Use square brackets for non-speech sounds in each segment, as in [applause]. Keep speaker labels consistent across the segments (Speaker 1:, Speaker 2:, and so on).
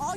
Speaker 1: Are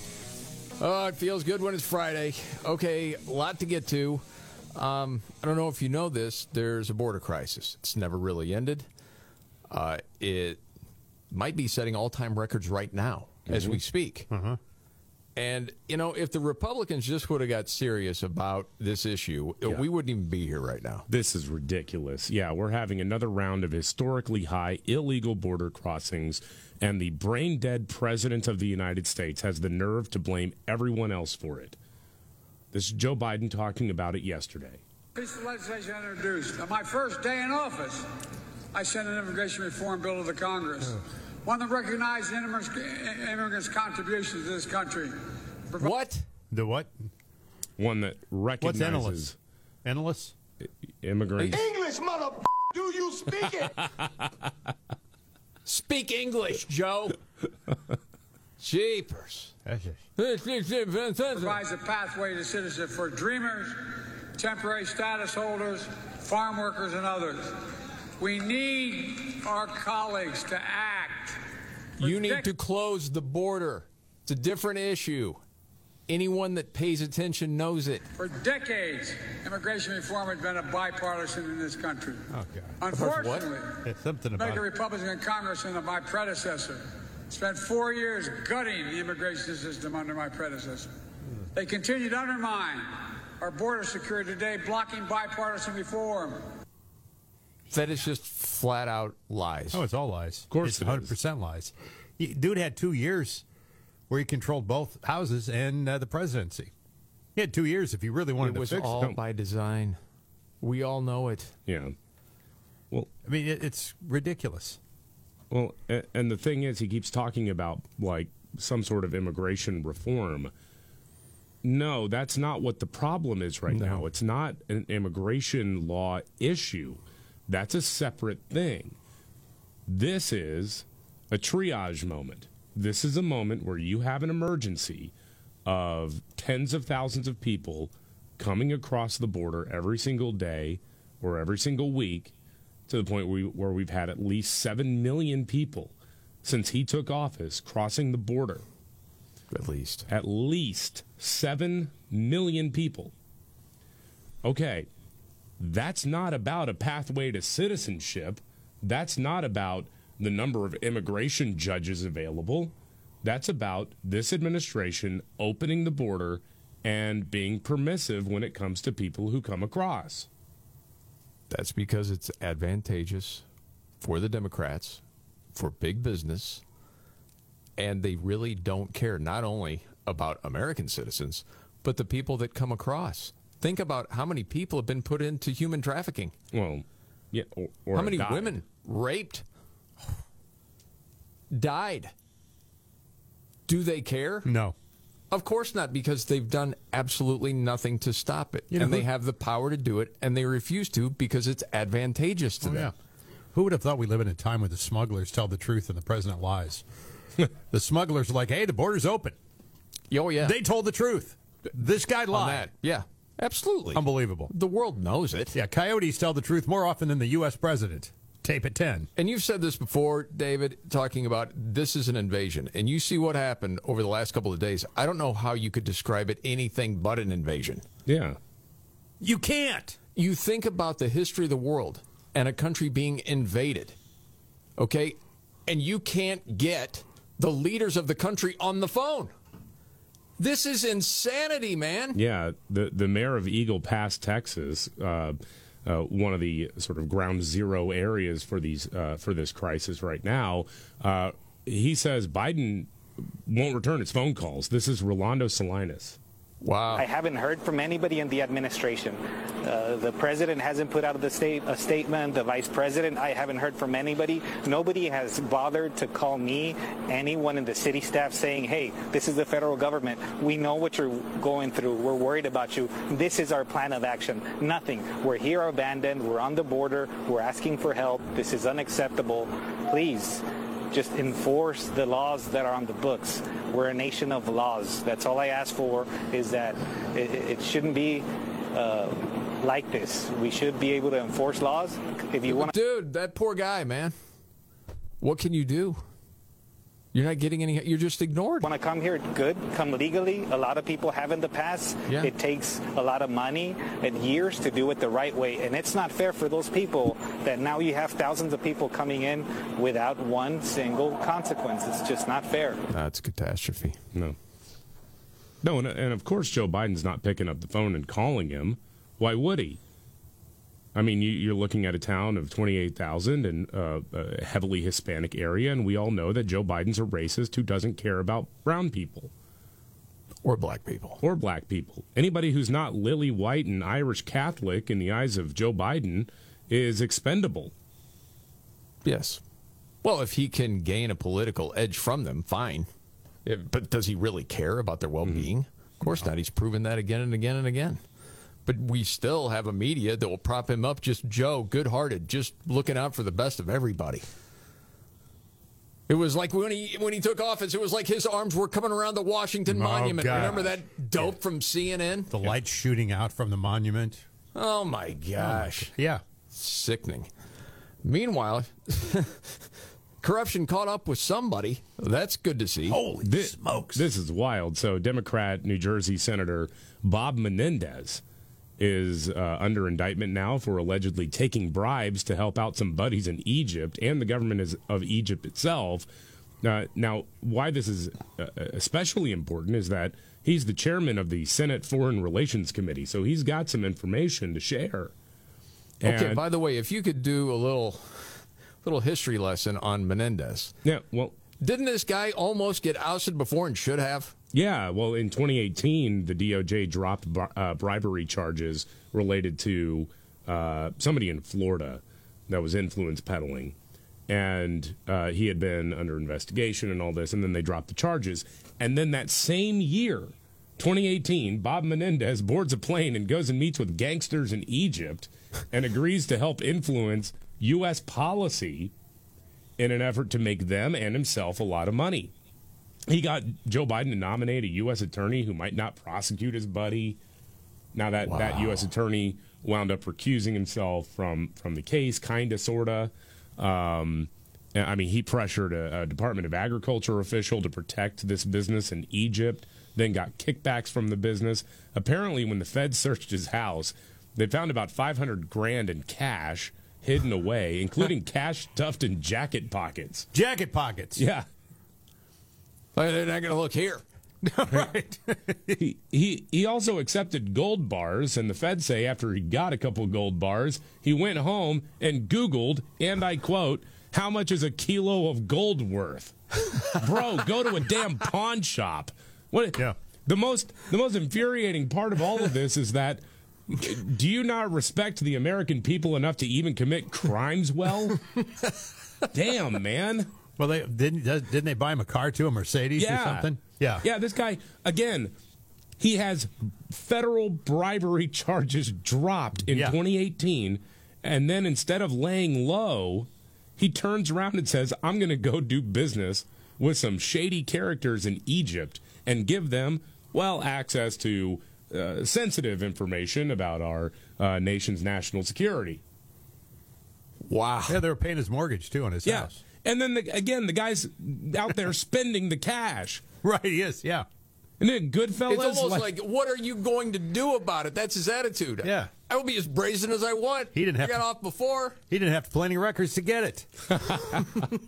Speaker 2: Oh, it feels good when it's Friday. Okay, a lot to get to. Um, I don't know if you know this. There's a border crisis. It's never really ended. Uh, it might be setting all-time records right now as
Speaker 3: Mm-hmm.
Speaker 2: we speak. And you know, if the Republicans just would have got serious about this issue, we wouldn't even be here right now.
Speaker 4: This is ridiculous. Yeah, we're having another round of historically high illegal border crossings, and the brain dead president of the United States has the nerve to blame everyone else for it. This is Joe Biden talking about it yesterday.
Speaker 5: Piece of legislation I introduced. On my first day in office, I sent an immigration reform bill to the Congress, one that recognized immigrants, immigrants' contributions to this country.
Speaker 2: What?
Speaker 6: The what?
Speaker 4: One that
Speaker 6: What's
Speaker 4: recognizes
Speaker 6: endless? Endless?
Speaker 4: immigrants.
Speaker 3: English, mother. [laughs] Do you speak it?
Speaker 2: [laughs] Speak English, Joe. Jeepers.
Speaker 5: Provides a pathway to citizenship for dreamers, temporary status holders, farm workers, and others. We need our colleagues to act.
Speaker 2: You need to close the border. It's a different issue. Anyone that pays attention knows it.
Speaker 5: For decades, immigration reform has been a bipartisan in this country.
Speaker 6: Oh, God.
Speaker 5: Unfortunately,
Speaker 6: There's something about
Speaker 5: Make a
Speaker 6: it.
Speaker 5: Republican in Congress under my predecessor. Spent four years gutting the immigration system under my predecessor. They continue to undermine our border security today, blocking bipartisan reform.
Speaker 2: That is just flat out lies.
Speaker 6: Oh, it's all lies. Of
Speaker 4: course
Speaker 6: it's
Speaker 4: it is.
Speaker 6: 100% lies. You- Dude had two years where he controlled both houses and uh, the presidency. He had two years if he really wanted
Speaker 2: it was
Speaker 6: to fix
Speaker 2: all
Speaker 6: it.
Speaker 2: by design. We all know it.
Speaker 4: Yeah. Well,
Speaker 6: I mean, it, it's ridiculous.
Speaker 4: Well, a- and the thing is, he keeps talking about like some sort of immigration reform. No, that's not what the problem is right now. It's not an immigration law issue. That's a separate thing. This is a triage moment. This is a moment where you have an emergency of tens of thousands of people coming across the border every single day or every single week to the point where, we, where we've had at least 7 million people since he took office crossing the border.
Speaker 2: At least.
Speaker 4: At least 7 million people. Okay, that's not about a pathway to citizenship. That's not about the number of immigration judges available. That's about this administration opening the border and being permissive when it comes to people who come across.
Speaker 2: That's because it's advantageous for the Democrats, for big business, and they really don't care not only about American citizens, but the people that come across. Think about how many people have been put into human trafficking,
Speaker 4: Well, yeah. Or, or
Speaker 2: how many
Speaker 4: died.
Speaker 2: women raped, died. Do they care?
Speaker 6: No.
Speaker 2: Of course not, because they've done absolutely nothing to stop it. and they have the power to do it, and they refuse to because it's advantageous to
Speaker 6: Oh,
Speaker 2: them.
Speaker 6: yeah. Who would have thought we live in a time where the smugglers tell the truth and the president
Speaker 2: [laughs]
Speaker 6: lies? the smugglers are like, hey, the border's open.
Speaker 2: Oh yeah,
Speaker 6: They told the truth. This guy
Speaker 2: on
Speaker 6: lied.
Speaker 2: that. Yeah, absolutely.
Speaker 6: Unbelievable.
Speaker 2: The world knows it.
Speaker 6: Yeah, coyotes tell the truth more often than the U.S. president. Tape at 10.
Speaker 2: And you've said this before, David, talking about this is an invasion. And you see what happened over the last couple of days. I don't know how you could describe it anything but an invasion.
Speaker 4: Yeah.
Speaker 6: You can't.
Speaker 2: You think about the history of the world and a country being invaded, okay? And you can't get the leaders of the country on the phone. This is insanity, man.
Speaker 4: Yeah, the the mayor of Eagle Pass, Texas, uh, uh, one of the sort of ground zero areas for these uh, for this crisis right now. Uh, he says Biden won't return his phone calls. This is Rolando Salinas.
Speaker 2: Wow.
Speaker 1: I haven't heard from anybody in the administration. Uh, the president hasn't put out the state a statement. The vice president, I haven't heard from anybody. Nobody has bothered to call me, anyone in the city staff, saying, "Hey, this is the federal government. We know what you're going through. We're worried about you. This is our plan of action." Nothing. We're here abandoned. We're on the border. We're asking for help. This is unacceptable. Please just enforce the laws that are on the books. We're a nation of laws. That's all I ask for is that it, it shouldn't be uh, like this. We should be able to enforce laws. If you want
Speaker 2: Dude, that poor guy, man. What can you do? You're not getting any. You're just ignored.
Speaker 1: want to come here, good. Come legally. A lot of people have in the past.
Speaker 2: Yeah.
Speaker 1: It takes a lot of money and years to do it the right way, and it's not fair for those people that now you have thousands of people coming in without one single consequence. It's just not fair.
Speaker 2: That's a catastrophe.
Speaker 4: No. No, and, and of course Joe Biden's not picking up the phone and calling him. Why would he? I mean, you, you're looking at a town of 28,000 and uh, a heavily Hispanic area, and we all know that Joe Biden's a racist who doesn't care about brown people
Speaker 2: Or black people.
Speaker 4: or black people. Anybody who's not lily white and Irish Catholic in the eyes of Joe Biden is expendable.
Speaker 2: Yes. Well, if he can gain a political edge from them, fine. If- but does he really care about their well being?
Speaker 6: Mm-hmm.
Speaker 2: Of course not. He's proven that again and again and again. But we still have a media that will prop him up just Joe, good hearted, just looking out for the best of everybody. It was like when he when he took office, it was like his arms were coming around the Washington
Speaker 6: Oh,
Speaker 2: Monument.
Speaker 6: God.
Speaker 2: Remember that dope from CNN?
Speaker 6: The lights shooting out from the monument.
Speaker 2: Oh my gosh.
Speaker 6: Yeah.
Speaker 2: Sickening. Meanwhile, [laughs] corruption caught up with somebody. That's good to see.
Speaker 6: Holy
Speaker 4: Thi- This is wild. So, Democrat New Jersey Senator Bob Menendez is uh, under indictment now for allegedly taking bribes to help out some buddies in Egypt and the government is, of Egypt itself. Uh, now, why this is uh, especially important is that he's the chairman of the Senate Foreign Relations Committee, so he's got some information to share.
Speaker 2: Okay,
Speaker 4: And-
Speaker 2: by the way, if you could do a little little history lesson on Menendez.
Speaker 4: yeah, well,
Speaker 2: Didn't this guy almost get ousted before and should have?
Speaker 4: Yeah, well, in 2018, the DOJ dropped bri- uh, bribery charges related to uh, somebody in Florida that was influence peddling, and uh, he had been under investigation and all this, and then they dropped the charges, and then that same year, 2018, Bob Menendez boards a plane and goes and meets with gangsters in Egypt, and agrees to help influence U.S. policy in an effort to make them and himself a lot of money he got Joe Biden to nominate a U.S. attorney who might not prosecute his buddy. Now that that U.S. attorney wound up recusing himself from from the case, kinda, sorta. Um, and, I mean, he pressured a, a Department of Agriculture official to protect this business in Egypt. Then got kickbacks from the business. Apparently, when the feds searched his house, they found about 500 grand in cash hidden away,
Speaker 6: [laughs]
Speaker 4: including cash stuffed in jacket pockets.
Speaker 6: Jacket pockets.
Speaker 4: Yeah.
Speaker 2: Hey, They're not going to look here. [laughs]
Speaker 6: right.
Speaker 4: he, he he also accepted gold bars, and the feds say after he got a couple gold bars, he went home and Googled, and I quote, "How much is a kilo of gold worth?" [laughs] Bro, go to a damn pawn shop. What?
Speaker 6: Yeah.
Speaker 4: The most the most infuriating part of all of this is that. Do you not respect the American people enough to even commit crimes
Speaker 6: [laughs]
Speaker 4: well? Damn, man.
Speaker 6: Well, they didn't does- didn't they buy him a car too, a Mercedes or something? Yeah.
Speaker 4: Yeah, this guy, again, he has federal bribery [laughs] charges dropped in
Speaker 6: Yeah.
Speaker 4: 2018. And then instead of laying low, he turns around and says, I'm going to go do business with some shady characters in Egypt and give them, well, access to uh, sensitive information about our uh, nation's national security.
Speaker 2: Wow.
Speaker 6: Yeah, they were paying his mortgage too on his
Speaker 4: Yeah.
Speaker 6: house.
Speaker 4: And then, the, again, the guy's out there [laughs] spending the cash.
Speaker 6: Right, he is, yeah.
Speaker 4: And then Goodfellas.
Speaker 2: It's almost like, what are you going to do about it? That's his attitude.
Speaker 6: Yeah.
Speaker 2: I will be as brazen as I want.
Speaker 6: He didn't have
Speaker 2: I got
Speaker 6: to-
Speaker 2: off before.
Speaker 6: He didn't have to play any records to get
Speaker 2: [laughs]
Speaker 6: it.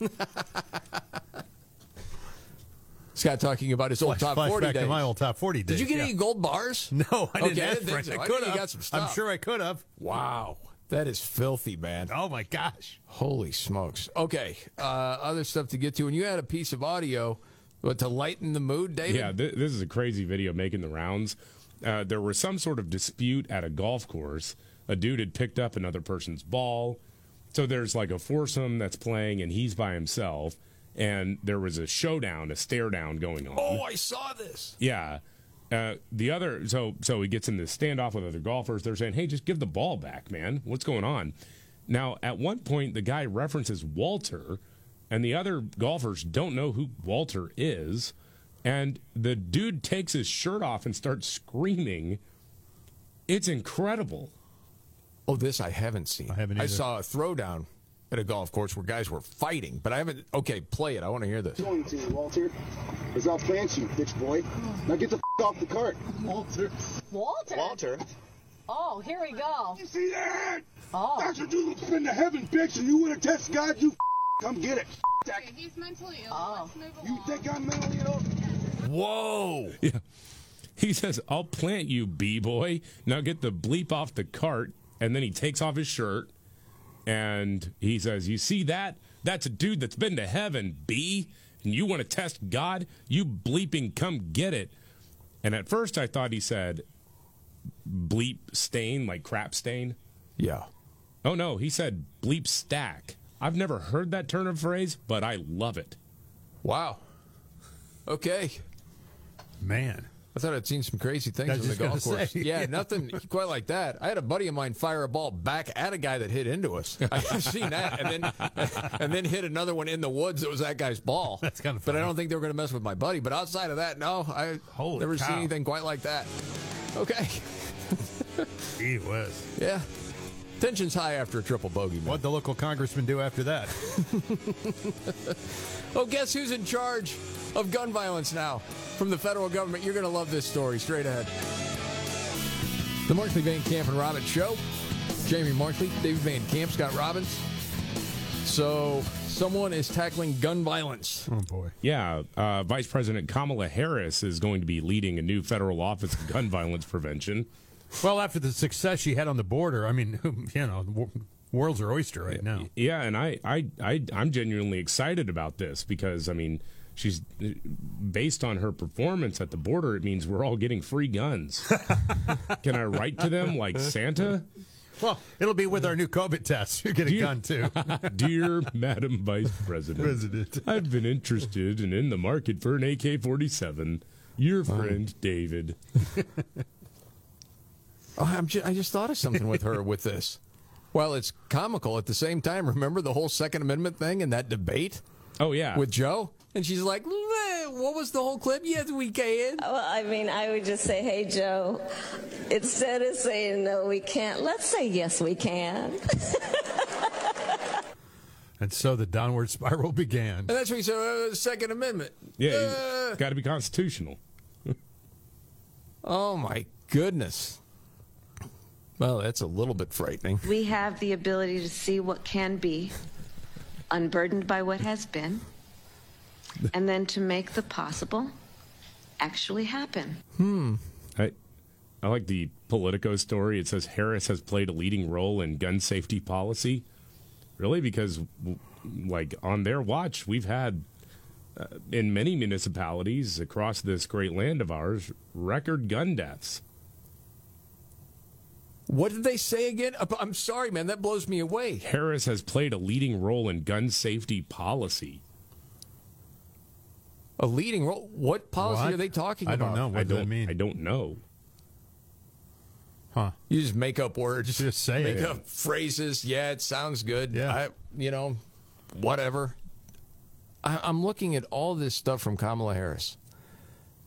Speaker 2: Scott talking about his old top
Speaker 6: Flash
Speaker 2: 40
Speaker 6: back
Speaker 2: days.
Speaker 6: to my old top forty days.
Speaker 2: Did you get
Speaker 6: yeah.
Speaker 2: any gold bars?
Speaker 6: [laughs] No, I didn't
Speaker 2: Okay, I
Speaker 6: ask
Speaker 2: didn't
Speaker 6: for it.
Speaker 2: think so. I
Speaker 6: I
Speaker 2: knew
Speaker 6: could
Speaker 2: you
Speaker 6: have.
Speaker 2: got some
Speaker 6: I'm
Speaker 2: stuff.
Speaker 6: sure I could have.
Speaker 2: Wow. That is filthy, man.
Speaker 6: Oh my gosh.
Speaker 2: Holy smokes. Okay. Uh, other stuff to get to. And you had a piece of audio but to lighten the mood, David?
Speaker 4: Yeah, th- this is a crazy video making the rounds. uh, there was some sort of dispute at a golf course. A dude had picked up another person's ball. So there's like a foursome that's playing, and he's by himself. And there was a showdown, a stare down going on.
Speaker 2: Oh, I saw this.
Speaker 4: Yeah. Uh, the other, so so he gets in this standoff with other golfers. They're saying, "Hey, just give the ball back, man. What's going on?" Now, at one point, the guy references Walter, and the other golfers don't know who Walter is. And the dude takes his shirt off and starts screaming. It's incredible.
Speaker 2: Oh, this I haven't seen.
Speaker 6: I haven't
Speaker 2: I
Speaker 6: either.
Speaker 2: saw a throwdown at a golf course where guys were fighting, but I haven't. Okay, play it. I want to hear this.
Speaker 7: going to, Walter? Because I'll plant you, bitch boy. Now get the f- off the cart. Walter.
Speaker 8: Walter.
Speaker 7: Walter?
Speaker 8: Oh, here we go.
Speaker 7: You see that?
Speaker 8: Oh.
Speaker 7: That's your dude who's been to heaven, bitch, and you want to test God, you f- come get it. F- that.
Speaker 9: He's mentally ill.
Speaker 8: Oh.
Speaker 9: Let's move
Speaker 7: You
Speaker 9: along.
Speaker 7: think I'm mentally ill?
Speaker 4: [laughs]
Speaker 2: Whoa!
Speaker 4: He says, I'll plant you, B boy. Now get the bleep off the cart. And then he takes off his shirt and he says, You see that? That's a dude that's been to heaven, B. And you want to test God? You bleeping come get it. And at first I thought he said bleep stain, like crap stain.
Speaker 2: Yeah.
Speaker 4: Oh no, he said bleep stack. I've never heard that turn of phrase, but I love it.
Speaker 2: Wow. Okay.
Speaker 6: Man.
Speaker 2: I thought I'd seen some crazy things
Speaker 6: I was
Speaker 2: on the
Speaker 6: just gonna
Speaker 2: golf course.
Speaker 6: say, [laughs]
Speaker 2: yeah,
Speaker 6: yeah.
Speaker 2: nothing quite like that. I had a buddy of mine fire a ball back at a guy that hit into
Speaker 6: [laughs]
Speaker 2: us. I've seen that, and then and then hit another one in the woods that was that guy's ball.
Speaker 6: [laughs] That's kinda
Speaker 2: But I
Speaker 6: funny.
Speaker 2: don't think they were going to mess with my buddy. But outside of that, no, I
Speaker 6: Holy
Speaker 2: never seen
Speaker 6: cow.
Speaker 2: anything quite like that. Okay,
Speaker 6: [laughs] He was.
Speaker 2: yeah. Tension's high after a triple bogey. Man.
Speaker 6: What'd the local congressman do after that? [laughs]
Speaker 2: [laughs] Oh, guess who's in charge of gun violence now from the federal government? You're going to love this story straight ahead. The Markley Van Camp and Robbins Show. Jamie Markley, David Van Camp, Scott Robbins. So, someone is tackling gun violence.
Speaker 6: oh, boy.
Speaker 4: Yeah, uh, Vice President Kamala Harris is going to be leading a new federal office of gun violence prevention.
Speaker 6: Well, after the success she had on the border, I mean, [laughs] you know, wor- world's her oyster right now.
Speaker 4: Yeah, and I, I, I, I'm genuinely excited about this because I mean, she's based on her performance at the border. It means we're all getting free
Speaker 6: [laughs]
Speaker 4: guns. Can I write to them like Santa,
Speaker 6: Well, it'll be with our new COVID test. [laughs] You get a
Speaker 4: you-
Speaker 6: gun, too.
Speaker 4: [laughs] dear Madam Vice President?
Speaker 6: President.
Speaker 4: I've been interested and in the market for an AK-47. Your friend David.
Speaker 2: Oh, I'm ju- I just thought of something with her with this. Well, it's comical at the same time. Remember the whole Second Amendment thing and that debate
Speaker 4: Oh yeah,
Speaker 2: with Joe? And she's like, "Meh, what was the whole clip? Yes, we can.
Speaker 10: Well, I mean, I would just say, hey, Joe, instead of saying no, we can't, let's say yes, we can.
Speaker 6: and so the downward spiral [laughs] began.
Speaker 2: And that's what he said, uh, Second Amendment.
Speaker 4: yeah,
Speaker 2: Uh,
Speaker 4: got to be constitutional.
Speaker 2: Oh my goodness. Well, that's a little bit frightening.
Speaker 10: We have the ability to see what can be, unburdened by what has been, and then to make the possible actually happen.
Speaker 4: I, I like the Politico story. It says Harris has played a leading role in gun safety policy. Really? Because, w- like, on their watch, we've had uh, in many municipalities across this great land of ours record gun deaths.
Speaker 2: What did they say again? Uh, I'm sorry, man. That blows me away.
Speaker 4: Harris has played a leading role in gun safety policy.
Speaker 2: A leading role. What policy
Speaker 6: What?
Speaker 2: are they talking
Speaker 6: I
Speaker 2: about?
Speaker 6: don't know. What
Speaker 4: I
Speaker 6: does
Speaker 4: don't
Speaker 6: that mean?
Speaker 4: I don't know.
Speaker 6: huh.
Speaker 2: You just make up words.
Speaker 6: Just say
Speaker 2: make
Speaker 6: it.
Speaker 2: up phrases. Yeah, it sounds good.
Speaker 6: Yeah.
Speaker 2: I, you know, whatever. I, I'm looking at all this stuff from Kamala Harris.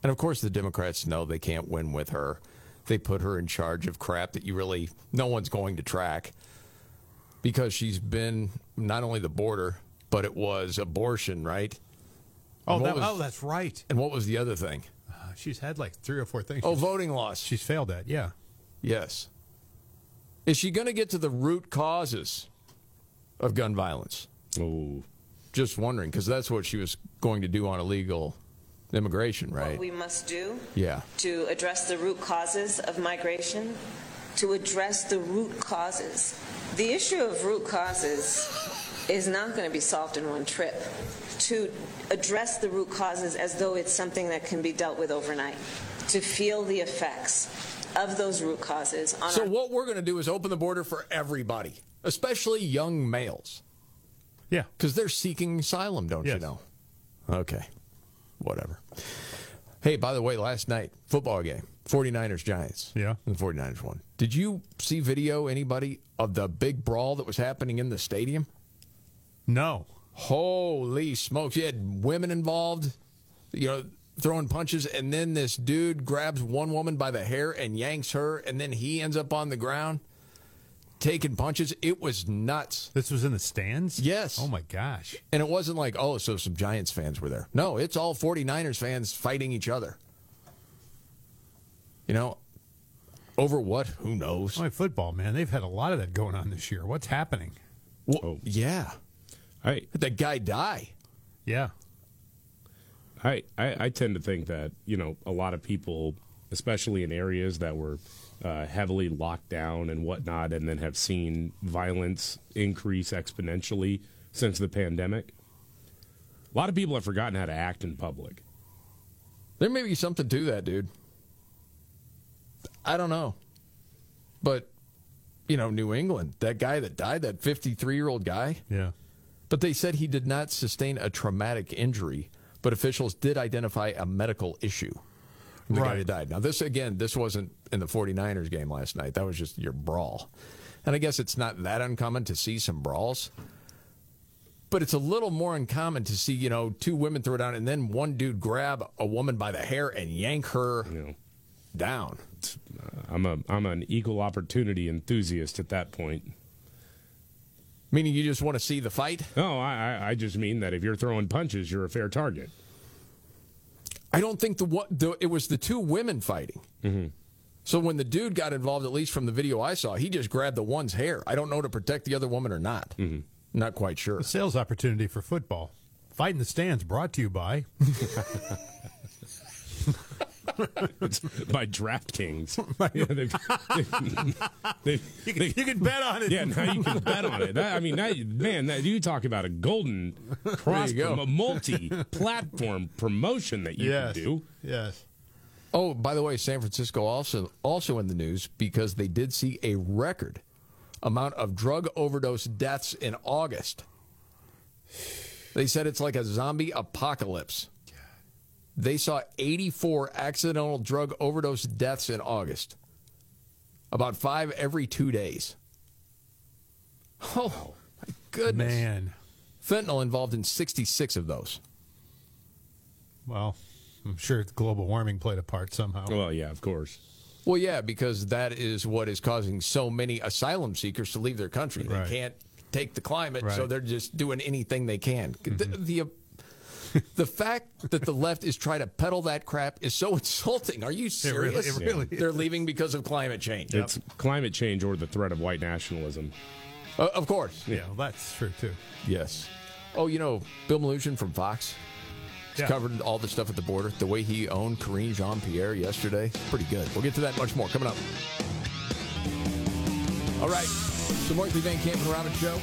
Speaker 2: And of course, the Democrats know they can't win with her. They put her in charge of crap that you really, no one's going to track because she's been not only the border, but it was abortion, right?
Speaker 6: Oh,
Speaker 2: And what
Speaker 6: that,
Speaker 2: was-
Speaker 6: oh, that's right.
Speaker 2: And what was the other thing?
Speaker 6: Uh, she's had like three or four things.
Speaker 2: Oh,
Speaker 6: she's,
Speaker 2: voting laws.
Speaker 6: she's failed at, yeah.
Speaker 2: Yes. Is she going to get to the root causes of gun violence?
Speaker 4: Oh,
Speaker 2: Just wondering, because that's what she was going to do on illegal immigration, right?
Speaker 10: What we must do
Speaker 2: yeah.
Speaker 10: to address the root causes of migration, to address the root causes. The issue of root causes
Speaker 9: is not going to be solved in one trip, to address the root causes as though it's something that can be dealt with overnight, to feel the effects of those root causes on
Speaker 2: So
Speaker 9: our
Speaker 2: what we're going to do is open the border for everybody, especially young males.
Speaker 6: Yeah,
Speaker 2: because they're seeking asylum, don't you know? Okay, whatever. Hey, by the way, last night football game, 49ers Giants.
Speaker 6: Yeah,
Speaker 2: and the 49ers won. Did you see video anybody of the big brawl that was happening in the stadium?
Speaker 6: No.
Speaker 2: Holy smokes! You had women involved, you know, throwing punches, and then this dude grabs one woman by the hair and yanks her, and then he ends up on the ground taking punches. It was nuts.
Speaker 6: This was in the stands?
Speaker 2: Yes. Oh
Speaker 6: my gosh.
Speaker 2: And it wasn't like, oh, so some Giants fans were there. No, it's all 49ers fans fighting each other. You know, over what? Who knows?
Speaker 6: My football, man. They've had a lot of that going on this year. What's happening?
Speaker 2: Well, yeah.
Speaker 4: I
Speaker 2: that guy die.
Speaker 6: Yeah.
Speaker 4: I, I I tend to think that you know a lot of people, especially in areas that were uh, heavily locked down and whatnot, and then have seen violence increase exponentially since the pandemic. A lot of people have forgotten how to act in public.
Speaker 2: There may be something to that, dude. I don't know. But, you know, New England, that guy that died, that 53 year old guy.
Speaker 6: Yeah.
Speaker 2: But they said he did not sustain a traumatic injury, but officials did identify a medical issue. from The guy
Speaker 6: Right.
Speaker 2: that died. Now, this, again, this wasn't in the 49ers game last night. That was just your brawl. And I guess it's not that uncommon to see some brawls. But it's a little more uncommon to see, you know, two women throw down and then one dude grab a woman by the hair and yank her down.
Speaker 4: Uh, I'm a I'm an equal opportunity enthusiast at that point.
Speaker 2: Meaning you just want to see the fight?
Speaker 4: No, I I- I just mean that if you're throwing punches, you're a fair target.
Speaker 2: I don't think the what the, it was the two women fighting.
Speaker 4: Mhm.
Speaker 2: So when the dude got involved, at least from the video I saw, he just grabbed the one's hair. I don't know to protect the other woman or not. Not quite sure.
Speaker 6: A sales opportunity for football. Fight in the stands brought to you by.
Speaker 4: [laughs] by
Speaker 2: [laughs]
Speaker 4: DraftKings. Yeah, they've- they've- they've-
Speaker 6: You can-
Speaker 4: they've-
Speaker 6: you can bet on it.
Speaker 4: Yeah, now you can bet on it. That- I mean, that, man, that, you talk about a golden cross,
Speaker 2: [laughs] There you go.
Speaker 4: a [laughs] multi-platform promotion that you
Speaker 2: Yes.
Speaker 4: can do.
Speaker 6: Yes.
Speaker 2: Oh, by the way, San Francisco also also in the news because they did see a record amount of drug overdose deaths in August. They said it's like a zombie apocalypse. They saw 84 accidental drug overdose deaths in August. About 5 every 2 days. Oh, my goodness.
Speaker 6: Man.
Speaker 2: Fentanyl involved in 66 of those.
Speaker 6: Well, I'm sure global warming played a part somehow.
Speaker 4: Well, yeah, of course.
Speaker 2: Well, yeah, because that is what is causing so many asylum seekers to leave their country. They
Speaker 6: Right.
Speaker 2: can't take the climate, so
Speaker 6: Right.
Speaker 2: they're just doing anything they can.
Speaker 4: Mm-hmm.
Speaker 2: The, the, the fact that the left is trying to peddle that crap is so [laughs] insulting. Are you
Speaker 4: really-
Speaker 2: serious?
Speaker 4: it really
Speaker 2: they're leaving because of climate change.
Speaker 4: It's climate change or the threat of white nationalism.
Speaker 2: Uh, of course.
Speaker 6: Yeah, well, that's true too.
Speaker 2: Yes. Oh, you know, Bill Malusian from Fox. He's covered all the stuff at the border. The way he owned Karine Jean Pierre yesterday, pretty good. We'll get to that much more coming up. All right. So Markley Van Camp and Robbins show.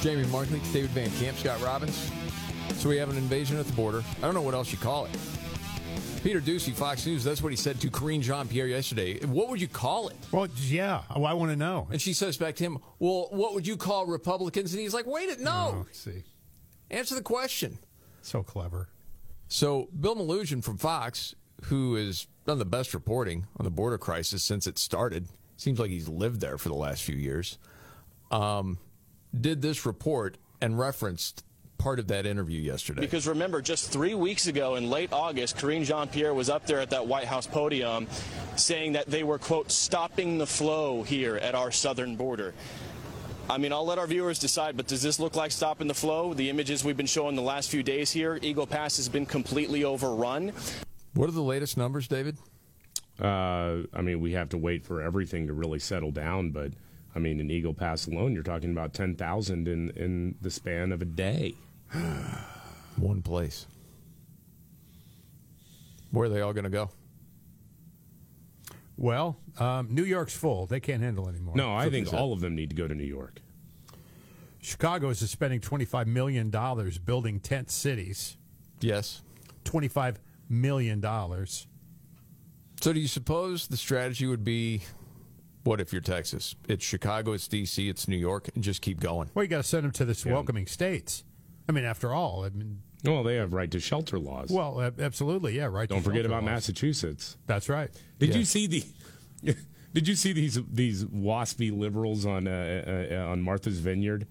Speaker 2: Jamie Markley, David Van Camp, Scott Robbins. So we have an invasion at the border. I don't know what else you call it. Peter Ducey, Fox News, that's what he said to Karine Jean Pierre yesterday. What would you call it?
Speaker 6: Well, yeah. Well, I want to know.
Speaker 2: And she says back to him, Well, what would you call Republicans? And he's like, Wait, a- no.
Speaker 6: Oh, let's see.
Speaker 2: Answer the question.
Speaker 6: So clever.
Speaker 2: So Bill Malusian from Fox, who has done the best reporting on the border crisis since it started, seems like he's lived there for the last few years, um, did this report and referenced part of that interview yesterday.
Speaker 11: Because remember, just three weeks ago in late August, Karine Jean Pierre was up there at that White House podium saying that they were, quote, stopping the flow here at our southern border. I mean, I'll let our viewers decide, but does this look like stopping the flow? The images we've been showing the last few days here, Eagle Pass has been completely overrun.
Speaker 2: What are the latest numbers, David?
Speaker 4: Uh, I mean, we have to wait for everything to really settle down, but I mean, in Eagle Pass alone, you're talking about 10,000 in, in the span of a day.
Speaker 2: [sighs] One place. Where are they all going to go?
Speaker 6: Well, um, New York's full. They can't handle anymore.
Speaker 4: No, I think all of them need to go to New York.
Speaker 6: Chicago is spending $25 million building tent cities.
Speaker 2: Yes.
Speaker 6: $25 million.
Speaker 2: So, do you suppose the strategy would be what if you're Texas? It's Chicago, it's D.C., it's New York, and just keep going.
Speaker 6: Well, you got to send them to this welcoming states. I mean, after all, I mean,
Speaker 4: Well, they have right to shelter laws.
Speaker 6: well, ab- absolutely, yeah, right. to
Speaker 4: Don't forget
Speaker 6: shelter
Speaker 4: about
Speaker 6: laws.
Speaker 4: Massachusetts.
Speaker 6: That's right.
Speaker 4: Did
Speaker 6: Yeah.
Speaker 4: you see the? [laughs] Did you see these these waspy liberals on uh, uh, uh, on Martha's Vineyard?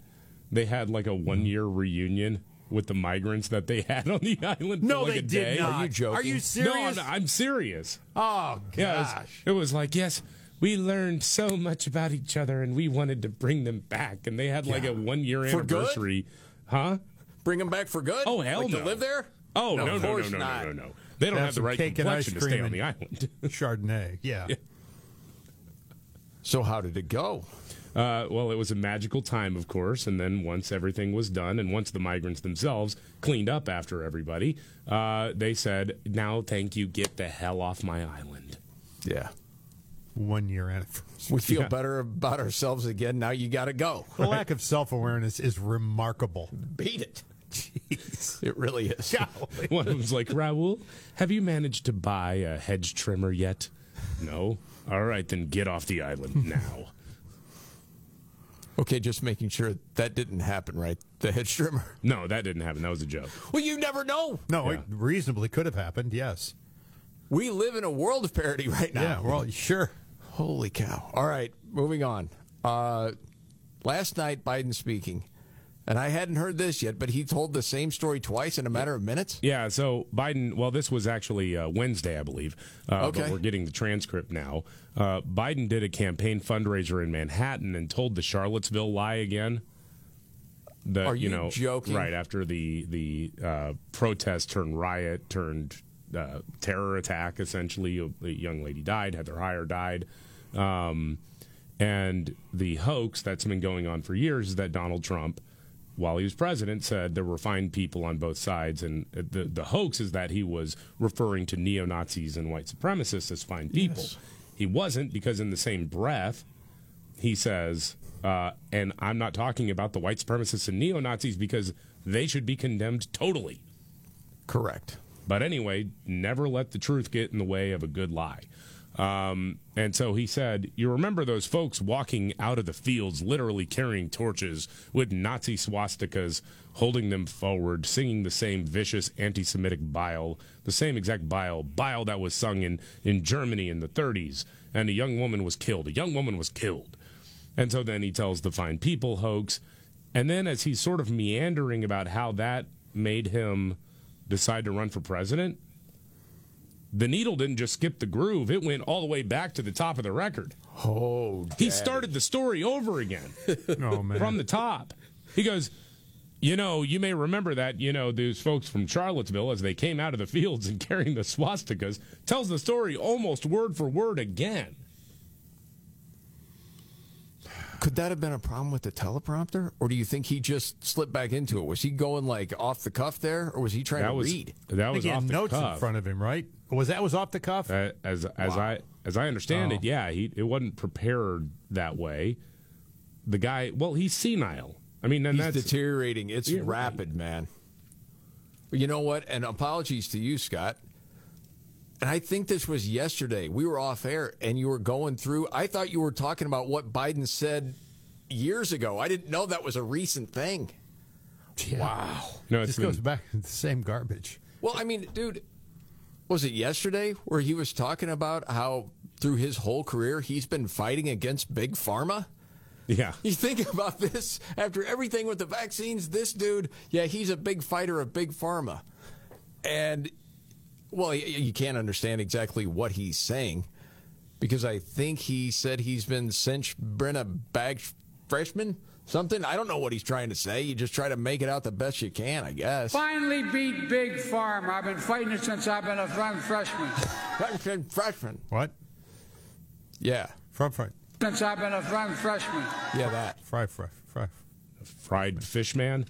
Speaker 4: They had like a one year reunion with the migrants that they [laughs] had on the island.
Speaker 6: No,
Speaker 4: for like
Speaker 6: they
Speaker 4: a day.
Speaker 6: did not. Are you joking? Are you
Speaker 4: No,
Speaker 6: serious?
Speaker 4: I'm, I'm serious.
Speaker 6: Oh gosh.
Speaker 4: Yeah, it was- it was like yes. We learned so much about each other, and we wanted to bring them back. And they had like
Speaker 2: Yeah.
Speaker 4: a one-year
Speaker 2: For good?
Speaker 4: anniversary, huh?
Speaker 2: Bring them back for good?
Speaker 4: Oh hell
Speaker 2: Like,
Speaker 4: no!
Speaker 2: To live there?
Speaker 4: Oh no
Speaker 2: No,
Speaker 4: no
Speaker 2: of
Speaker 4: no no
Speaker 2: course
Speaker 4: no,
Speaker 2: not.
Speaker 4: no no! They don't
Speaker 6: Have
Speaker 4: have, the
Speaker 6: some
Speaker 4: right
Speaker 6: cake and ice
Speaker 4: complexion to stay
Speaker 6: cream
Speaker 4: on the
Speaker 6: and-
Speaker 4: island.
Speaker 2: [laughs]
Speaker 6: Chardonnay. Yeah.
Speaker 2: So, how did it go?
Speaker 4: Uh, well, it was a magical time, of course, and then once everything was done, and once the migrants themselves cleaned up after everybody, uh, they said, "Now, thank you, get the hell off my island."
Speaker 2: Yeah,
Speaker 6: One year anniversary.
Speaker 2: We feel
Speaker 6: Yeah.
Speaker 2: better about ourselves again. Now you got to go.
Speaker 6: The lack of self awareness is remarkable.
Speaker 2: Beat it.
Speaker 4: [laughs]
Speaker 2: Jeez. It really is.
Speaker 4: One of them's like, "Raoul, have you managed to buy a hedge trimmer yet?" No. All right, then get off the
Speaker 2: [laughs]
Speaker 4: island now.
Speaker 2: Okay, just making sure that didn't happen, right? The hedge trimmer.
Speaker 4: no, that didn't happen. That was a joke.
Speaker 2: Well, you never know.
Speaker 6: No,
Speaker 4: Yeah.
Speaker 6: it reasonably could have happened. Yes.
Speaker 2: We live in a world of parody right now.
Speaker 6: Yeah. Well, sure.
Speaker 2: Holy cow. All right, moving on. Uh, last night, Biden speaking, and I hadn't heard this yet, but he told the same story twice in a matter of minutes.
Speaker 4: Yeah, so Biden, well, this was actually uh, Wednesday, I believe, uh,
Speaker 2: Okay.
Speaker 4: but we're getting the transcript now. Uh, Biden did a campaign fundraiser in Manhattan and told the Charlottesville lie again. The,
Speaker 2: Are you
Speaker 4: know,
Speaker 2: joking?
Speaker 4: Right after the the uh, protest turned riot, turned uh, terror attack. Essentially, a, a young lady died. Heather Heyer died. Um, and the hoax that's been going on for years is that Donald Trump, while he was president, said there were fine people on both sides, and uh, the the hoax is that he was referring to neo Nazis and white supremacists as fine people. He wasn't because in the same breath he says, uh, and I'm not talking about the white supremacists and neo Nazis because they should be condemned totally.
Speaker 2: Correct.
Speaker 4: But anyway, never let the truth get in the way of a good lie. Um, and so he said, You remember those folks walking out of the fields, literally carrying torches with Nazi swastikas, holding them forward, singing the same vicious anti Semitic bile, the same exact bile, bile that was sung in, in Germany in the 30s. And a young woman was killed. A young woman was killed. And so then he tells the fine people hoax. And then as he's sort of meandering about how that made him decide to run for president, the needle didn't just skip the groove, it went all the way back to the top of the record.
Speaker 2: Oh,
Speaker 4: He started the story over again
Speaker 6: [laughs] Oh man.
Speaker 4: from the top. He goes, you know, you may remember that, you know, those folks from Charlottesville, as they came out of the fields and [laughs] carrying the swastikas, tells the story almost word for word again.
Speaker 2: Could that have been a problem with the teleprompter, or do you think he just slipped back into it? Was he going like off the cuff there, or was he trying
Speaker 4: That
Speaker 2: to
Speaker 4: was
Speaker 2: read?
Speaker 4: that
Speaker 6: I think
Speaker 4: was
Speaker 6: he
Speaker 4: off
Speaker 6: had
Speaker 4: the
Speaker 6: notes
Speaker 4: cuff.
Speaker 6: in front of him, right? Was that was off the cuff?
Speaker 4: Uh, as as I as I understand it, yeah, he it wasn't prepared that way. The guy, well, he's senile. I mean, and
Speaker 2: He's
Speaker 4: that's
Speaker 2: deteriorating. It's
Speaker 4: Yeah, right.
Speaker 2: rapid, man. Well, You know what? And apologies to you, Scott. And I think this was yesterday. We were off air and you were going through. I thought you were talking about what Biden said years ago. I didn't know that was a recent thing. Wow.
Speaker 4: no,
Speaker 6: It
Speaker 4: it's
Speaker 6: just goes back to the same [laughs] garbage.
Speaker 2: Well, I mean, dude, was it yesterday where he was talking about how through his whole career he's been fighting against big pharma?
Speaker 4: been- yeah.
Speaker 2: You think about this after everything with the vaccines, this dude, yeah, he's a big fighter of big pharma. And well, y- you can't understand exactly what he's saying because I think he said he's been cinch Brenna bag freshman something. I don't know what he's trying to say. You just try to make it out the best you can, I guess.
Speaker 5: Finally beat Big Farm. I've been fighting it since I've been a young freshman.
Speaker 2: Freshman, freshman.
Speaker 6: What?
Speaker 2: Yeah.
Speaker 6: Front front.
Speaker 5: Since I've been a young freshman.
Speaker 2: Yeah, that.
Speaker 6: Fry fry fry.
Speaker 4: fried fish man.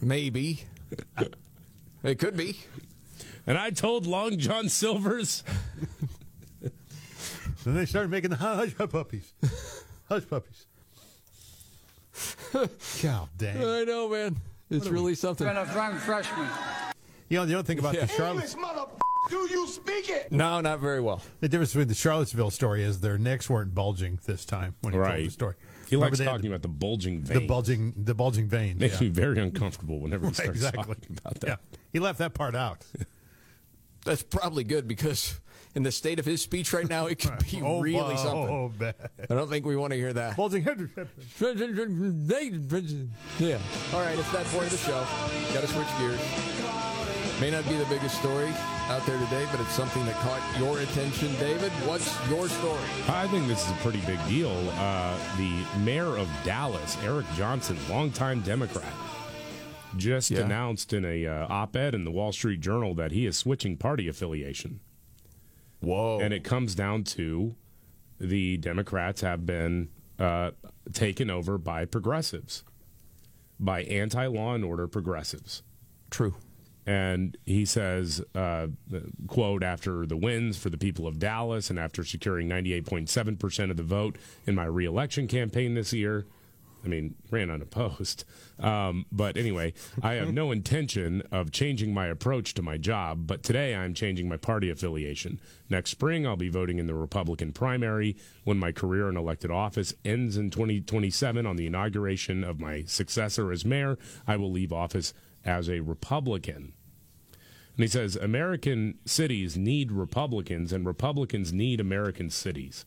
Speaker 2: Maybe. it could be.
Speaker 4: And I told Long John Silver's,
Speaker 6: Then they started making the hush puppies. Hush puppies. God dang.
Speaker 2: I know, man. It's really something.
Speaker 5: Been a young freshman.
Speaker 6: You know, the other thing about
Speaker 2: Yeah.
Speaker 6: the Charlotte.
Speaker 3: Do you speak it?
Speaker 2: No, not very well.
Speaker 6: The difference between the Charlottesville story is their necks weren't bulging this time when he told the
Speaker 4: Right.
Speaker 6: story.
Speaker 4: He likes
Speaker 6: Remember they had
Speaker 4: talking about the bulging
Speaker 6: the,
Speaker 4: vein.
Speaker 6: bulging the bulging vein.
Speaker 4: Makes
Speaker 6: yeah.
Speaker 4: me very uncomfortable whenever he
Speaker 6: [laughs] Right,
Speaker 4: starts
Speaker 6: exactly.
Speaker 4: talking about that.
Speaker 6: Yeah. He left that part out.
Speaker 2: [laughs] That's probably good because in the state of his speech right now, it could
Speaker 6: [laughs]
Speaker 2: be
Speaker 6: Oh,
Speaker 2: really
Speaker 6: wow.
Speaker 2: something.
Speaker 6: Oh, bad.
Speaker 2: I don't think we want to hear that.
Speaker 6: Bulging head.
Speaker 2: Yeah. All right, it's that point of the show. Got to switch gears. May not be the biggest story out there today, but it's something that caught your attention, David. What's your story?
Speaker 4: I think this is a pretty big deal. Uh, the mayor of Dallas, Eric Johnson, longtime Democrat, just announced in a uh, op-ed in the Wall Street Journal that he is switching party affiliation.
Speaker 2: Whoa!
Speaker 4: And it comes down to the Democrats have been uh, taken over by progressives, by anti-law and order progressives.
Speaker 2: True.
Speaker 4: And he says, uh, quote, after the wins for the people of Dallas and after securing 98.7% of the vote in my reelection campaign this year, I mean, ran unopposed. Um, but anyway, I have no intention of changing my approach to my job, but today I'm changing my party affiliation. Next spring, I'll be voting in the Republican primary when my career in elected office ends in 2027 on the inauguration of my successor as mayor. I will leave office as a Republican. And he says American cities need Republicans, and Republicans need American cities.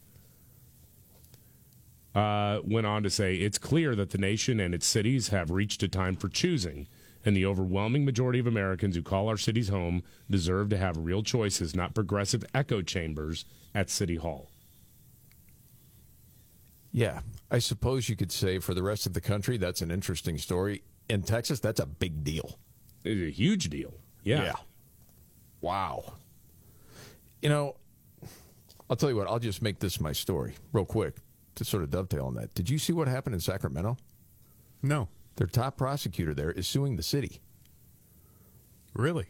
Speaker 4: Uh, went on to say it's clear that the nation and its cities have reached a time for choosing, and the overwhelming majority of Americans who call our cities home deserve to have real choices, not progressive echo chambers at City Hall.
Speaker 2: Yeah, I suppose you could say for the rest of the country, that's an interesting story. In Texas, that's a big deal.
Speaker 4: It's a huge deal. Yeah.
Speaker 2: Wow. You know, I'll tell you what, I'll just make this my story real quick to sort of dovetail on that. Did you see what happened in Sacramento?
Speaker 6: No.
Speaker 2: Their top prosecutor there is suing the city
Speaker 6: Really?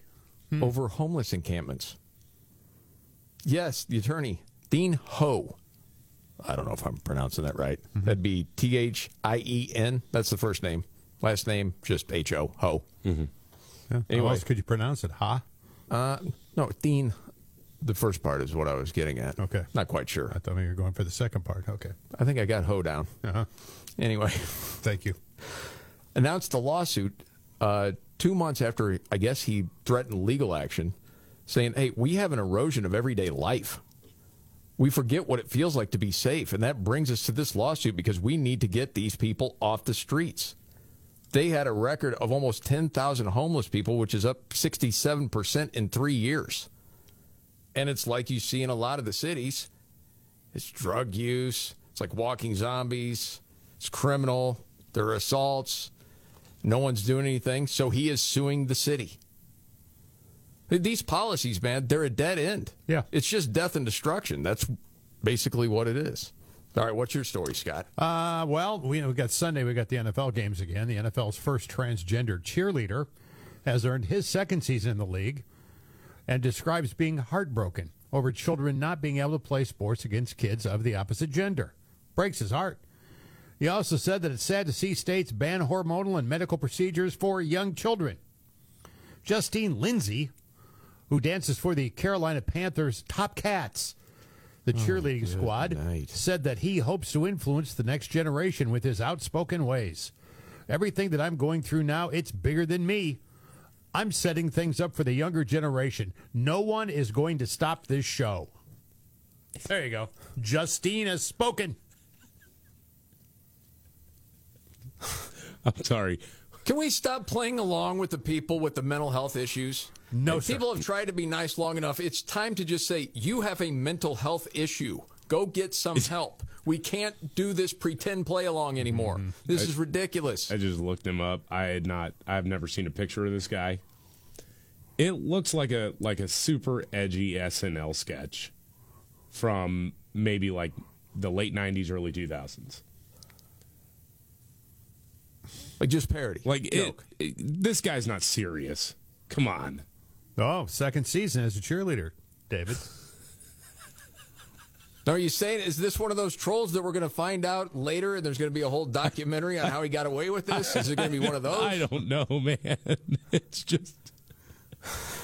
Speaker 2: over homeless encampments. Yes, the attorney, Dean Ho. I don't know if I'm pronouncing that right. That'd be T H I E N. That's the first name. Last name, just H O, Ho.
Speaker 6: Yeah.
Speaker 2: Anyway.
Speaker 6: How else could you pronounce it? Ha?
Speaker 2: Uh, no, Dean. The first part is what I was getting at.
Speaker 6: Okay.
Speaker 2: Not quite sure.
Speaker 6: I thought maybe you were going for the second part. Okay.
Speaker 2: I think I got Ho down.
Speaker 6: Uh-huh.
Speaker 2: Anyway,
Speaker 6: Thank you.
Speaker 2: announced the lawsuit uh, two months after I guess he threatened legal action, saying, "Hey, we have an erosion of everyday life. We forget what it feels like to be safe, and that brings us to this lawsuit because we need to get these people off the streets." They had a record of almost 10,000 homeless people, which is up 67% in three years. And it's like you see in a lot of the cities it's drug use, it's like walking zombies, it's criminal, there are assaults, no one's doing anything. So he is suing the city. These policies, man, they're a dead end.
Speaker 6: Yeah.
Speaker 2: It's just death and destruction. That's basically what it is. All right, what's your story, Scott?
Speaker 6: Uh, well, we, we got Sunday. We got the NFL games again. The NFL's first transgender cheerleader has earned his second season in the league, and describes being heartbroken over children not being able to play sports against kids of the opposite gender. Breaks his heart. He also said that it's sad to see states ban hormonal and medical procedures for young children. Justine Lindsay, who dances for the Carolina Panthers Top Cats, the cheerleading squad, said that he hopes to influence the next generation with his outspoken ways. Everything that I'm going through now, it's bigger than me. I'm setting things up for the younger generation. No one is going to stop this show. There you go. Justine has spoken.
Speaker 4: [laughs] I'm sorry.
Speaker 2: Can we stop playing along with the people with the mental health issues?
Speaker 6: No,
Speaker 2: If
Speaker 6: sir.
Speaker 2: People have tried to be nice long enough. It's time to just say, you have a mental health issue. Go get some help. We can't do this pretend play along anymore. This is ridiculous.
Speaker 4: I just looked him up. I had not. I've never seen a picture of this guy. It looks like a like a super edgy SNL sketch from maybe like the late '90s, early 2000s.
Speaker 2: like just parody.
Speaker 4: Like it,
Speaker 2: Joke.
Speaker 4: it- this guy's not serious. Come on.
Speaker 6: Oh, second season as a cheerleader, David.
Speaker 2: Now, are you saying is this one of those trolls that we're going to find out later, and there's going to be a whole documentary on how he got away
Speaker 4: [laughs]
Speaker 2: with this? Is it going to be one of those?
Speaker 4: I don't know, man. [laughs] It's just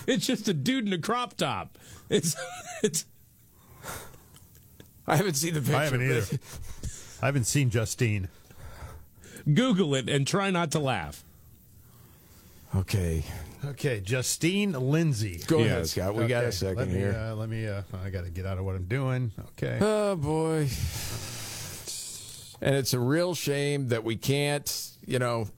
Speaker 4: it's just a dude in a crop top. It's it's
Speaker 2: I haven't seen the picture.
Speaker 6: I haven't either. I haven't seen Justine.
Speaker 4: Google it and try not to laugh.
Speaker 2: Okay.
Speaker 6: Okay, Justine Lindsay.
Speaker 2: Go ahead, Scott. We got a second
Speaker 6: let me,
Speaker 2: here.
Speaker 6: Uh, let me. Uh, I got to get out of what I'm doing. Okay.
Speaker 2: Oh boy. And it's a real shame that we can't, you know,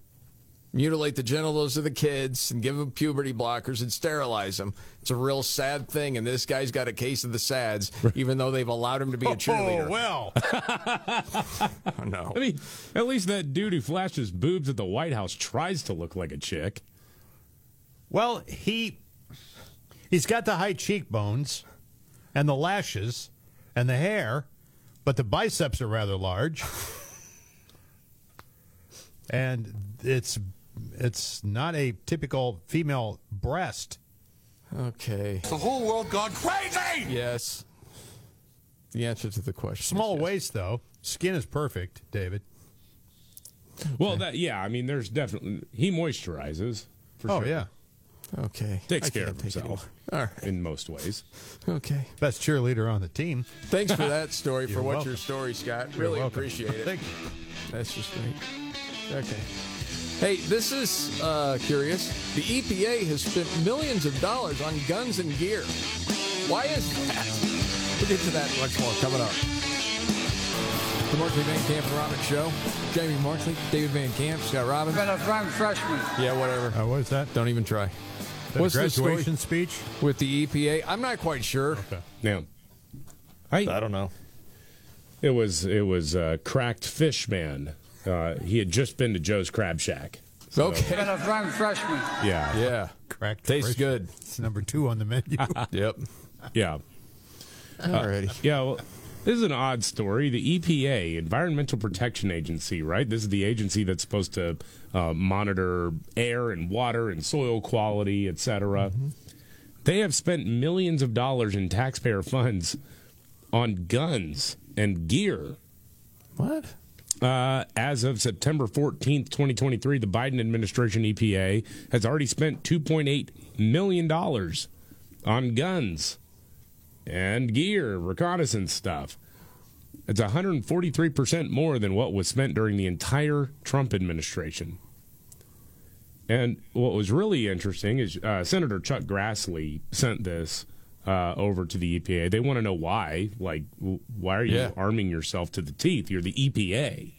Speaker 2: mutilate the genitals of the kids and give them puberty blockers and sterilize them. It's a real sad thing, and this guy's got a case of the sads, even though they've allowed him to be a cheerleader.
Speaker 6: Oh well.
Speaker 2: [laughs] Oh, no.
Speaker 4: I mean, at least that dude who flashes boobs at the White House tries to look like a chick.
Speaker 6: Well, he he's got the high cheekbones and the lashes and the hair, but the biceps are rather
Speaker 2: [laughs]
Speaker 6: large. and it's it's not a typical female breast.
Speaker 2: Okay.
Speaker 3: The whole world gone crazy!
Speaker 2: Yes. The answer to the question. is
Speaker 6: Small
Speaker 2: yes.
Speaker 6: waist though. Skin is perfect, David.
Speaker 4: Well, that yeah, I mean, there's definitely he moisturizes for
Speaker 6: oh
Speaker 4: sure.
Speaker 6: yeah.
Speaker 2: Okay.
Speaker 4: takes
Speaker 2: I
Speaker 4: care
Speaker 2: can't
Speaker 4: of
Speaker 2: take
Speaker 4: himself
Speaker 2: anymore. All right.
Speaker 4: in most ways.
Speaker 2: Okay.
Speaker 6: Best cheerleader on the team. [laughs]
Speaker 2: Thanks for that story, for
Speaker 6: You're
Speaker 2: what
Speaker 6: welcome.
Speaker 2: your story, Scott.
Speaker 6: You're
Speaker 2: Really
Speaker 6: welcome.
Speaker 2: appreciate it.
Speaker 6: Thank you.
Speaker 2: That's just great. Okay. Hey, this is uh, curious. The EPA has spent millions of dollars on guns and gear. Why is that? We'll get to that and much more coming up. The Markley Van Camp and Robbins Show. Jamie Markley, David Van Camp, Scott Robbins.
Speaker 5: Been a young freshman.
Speaker 2: Yeah, whatever.
Speaker 6: Uh, what is that?
Speaker 2: Don't even try.
Speaker 6: That
Speaker 2: What's the story?
Speaker 6: graduation speech?
Speaker 2: With the EPA, I'm not quite sure.
Speaker 4: Yeah. I
Speaker 12: I don't know.
Speaker 4: It was it was uh, cracked fish man. Uh, he had just been to Joe's Crab Shack. So,
Speaker 2: Okay.
Speaker 5: Been a young freshman.
Speaker 4: Yeah.
Speaker 2: Yeah.
Speaker 6: Cracked.
Speaker 2: Tastes
Speaker 6: fish. [laughs]
Speaker 2: good.
Speaker 6: It's number two on the menu.
Speaker 2: Yep.
Speaker 4: Yeah. Uh,
Speaker 2: Alrighty.
Speaker 4: Yeah. Well, this is an odd story. The EPA, Environmental Protection Agency, right? This is the agency that's supposed to uh, monitor air and water and soil quality, et cetera.
Speaker 6: Mm-hmm.
Speaker 4: They have spent millions of dollars in taxpayer funds on guns and gear.
Speaker 2: What?
Speaker 4: Uh, as of September 14th, 2023, the Biden administration EPA has already spent $2.8 million on guns and gear, reconnaissance stuff. It's 143% more than what was spent during the entire Trump administration. And what was really interesting is uh, Senator Chuck Grassley sent this uh, over to the EPA. They want to know why. Like, w- why are you
Speaker 2: Yeah.
Speaker 4: arming yourself to the teeth? You're the E EPA.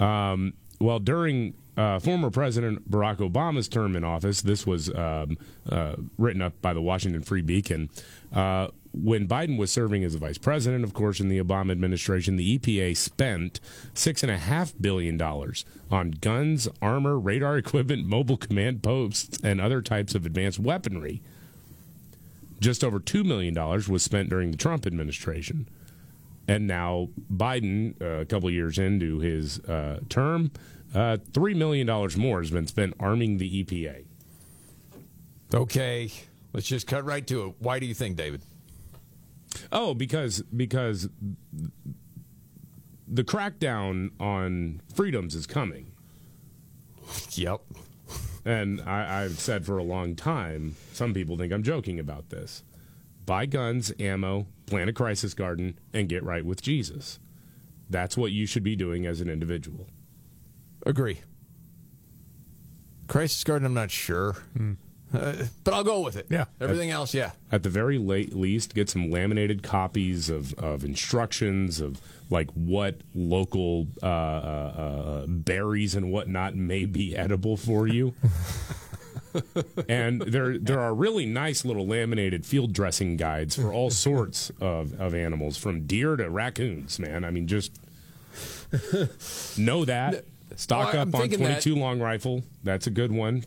Speaker 4: Um, well, during uh, former President Barack Obama's term in office, this was um, uh, written up by the Washington Free Beacon. Uh, when Biden was serving as vice president, of course, in the Obama administration, the EPA spent $6.5 billion on guns, armor, radar equipment, [laughs] mobile command posts, and other types of advanced weaponry. Just over $2 million was spent during the Trump administration. And now Biden, uh, a couple years into his uh, term, uh, $3 million more has been spent arming the E EPA.
Speaker 2: Okay. Let's just cut right to it. Why do you think, David?
Speaker 4: Oh, because because the crackdown on freedoms is coming,
Speaker 2: Yep.
Speaker 4: and I, I've said for a long time. Some people think I'm joking about this. Buy guns, ammo, plant a crisis garden, and get right with Jesus. That's what you should be doing as an individual.
Speaker 2: Agree. Crisis Garden, I'm not sure. Uh, but I'll go with it.
Speaker 6: Yeah.
Speaker 2: Everything else, yeah.
Speaker 4: at the very late least get some laminated copies of, of instructions of like what local uh, uh, uh, berries and whatnot may be edible for you [laughs] and there there are really nice little laminated field dressing guides for all sorts of, of animals from deer to raccoons man i mean just know that stock
Speaker 2: Well, I'm
Speaker 4: up on
Speaker 2: thinking that-
Speaker 4: 22 long rifle that's a good one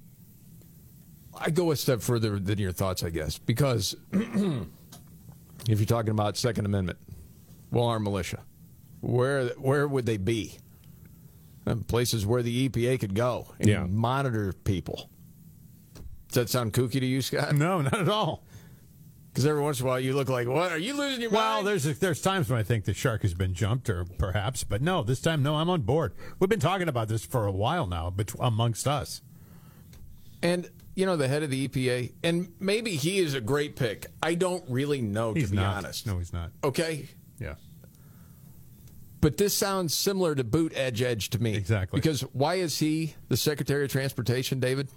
Speaker 2: I go a step further than your thoughts, I guess, because [clears throat]
Speaker 12: Hmm.
Speaker 2: if you're talking about Second Amendment, well armed militia, where where would they be? Um, places where the EPA could go and
Speaker 4: Yeah.
Speaker 2: monitor people. Does that sound kooky to you, Scott?
Speaker 6: no, not at all.
Speaker 2: Because every once in a while you look like, what? Are you losing your
Speaker 6: well, mind? Well, there's, there's times when I think the shark has been jumped, or perhaps, but no, this time, no, I'm on board. We've been talking about this for a while now, but amongst us.
Speaker 2: And you know the head of the EPA, and maybe he is a great pick. I don't really know oh, to
Speaker 6: he's
Speaker 2: be
Speaker 6: not.
Speaker 2: honest.
Speaker 6: No, he's not.
Speaker 2: Okay.
Speaker 6: Yeah.
Speaker 2: But this sounds similar to boot edge edge to me.
Speaker 6: Exactly.
Speaker 2: Because why is he the Secretary of Transportation, David?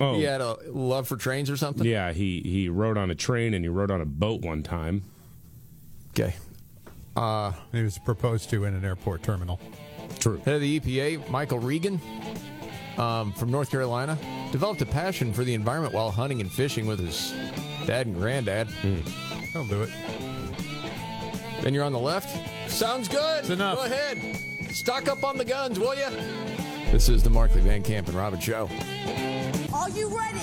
Speaker 4: Oh.
Speaker 2: He had a love for trains or something?
Speaker 4: Yeah, he he rode on a train and he rode on a boat one time.
Speaker 2: Okay. Uh,
Speaker 6: he was proposed to in an airport terminal.
Speaker 4: True.
Speaker 2: Head of the EPA, Michael Regan. Um, from North Carolina, developed a passion for the environment while hunting and fishing with his dad and granddad.
Speaker 4: Mm.
Speaker 6: I'll Hmm. do it.
Speaker 2: Then you're on the left. Sounds good.
Speaker 6: It's enough.
Speaker 2: Go ahead. Stock up on the guns, will you? This is the Markley Van Camp and Robin Show.
Speaker 12: Are you ready?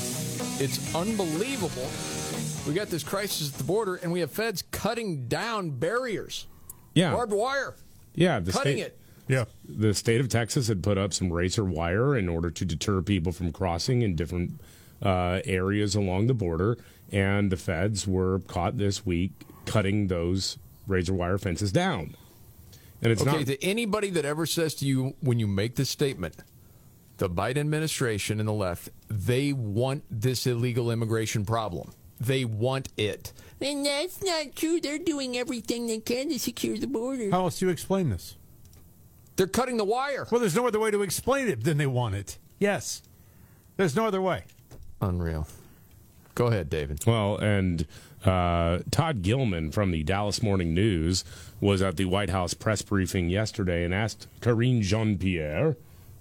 Speaker 2: It's unbelievable. We got this crisis at the border, and we have feds cutting down barriers.
Speaker 4: Yeah.
Speaker 2: Barbed wire.
Speaker 4: Yeah. The
Speaker 2: cutting
Speaker 4: state,
Speaker 2: it.
Speaker 6: Yeah.
Speaker 4: The state of Texas had put up some razor wire in order to deter people from crossing in different uh, areas along the border. And the feds were caught this week cutting those razor wire fences down. And it's
Speaker 2: okay,
Speaker 4: not.
Speaker 2: to anybody that ever says to you when you make this statement, the Biden administration and the left, they want this illegal immigration problem. They want it.
Speaker 13: And that's not true. They're doing everything they can to secure the border.
Speaker 6: How else do you explain this?
Speaker 2: They're cutting the wire.
Speaker 6: Well, there's no other way to explain it than they want it. Yes. There's no other way.
Speaker 2: Unreal. Go ahead, David.
Speaker 4: Well, and uh, Todd Gilman from the Dallas Morning News was at the White House press briefing yesterday and asked Karine Jean Pierre,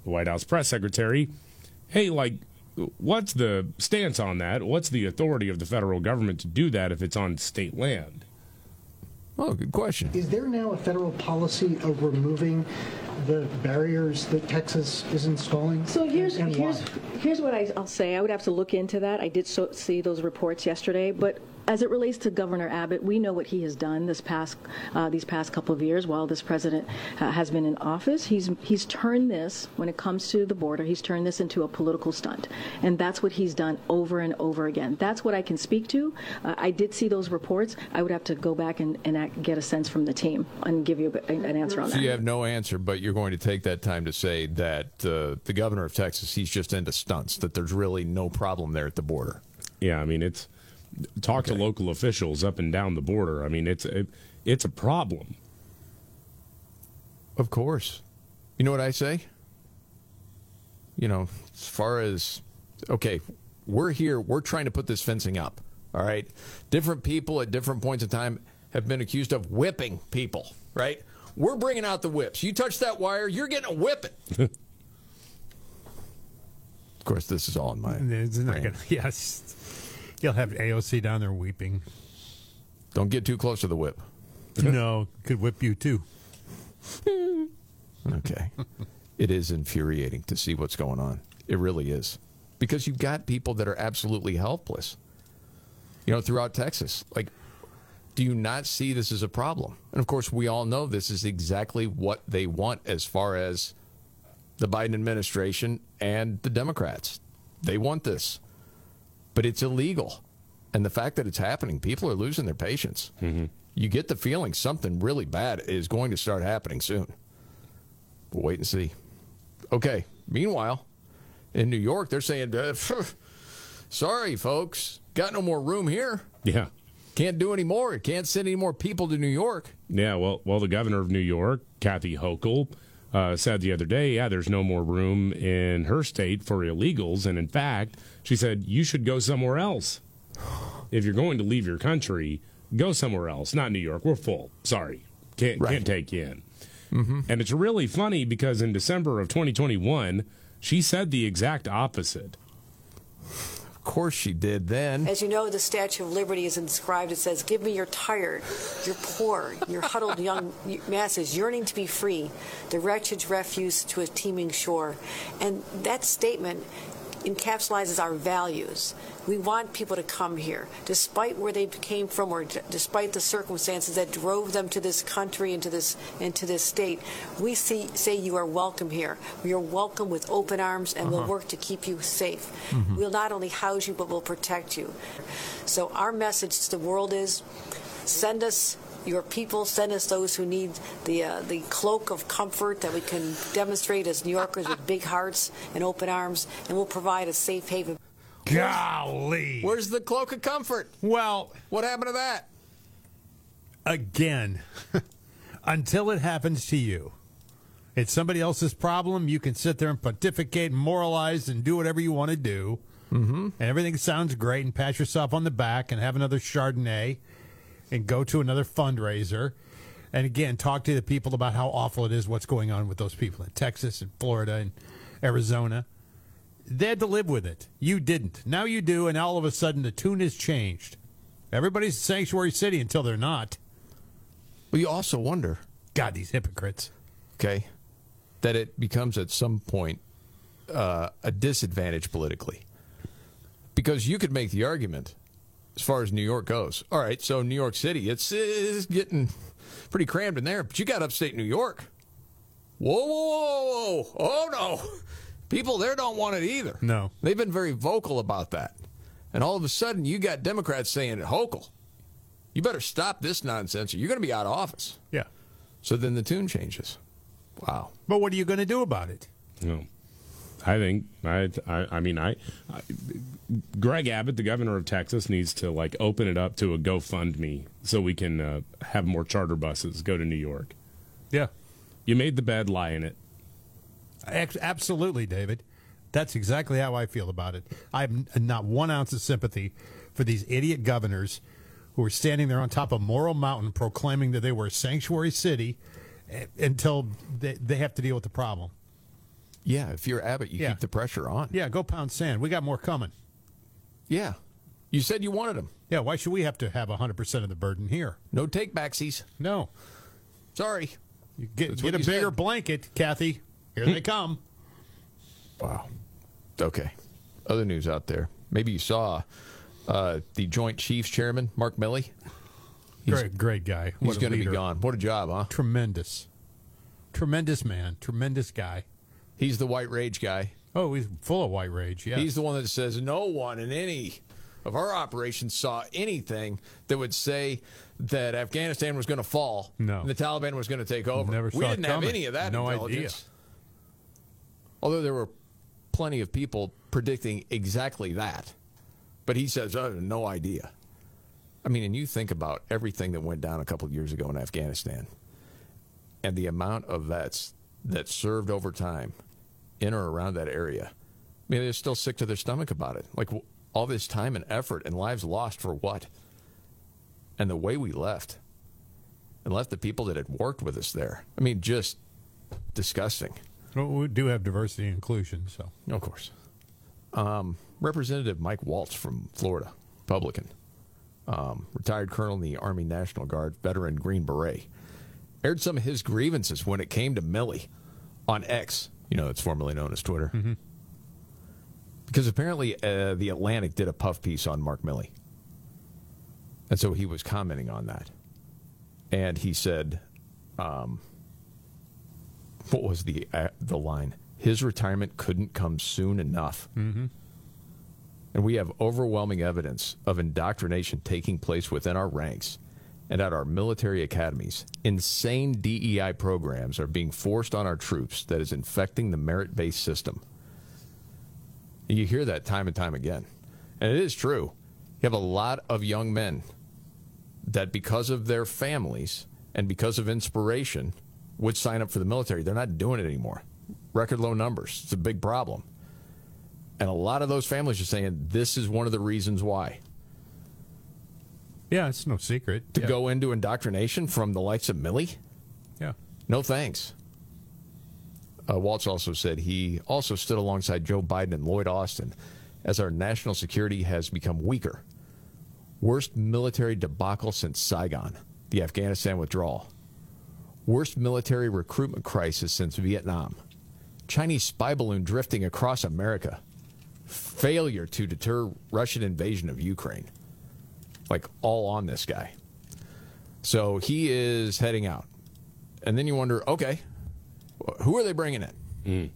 Speaker 4: the White House press secretary, hey, like, what's the stance on that? What's the authority of the federal government to do that if it's on state land?
Speaker 2: Oh, good question.
Speaker 14: Is there now a federal policy of removing the barriers that Texas is installing?
Speaker 15: So here's
Speaker 14: and, and
Speaker 15: here's here's what I, will say. I would have to look into that. I did so, see those reports yesterday, but as it relates to Governor Abbott, we know what he has done this past uh, these past couple of years while this president uh, has been in office. He's he's turned this when it comes to the border, he's turned this into a political stunt, and that's what he's done over and over again. That's what I can speak to. Uh, I did see those reports. I would have to go back and, and act, get a sense from the team and give you a, an answer on
Speaker 2: So
Speaker 15: that.
Speaker 2: you have no answer, but you're going to take that time to say that uh, the governor of Texas, he's just into stunts, that there's really no problem there at the border.
Speaker 4: Yeah, I mean, it's talk to local officials up and down the border. I mean, it's it, it's a problem.
Speaker 2: Of course. You know what I say? You know, as far as, okay, we're here, we're trying to put this fencing up. All right. Different people at different points in time have been accused of whipping people, right? We're bringing out the whips. You touch that wire, you're getting a whipping. of course, this is all in my.
Speaker 6: It's not
Speaker 2: brain.
Speaker 6: gonna, [laughs] yes. You'll have AOC down there
Speaker 2: [laughs]
Speaker 6: weeping.
Speaker 2: Don't get too close to the whip.
Speaker 6: no, could whip you too.
Speaker 2: Okay. it is infuriating to see what's going on. It really is. Because you've got people that are absolutely helpless. You know, throughout Texas. Like, do you not see this as a problem? And of course, we all know this is exactly what they want as far as the Biden administration and the Democrats. They want this, but it's illegal. And the fact that it's happening, people are losing their patience. You get the feeling something really bad is going to start happening soon. We'll wait and see. Okay. Meanwhile, in New York, they're saying, uh, [laughs] phew, sorry, folks, got no more room here.
Speaker 4: Yeah.
Speaker 2: Can't do any more. Can't send any more people to New York.
Speaker 4: Yeah, well, well, the governor of New York, Kathy Hochul, uh, said the other day, yeah, there's no more room in her state for illegals, and in fact, she said you should go somewhere else. If you're going to leave your country, go somewhere else. Not New York. We're full. Sorry, can't can't take you in.
Speaker 2: Mm-hmm.
Speaker 4: And it's really funny because in December of 2021, she said the exact opposite. Of
Speaker 2: course she did then.
Speaker 16: As you know, the Statue of Liberty is inscribed. It says, Give me your tired, your poor, your huddled young masses yearning to be free, the wretched refuse to a teeming shore. And that statement encapsulates our values. We want people to come here, despite where they came from or d- despite the circumstances that drove them to this country and to this, and to this state. We see, say you are welcome here. You're welcome with open arms, and uh-huh. we'll work to keep you safe. Mm-hmm. We'll not only house you, but we'll protect you. So, our message to the world is send us your people. Send us those who need the uh, the cloak of comfort that we can demonstrate as New Yorkers with big hearts and open arms, and we'll provide a safe haven.
Speaker 6: Golly,
Speaker 2: where's the cloak of comfort?
Speaker 6: Well,
Speaker 2: what happened to that?
Speaker 6: [laughs] Again, [laughs] until it happens to you, it's somebody else's problem. You can sit there and pontificate, and moralize, and do whatever you want to do.
Speaker 2: Mm-hmm.
Speaker 6: And everything sounds great, and pat yourself on the back, and have another Chardonnay, and go to another fundraiser and again talk to the people about how awful it is what's going on with those people in Texas and Florida and Arizona. They had to live with it. You didn't. Now you do, and all of a sudden the tune has changed. Everybody's sanctuary city until they're not.
Speaker 2: Well, you also wonder
Speaker 6: God, these hypocrites.
Speaker 2: Okay. That it becomes at some point uh, a disadvantage politically. Because you could make the argument as far as New York goes. All right, so New York City, it's, it's getting pretty crammed in there, but you got upstate New York. Whoa, whoa, whoa, whoa. Oh, no. [laughs] People there don't want it either.
Speaker 6: No.
Speaker 2: They've been very vocal about that. And all of a sudden, you got Democrats saying, Hochul, you better stop this nonsense or you're going to be out of office.
Speaker 6: Yeah.
Speaker 2: So then the tune changes. Wow.
Speaker 6: But what are you going to do about it?
Speaker 4: No. I think I I, I mean I, I, Greg Abbott, the governor of Texas, needs to like open it up to a GoFundMe so we can uh, have more charter buses go to New York.
Speaker 6: Yeah,
Speaker 4: you made the bed, lie in it.
Speaker 6: Absolutely, David. That's exactly how I feel about it. I have not one ounce of sympathy for these idiot governors who are standing there on top of Morro Mountain proclaiming that they were a sanctuary city eh, until they, they have to deal with the problem.
Speaker 2: Yeah, if you're Abbott, you yeah. keep the pressure on.
Speaker 6: Yeah, go pound sand. We got more coming.
Speaker 2: Yeah. You said you wanted them.
Speaker 6: Yeah, why should we have to have 100% of the burden here?
Speaker 2: No take backsies.
Speaker 6: No.
Speaker 2: Sorry.
Speaker 6: You get, That's get a bigger said. blanket, Kathy. Here they come.
Speaker 2: Wow. Okay. Other news out there. Maybe you saw uh, the Joint Chiefs Chairman, Mark Milley.
Speaker 6: He's, great, great guy.
Speaker 2: What he's going to be gone. What a job, huh?
Speaker 6: Tremendous. Tremendous man. Tremendous guy.
Speaker 2: He's the white rage guy.
Speaker 6: Oh, he's full of white rage. Yeah.
Speaker 2: He's the one that says no one in any of our operations saw anything that would say that Afghanistan was going to fall.
Speaker 6: No.
Speaker 2: the Taliban was going to take over.
Speaker 6: Never
Speaker 2: we didn't have
Speaker 6: coming.
Speaker 2: any of that
Speaker 6: no
Speaker 2: intelligence. Idea. Although there were plenty of people predicting exactly that. But he says, oh, no idea. I mean, and you think about everything that went down a couple of years ago in Afghanistan and the amount of vets that served over time in or around that area. I mean, they're still sick to their stomach about it. Like w- all this time and effort and lives lost for what? And the way we left and left the people that had worked with us there. I mean, just disgusting.
Speaker 6: Well, we do have diversity and inclusion, so.
Speaker 2: Of course. Um, Representative Mike Waltz from Florida, Republican, um, retired colonel in the Army National Guard, veteran Green Beret, aired some of his grievances when it came to Millie on X, you know, it's formerly known as Twitter.
Speaker 6: Mm-hmm.
Speaker 2: Because apparently uh, The Atlantic did a puff piece on Mark Milley. And so he was commenting on that. And he said, um, what was the, uh, the line? His retirement couldn't come soon enough.
Speaker 6: Mm-hmm.
Speaker 2: And we have overwhelming evidence of indoctrination taking place within our ranks and at our military academies. Insane DEI programs are being forced on our troops that is infecting the merit based system. And you hear that time and time again. And it is true. You have a lot of young men that, because of their families and because of inspiration, would sign up for the military. They're not doing it anymore. Record low numbers. It's a big problem. And a lot of those families are saying this is one of the reasons why.
Speaker 6: Yeah, it's no secret.
Speaker 2: To
Speaker 6: yeah.
Speaker 2: go into indoctrination from the likes of Millie?
Speaker 6: Yeah.
Speaker 2: No thanks. Uh, Waltz also said he also stood alongside Joe Biden and Lloyd Austin as our national security has become weaker. Worst military debacle since Saigon, the Afghanistan withdrawal. Worst military recruitment crisis since Vietnam. Chinese spy balloon drifting across America. Failure to deter Russian invasion of Ukraine. Like, all on this guy. So he is heading out. And then you wonder okay, who are they bringing in?
Speaker 4: Mm.
Speaker 2: Mm-hmm.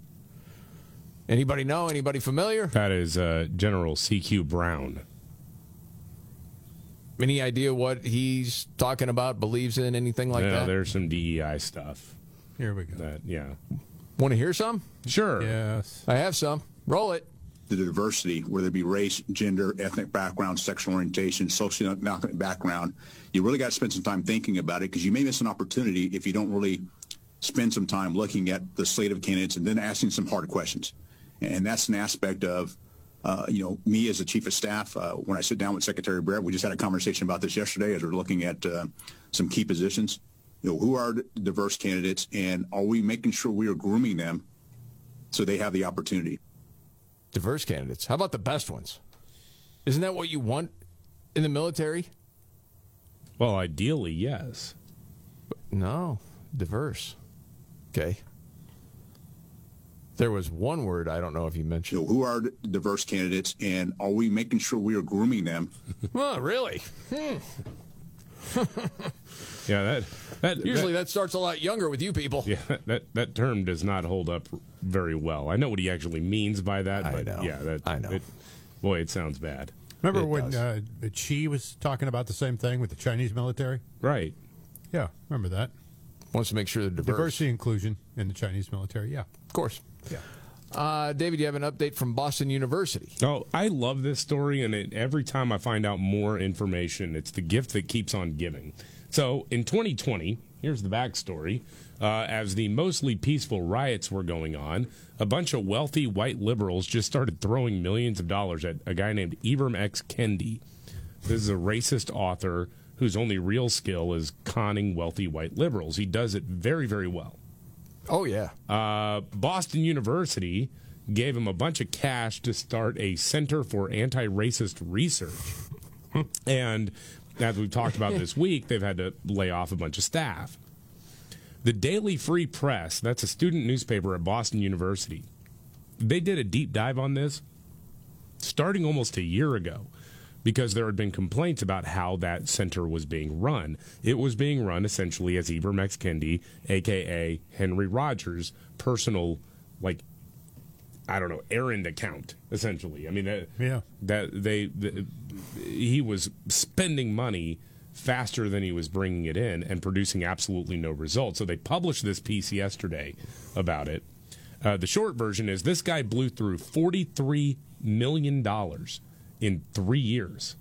Speaker 2: Anybody know? Anybody familiar?
Speaker 4: That is uh, General C.Q. Brown.
Speaker 2: Any idea what he's talking about, believes in, anything like
Speaker 4: yeah,
Speaker 2: that?
Speaker 4: There's some DEI stuff.
Speaker 6: Here we go.
Speaker 4: That, yeah.
Speaker 2: Want to hear some?
Speaker 4: Sure.
Speaker 6: Yes.
Speaker 2: I have some. Roll it.
Speaker 17: The diversity, whether it be race, gender, ethnic background, sexual orientation, socioeconomic background, you really got to spend some time thinking about it because you may miss an opportunity if you don't really spend some time looking at the slate of candidates and then asking some hard questions. And that's an aspect of, uh, you know, me as the chief of staff, uh, when I sit down with Secretary Brett, we just had a conversation about this yesterday as we we're looking at uh, some key positions. You know, who are diverse candidates and are we making sure we are grooming them so they have the opportunity?
Speaker 2: Diverse candidates. How about the best ones? Isn't that what you want in the military?
Speaker 4: Well, ideally, yes.
Speaker 2: But no, diverse. Okay. There was one word I don't
Speaker 4: [laughs]
Speaker 2: know if you mentioned.
Speaker 17: You know, who are diverse candidates, and are we making sure we are grooming them?
Speaker 2: oh, really?
Speaker 4: yeah, that that
Speaker 2: usually that, that, starts a lot younger with you people.
Speaker 4: Yeah, that that term does not hold up very well. I know what he actually means by that, but yeah, that
Speaker 2: I know.
Speaker 4: It, boy, it sounds bad.
Speaker 6: Remember it when uh, Xi was talking about the same thing with the Chinese military?
Speaker 4: Right.
Speaker 6: Yeah, remember that
Speaker 2: wants to make sure they're diverse.
Speaker 6: Diversity inclusion in the Chinese military, yeah.
Speaker 2: Of course.
Speaker 6: Yeah.
Speaker 2: Uh, David, you have an update from Boston University.
Speaker 4: Oh, I love this story, and it, every time I find out more information, it's the gift that keeps on giving. So in 2020, here's the backstory. Uh, as the mostly peaceful riots were going on, a bunch of wealthy white liberals just started throwing millions of dollars at a guy named Ibram X. Kendi. This is a racist author whose only real skill is conning wealthy white liberals. He does it very, very well.
Speaker 2: Oh, yeah.
Speaker 4: Uh, Boston University gave him a bunch of cash to start a Center for Anti Racist Research. and as we've talked about
Speaker 2: [laughs]
Speaker 4: this week, they've had to lay off a bunch of staff. The Daily Free Press, that's a student newspaper at Boston University, they did a deep dive on this starting almost a year ago because there had been complaints about how that center was being run. It was being run essentially as Ibram X. Kendi, aka Henry Rogers, personal, like, I don't know, errand account. Essentially, I mean that.
Speaker 6: Yeah.
Speaker 4: That they, the, he was spending money faster than he was bringing it in and producing absolutely no results. So they published this piece yesterday about it. Uh, the short version is this guy blew through forty three million dollars in three years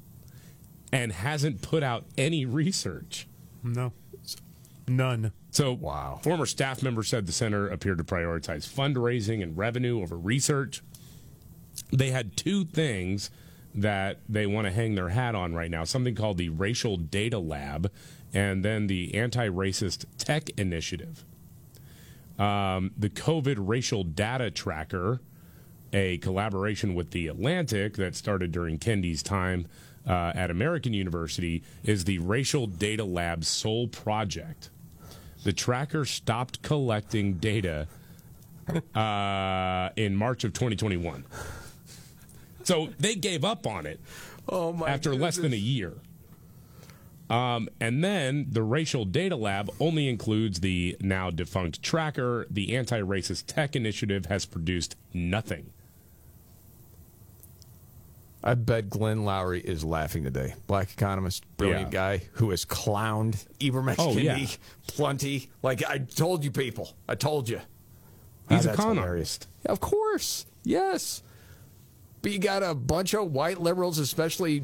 Speaker 4: and hasn't put out any research.
Speaker 6: No. None.
Speaker 4: So, wow. former staff member said the center appeared to prioritize fundraising and revenue over research. They had two things that they want to hang their hat on right now something called the Racial Data Lab and then the Anti Racist Tech Initiative. Um, the COVID Racial Data Tracker, a collaboration with The Atlantic that started during Kendi's time uh, at American University, is the Racial Data Lab's sole project. The tracker stopped collecting data uh, in March of 2021. So they gave up on it
Speaker 2: oh
Speaker 4: after
Speaker 2: goodness.
Speaker 4: less than a year. Um, and then the Racial Data Lab only includes the now defunct tracker. The Anti Racist Tech Initiative has produced nothing.
Speaker 2: I bet Glenn Lowry is laughing today. Black economist, brilliant yeah. guy who has clowned Ivermectin oh, yeah. plenty. Like I told you, people, I told you.
Speaker 4: He's ah, a con artist.
Speaker 2: Of course, yes. But you got a bunch of white liberals, especially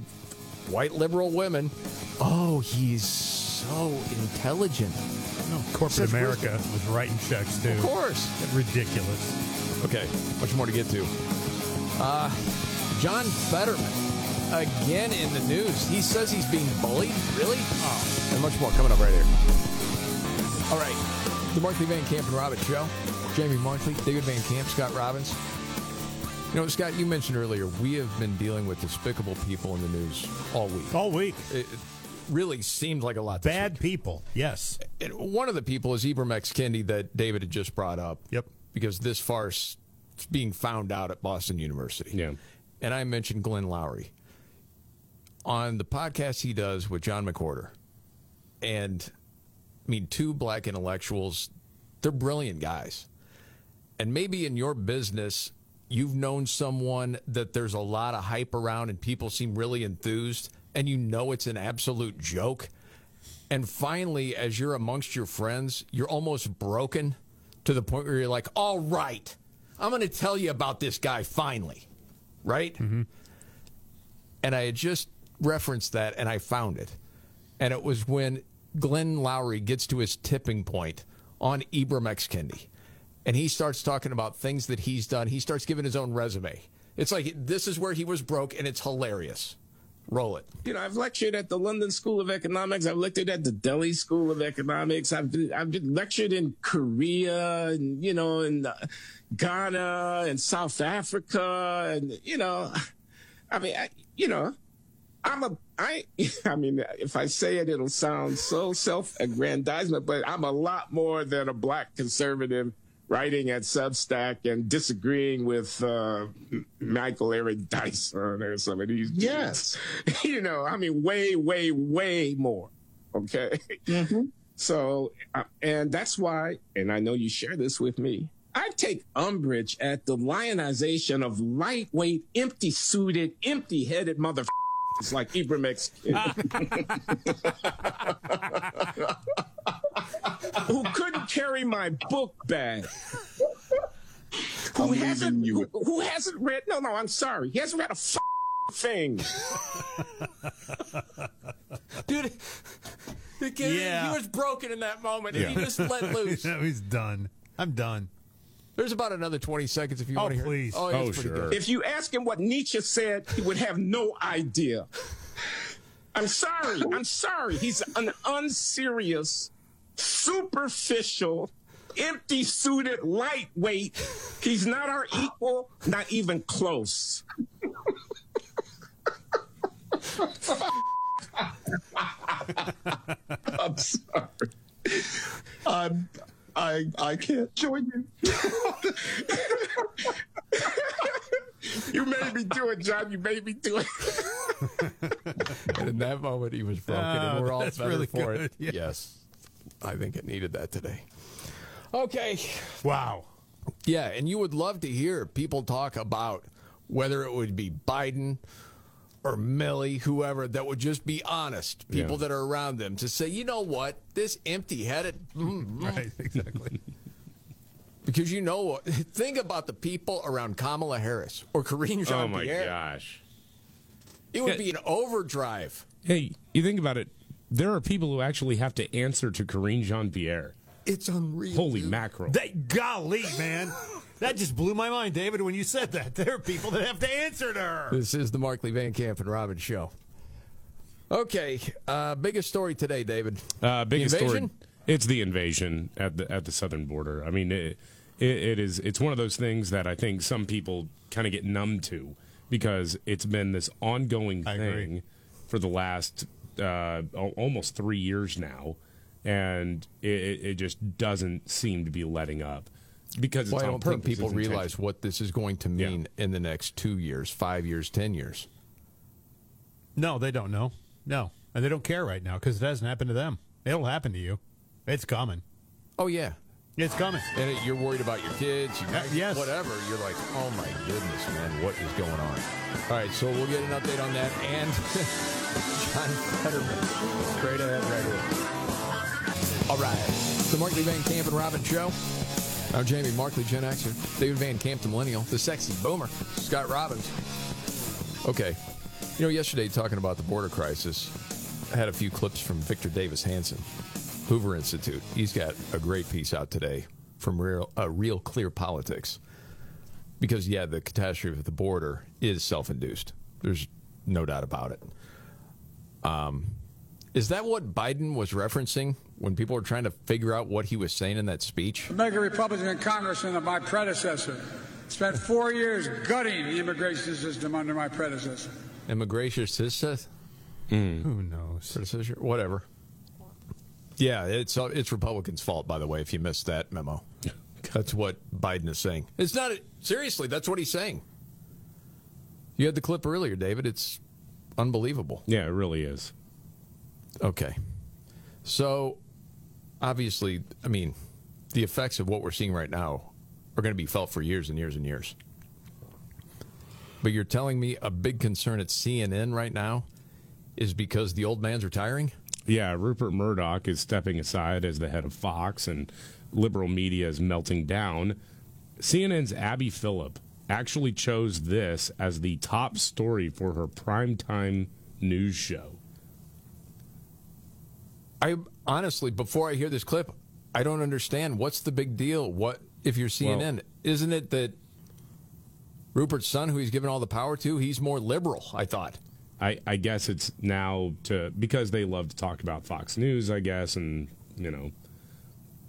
Speaker 2: white liberal women. Oh, he's so intelligent.
Speaker 6: No, corporate Such America wisdom. was writing checks too.
Speaker 2: Of course,
Speaker 6: it's ridiculous.
Speaker 2: Okay, much more to get to. Uh, John Fetterman again in the news. He says he's being bullied. Really? Oh, and much more coming up right here. All right, the Markley Van Camp and Robbins Show. Jamie Markley, David Van Camp, Scott Robbins. You know, Scott, you mentioned earlier we have been dealing with despicable people in the news all week.
Speaker 6: All week.
Speaker 2: It really seemed like a lot.
Speaker 6: Bad week. people, yes.
Speaker 2: And one of the people is Ibram X. Kendi that David had just brought up.
Speaker 6: Yep.
Speaker 2: Because this farce is being found out at Boston University.
Speaker 4: Yeah.
Speaker 2: And I mentioned Glenn Lowry on the podcast he does with John McWhorter. And I mean, two black intellectuals, they're brilliant guys. And maybe in your business, you've known someone that there's a lot of hype around and people seem really enthused and you know it's an absolute joke. And finally, as you're amongst your friends, you're almost broken to the point where you're like, all right, I'm going to tell you about this guy finally. Right?
Speaker 6: Mm-hmm.
Speaker 2: And I had just referenced that and I found it. And it was when Glenn Lowry gets to his tipping point on Ibram X. Kendi and he starts talking about things that he's done. He starts giving his own resume. It's like this is where he was broke, and it's hilarious. Roll it.
Speaker 18: You know, I've lectured at the London School of Economics. I've lectured at the Delhi School of Economics. I've been, I've been lectured in Korea, and you know, in uh, Ghana and South Africa, and you know, I mean, I, you know, I'm a I [laughs] I mean if I say it it'll sound so self-aggrandizement but I'm a lot more than a black conservative writing at Substack and disagreeing with uh, Michael Eric Dyson or some of these
Speaker 2: yes
Speaker 18: dudes. [laughs] you know I mean way way way more okay
Speaker 2: mm-hmm.
Speaker 18: so uh, and that's why and I know you share this with me I take umbrage at the lionization of lightweight empty-suited empty-headed motherfuckers it's like Ibram
Speaker 2: [laughs]
Speaker 18: X. who couldn't carry my book bag. Who hasn't, who, who hasn't read? No, no, I'm sorry. He hasn't read a f- thing.
Speaker 2: Dude, yeah. he was broken in that moment and yeah. he just [laughs] let loose.
Speaker 6: no, he's done. I'm done.
Speaker 2: There's about another 20 seconds if you
Speaker 6: oh,
Speaker 2: want to hear.
Speaker 6: Please.
Speaker 2: Oh,
Speaker 6: oh
Speaker 2: sure. Good.
Speaker 18: If you ask him what Nietzsche said, he would have no idea. I'm sorry. I'm sorry. He's an unserious, superficial, empty suited, lightweight. He's not our equal, not even close. [laughs] I'm sorry. I'm. I I can't join you. [laughs] you made me do it, John. You made me do it.
Speaker 2: and in that moment, he was broken, oh, and we're all better
Speaker 6: Ah, really
Speaker 2: for
Speaker 6: good. [laughs]
Speaker 2: it.
Speaker 6: Yes.
Speaker 2: yes, I think it needed that today. Okay.
Speaker 6: Wow.
Speaker 2: Yeah, and you would love to hear people talk about whether it would be Biden or Millie, whoever, that would just be honest, people yeah. that are around them, to say, you know what, this empty headed.
Speaker 6: Mm, mm. Right, exactly.
Speaker 2: [laughs] because you know what? [laughs] Think about the people around Kamala Harris or Karine Jean
Speaker 4: Oh, my gosh.
Speaker 2: It would yeah. be an overdrive.
Speaker 4: Hey, you think about it. There are people who actually have to answer to Karine Jean Pierre.
Speaker 2: It's unreal.
Speaker 4: Holy dude. mackerel.
Speaker 6: That, golly, man. That just blew my mind, David, when you said that. There are people that have to answer to her.
Speaker 2: This is the Markley Van Camp and Robin show. Okay, uh, biggest story today, David.
Speaker 4: Uh, biggest story. It's the invasion at the at the southern border. I mean, it, it, it is. It's one of those things that I think some people kind of get numb to because it's been this ongoing thing for the last uh, almost three years now, and it, it just doesn't seem to be letting up because
Speaker 2: well, I don't think
Speaker 4: purpose.
Speaker 2: people realize what this is going to mean yeah. in the next two years, five years, ten years.
Speaker 6: No, they don't know. No, and they don't care right now because it hasn't happened to them. It'll happen to you. It's coming.
Speaker 2: Oh yeah,
Speaker 6: it's coming.
Speaker 2: And it, you're worried about your kids, your
Speaker 6: uh, yes.
Speaker 2: whatever. You're like, oh my goodness, man, what is going on? All right, so we'll get an update on that and [laughs] John Fetterman straight ahead right here. All right, the Markley Van Camp and Robin show. I'm Jamie Markley, Gen Xer. David Van Camp, the Millennial. The Sexy Boomer. Scott Robbins. Okay. You know, yesterday, talking about the border crisis, I had a few clips from Victor Davis Hanson, Hoover Institute. He's got a great piece out today from Real, uh, Real Clear Politics. Because, yeah, the catastrophe at the border is self induced. There's no doubt about it. Um, is that what Biden was referencing when people were trying to figure out what he was saying in that speech?
Speaker 5: Mega Republican Congressman of my predecessor Spent four years gutting the immigration system under my predecessor.
Speaker 2: Immigration system?
Speaker 4: Hmm.
Speaker 6: Who knows?
Speaker 2: Predecessor? Whatever. Yeah, it's uh, it's Republicans' fault, by the way. If you missed that memo, that's what Biden is saying. It's not a, seriously. That's what he's saying. You had the clip earlier, David. It's unbelievable.
Speaker 4: Yeah, it really is.
Speaker 2: Okay, so obviously, I mean, the effects of what we're seeing right now are going to be felt for years and years and years. But you're telling me a big concern at CNN right now is because the old man's retiring?
Speaker 4: Yeah, Rupert Murdoch is stepping aside as the head of Fox, and liberal media is melting down. CNN's Abby Phillip actually chose this as the top story for her primetime news show.
Speaker 2: I honestly, before I hear this clip, I don't understand what's the big deal. What if you're CNN? Well, isn't it that Rupert's son, who he's given all the power to, he's more liberal? I thought.
Speaker 4: I, I, guess it's now to because they love to talk about Fox News, I guess, and you know,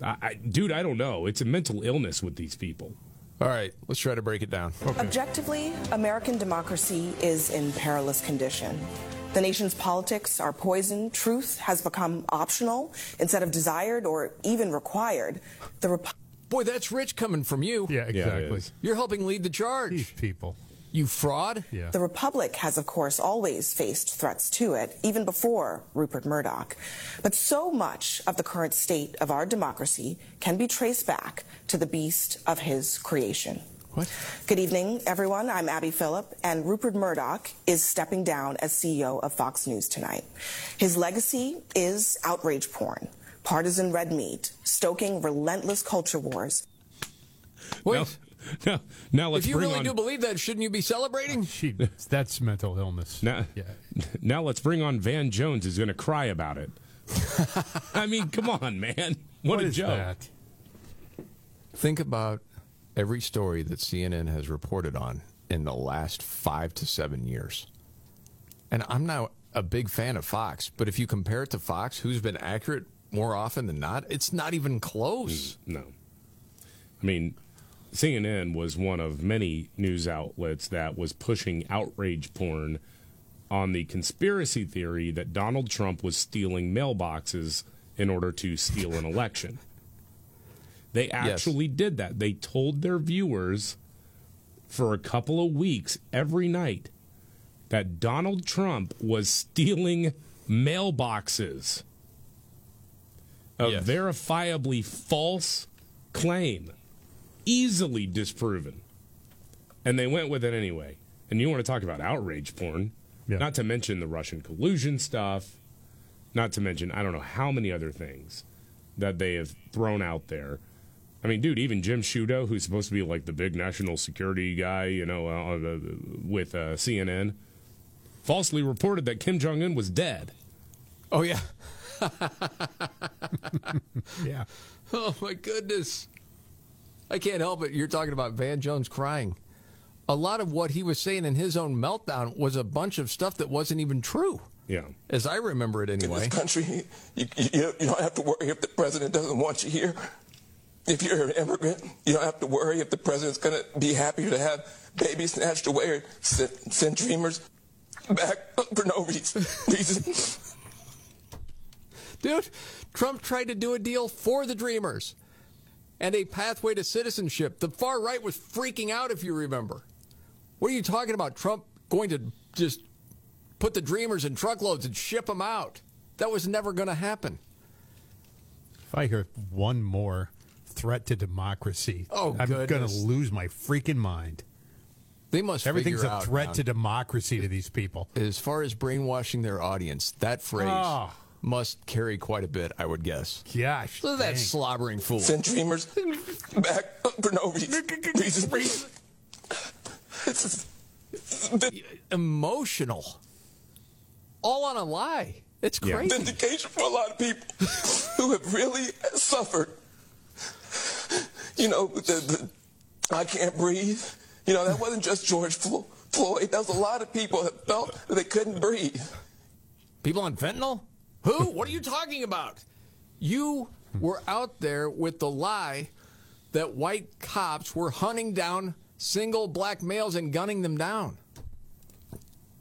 Speaker 4: I, I, dude, I don't know. It's a mental illness with these people.
Speaker 2: All right, let's try to break it down.
Speaker 19: Okay. Objectively, American democracy is in perilous condition. The nation's politics are poisoned. Truth has become optional instead of desired or even required. The Rep-
Speaker 2: boy, that's rich coming from you.
Speaker 6: Yeah, exactly. Yeah,
Speaker 2: You're helping lead the charge.
Speaker 6: These people.
Speaker 2: You fraud?
Speaker 6: Yeah.
Speaker 19: The Republic has, of course, always faced threats to it, even before Rupert Murdoch. But so much of the current state of our democracy can be traced back to the beast of his creation.
Speaker 2: What?
Speaker 19: Good evening, everyone. I'm Abby Phillip, and Rupert Murdoch is stepping down as CEO of Fox News tonight. His legacy is outrage porn, partisan red meat, stoking relentless culture wars.
Speaker 2: Wait,
Speaker 4: no. [laughs] Now, now let's
Speaker 2: if you
Speaker 4: bring
Speaker 2: really
Speaker 4: on,
Speaker 2: do believe that, shouldn't you be celebrating?
Speaker 6: She, Oh, that's mental illness.
Speaker 4: Now, yeah. [laughs] now let's bring on Van Jones, who's going to cry about it. [laughs] I mean, come on, man. What,
Speaker 6: what
Speaker 4: a joke.
Speaker 6: That?
Speaker 2: Think about every story that CNN has reported on in the last five to seven years. And I'm not a big fan of Fox, but if you compare it to Fox, who's been accurate more often than not, it's not even close.
Speaker 4: Mm, no. I mean, CNN was one of many news outlets that was pushing outrage porn on the conspiracy theory that Donald Trump was stealing mailboxes in order to steal an election. They actually yes. did that. They told their viewers for a couple of weeks every night that Donald Trump was stealing mailboxes. A yes. verifiably false claim easily disproven. And they went with it anyway. And you want to talk about outrage porn, yeah. not to mention the Russian collusion stuff, not to mention I don't know how many other things that they have thrown out there. I mean, dude, even Jim Sciutto, who's supposed to be like the big national security guy, you know, uh, with uh, CNN, falsely reported that Kim Jong Un was dead.
Speaker 2: Oh yeah,
Speaker 6: yeah.
Speaker 2: Oh my goodness. I can't help it. You're talking about Van Jones crying. A lot of what he was saying in his own meltdown was a bunch of stuff that wasn't even true.
Speaker 4: Yeah.
Speaker 2: As I remember it anyway.
Speaker 20: In this country, you, you, you don't have to worry if the president doesn't want you here. [laughs] If you're an immigrant, you don't have to worry if the president's going to be happier to have babies snatched away or send, send dreamers back [laughs] for no reason. reason.
Speaker 2: [laughs] Dude, Trump tried to do a deal for the dreamers and a pathway to citizenship. The far right was freaking out, if you remember. What are you talking about? Trump going to just put the dreamers in truckloads and ship them out. That was never going to happen.
Speaker 6: If I hear one more threat to democracy,
Speaker 2: oh,
Speaker 6: I'm
Speaker 2: going to
Speaker 6: lose my freaking mind.
Speaker 2: They must.
Speaker 6: Everything's a
Speaker 2: out,
Speaker 6: threat now, to democracy to these people.
Speaker 2: As far as brainwashing their audience, that phrase.
Speaker 6: Oh
Speaker 2: must carry quite a bit, I would guess.
Speaker 6: Gosh.
Speaker 2: So that slobbering [laughs] fool.
Speaker 20: Send dreamers back [laughs] for no reason. reason. reason.
Speaker 2: It's, it's Emotional. [laughs] All on a lie. It's crazy.
Speaker 20: Yeah. Vindication for a lot of people [laughs] who have really suffered. You know, the, the, I can't breathe. You know, that wasn't just George Floyd. That was a lot of people that felt that they couldn't breathe.
Speaker 2: People on fentanyl? Who? What are you talking about? You were out there with the lie that white cops were hunting down single black males and gunning them down.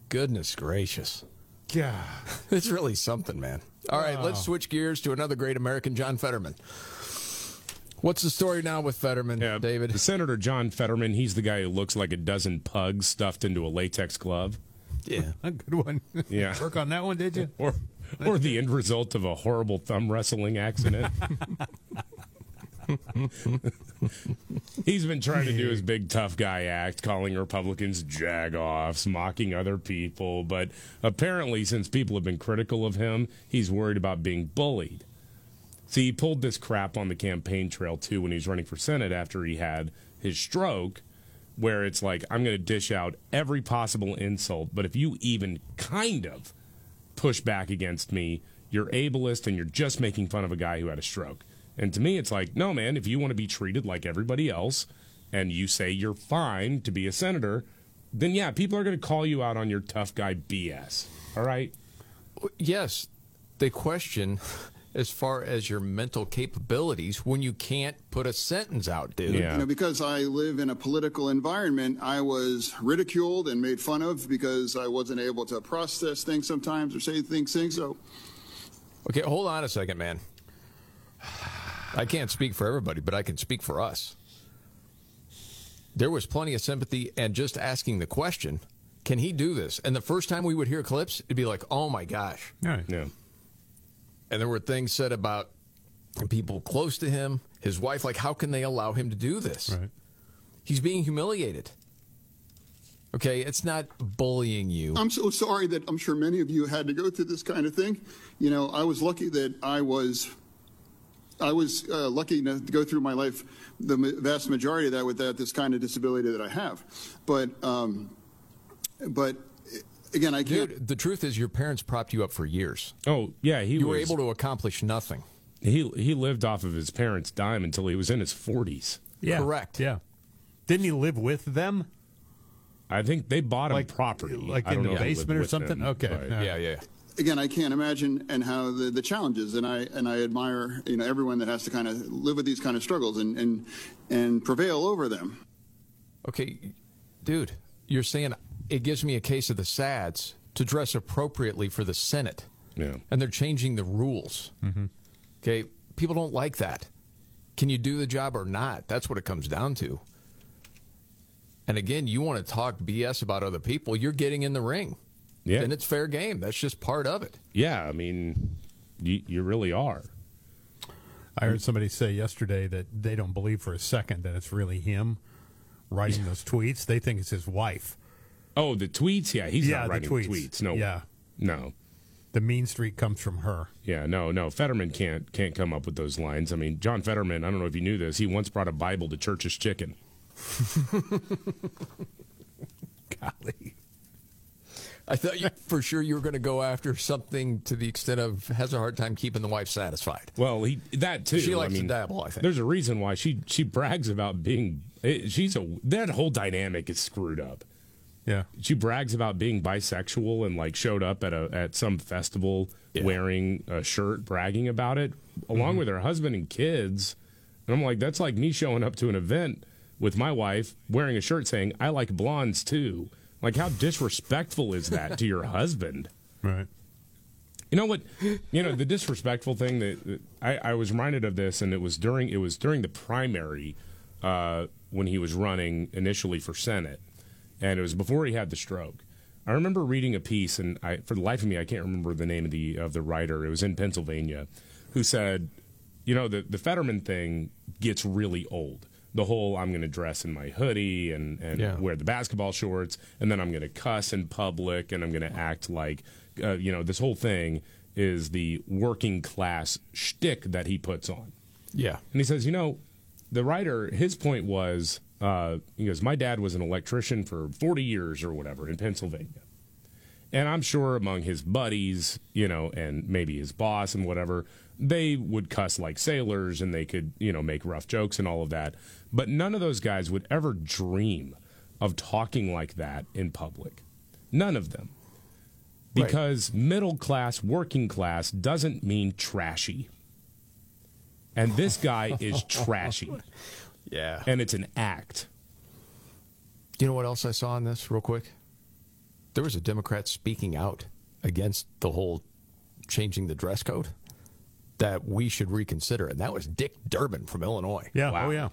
Speaker 2: Goodness gracious. [laughs]
Speaker 6: Yeah.
Speaker 2: it's really something, man. All right, let's switch gears to another great American, John Fetterman. What's the story now with Fetterman, David?
Speaker 4: Senator John Fetterman, he's the guy who looks like a dozen pugs stuffed into a latex glove.
Speaker 2: Yeah.
Speaker 6: a good one.
Speaker 4: Yeah.
Speaker 6: [laughs] Work on that one, did you?
Speaker 4: [laughs] Or or the end result of a horrible thumb wrestling
Speaker 2: [laughs]
Speaker 4: accident. He's been trying to do his big tough guy act, calling Republicans jagoffs, mocking other people, but apparently, since people have been critical of him, he's worried about being bullied. See, he pulled this crap on the campaign trail too when he was running for Senate after he had his stroke, where it's like, I'm going to dish out every possible insult, but if you even kind of push back against me, you're ableist and you're just making fun of a guy who had a stroke. And to me, it's like, no, man, if you want to be treated like everybody else and you say you're fine to be a senator, then yeah, people are going to call you out on your tough guy BS. All right?
Speaker 2: Yes, they question as far as your mental capabilities when you can't put a sentence out, dude.
Speaker 4: Yeah.
Speaker 7: You know, because I live in a political environment, I was ridiculed and made fun of because I wasn't able to process things sometimes or say things, things. So
Speaker 2: Okay, hold on a second, man. I can't speak for everybody, but I can speak for us. There was plenty of sympathy and just asking the question, can he do this? And the first time we would hear clips, it'd be like, oh my gosh.
Speaker 4: Yeah.
Speaker 2: And there were things said about people close to him, his wife, like, how can they allow him to do this?
Speaker 6: Right.
Speaker 2: He's being humiliated. Okay, it's not bullying you.
Speaker 7: I'm so sorry that I'm sure many of you had to go through this kind of thing. You know, I was lucky that I was. I was uh, lucky enough to go through my life, the ma- vast majority of that, without this kind of disability that I have. But, um, but eh, again, I can't.
Speaker 2: Dude, the truth is, your parents propped you up for years.
Speaker 4: Oh, yeah, he
Speaker 2: you
Speaker 4: was
Speaker 2: were able to accomplish nothing.
Speaker 4: he he lived off of his parents' dime until he was in his 40s.
Speaker 6: Yeah.
Speaker 2: Correct.
Speaker 6: Yeah. Didn't he live with them?
Speaker 4: I think they bought him property,
Speaker 6: like
Speaker 4: I
Speaker 6: in
Speaker 4: don't
Speaker 6: the
Speaker 4: know if he lived
Speaker 6: basement or
Speaker 4: with them,
Speaker 6: something? Okay,
Speaker 4: but-
Speaker 6: no.
Speaker 2: Yeah, yeah.
Speaker 7: again, I can't imagine and how the, the challenges and I and I admire you know everyone that has to kind of live with these kind of struggles and and and prevail over them.
Speaker 2: Okay, dude, you're saying it gives me a case of the sads to dress appropriately for the Senate.
Speaker 4: Yeah.
Speaker 2: And they're changing the rules. Okay, people don't like that. Can you do the job or not? That's what it comes down to. And again, you want to talk BS about other people, you're getting in the ring.
Speaker 4: Yeah.
Speaker 2: And it's fair game. That's just part of it.
Speaker 4: Yeah, I mean, you, you really are.
Speaker 6: I heard somebody say yesterday that they don't believe for a second that it's really him writing those tweets. They think it's his wife.
Speaker 4: Oh, the tweets? Yeah, he's
Speaker 6: Yeah,
Speaker 4: not
Speaker 6: the
Speaker 4: writing
Speaker 6: tweets.
Speaker 4: tweets. No.
Speaker 6: Yeah.
Speaker 4: No.
Speaker 6: The mean streak comes from her.
Speaker 4: Yeah, no, no. Fetterman can't can't come up with those lines. I mean, John Fetterman, I don't know if you knew this, he once brought a Bible to Church's Chicken.
Speaker 6: Golly.
Speaker 2: I
Speaker 4: [laughs]
Speaker 2: thought you, for sure you were going to go after something to the extent of has a hard time keeping the wife satisfied.
Speaker 4: Well, he that too.
Speaker 2: She
Speaker 4: I
Speaker 2: likes to
Speaker 4: mean,
Speaker 2: dabble, I think.
Speaker 4: There's a reason why she she brags about being it, she's a that whole dynamic is screwed up.
Speaker 6: Yeah.
Speaker 4: She brags about being bisexual and like showed up at a at some festival wearing a shirt bragging about it along
Speaker 6: Mm-hmm.
Speaker 4: with her husband and kids. And I'm like that's like me showing up to an event with my wife wearing a shirt saying I like blondes too. Like how disrespectful is that to your husband?
Speaker 6: [laughs] Right.
Speaker 4: You know what? You know the disrespectful thing that, that I, I was reminded of this, and it was during it was during the primary uh, when he was running initially for Senate, and it was before he had the stroke. I remember reading a piece, and I, for the life of me, I can't remember the name of the of the writer. It was in Pennsylvania, who said, you know, the the Fetterman thing gets really old. The whole I'm going to dress in my hoodie and and
Speaker 2: Yeah.
Speaker 4: wear wear the basketball shorts, and then I'm going to cuss in public, and I'm going to act like, uh, you know, this whole thing is the working class shtick that he puts on.
Speaker 2: Yeah.
Speaker 4: And he says, you know, the writer, his point was, uh, he goes, my dad was an electrician for 40 years or whatever in Pennsylvania. And I'm sure among his buddies, you know, and maybe his boss and whatever, they would cuss like sailors and they could, you know, make rough jokes and all of that. But none of those guys would ever dream of talking like that in public. None of them.
Speaker 2: Right.
Speaker 4: Because middle class, working class doesn't mean trashy.
Speaker 2: [laughs]
Speaker 4: And this guy is trashy.
Speaker 2: Yeah.
Speaker 4: And it's an act.
Speaker 2: You know what else I saw on this, real quick? There was a Democrat speaking out against the whole changing the dress code that we should reconsider, and that was Dick Durbin from Illinois.
Speaker 6: Yeah. Wow. Oh, yeah.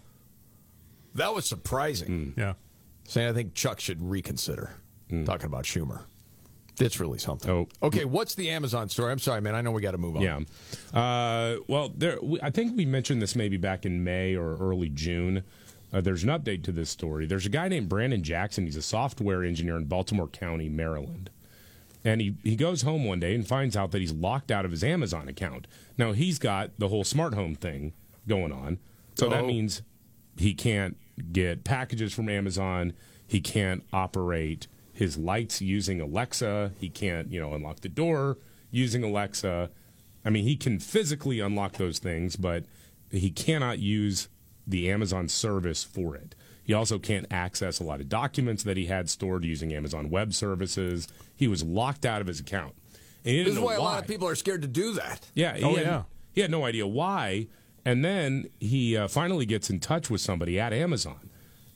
Speaker 2: That was surprising.
Speaker 6: Mm. Yeah.
Speaker 2: Saying I think Chuck should reconsider. Mm. Talking about Schumer. It's really something. Oh. Okay, what's the Amazon story? I'm sorry, man. I know we got to move on.
Speaker 4: Yeah. Uh, well, there. We, I think we mentioned this maybe back in May or early June. Uh, there's an update to this story. There's a guy named Brandon Jackson. He's a software engineer in Baltimore County, Maryland. And he, he goes home one day and finds out that he's locked out of his Amazon account. Now, he's got the whole smart home thing going on. So oh. that means he can't get packages from Amazon. He can't operate his lights using Alexa. He can't, you know, unlock the door using Alexa. I mean, he can physically unlock those things, but he cannot use the Amazon service for it. He also can't access a lot of documents that he had stored using Amazon Web Services. He was locked out of his account.
Speaker 2: And this is why, why, a lot of people are scared to do that.
Speaker 4: Yeah. He, oh, had, yeah. he had no idea why. And then he uh, finally gets in touch with somebody at Amazon,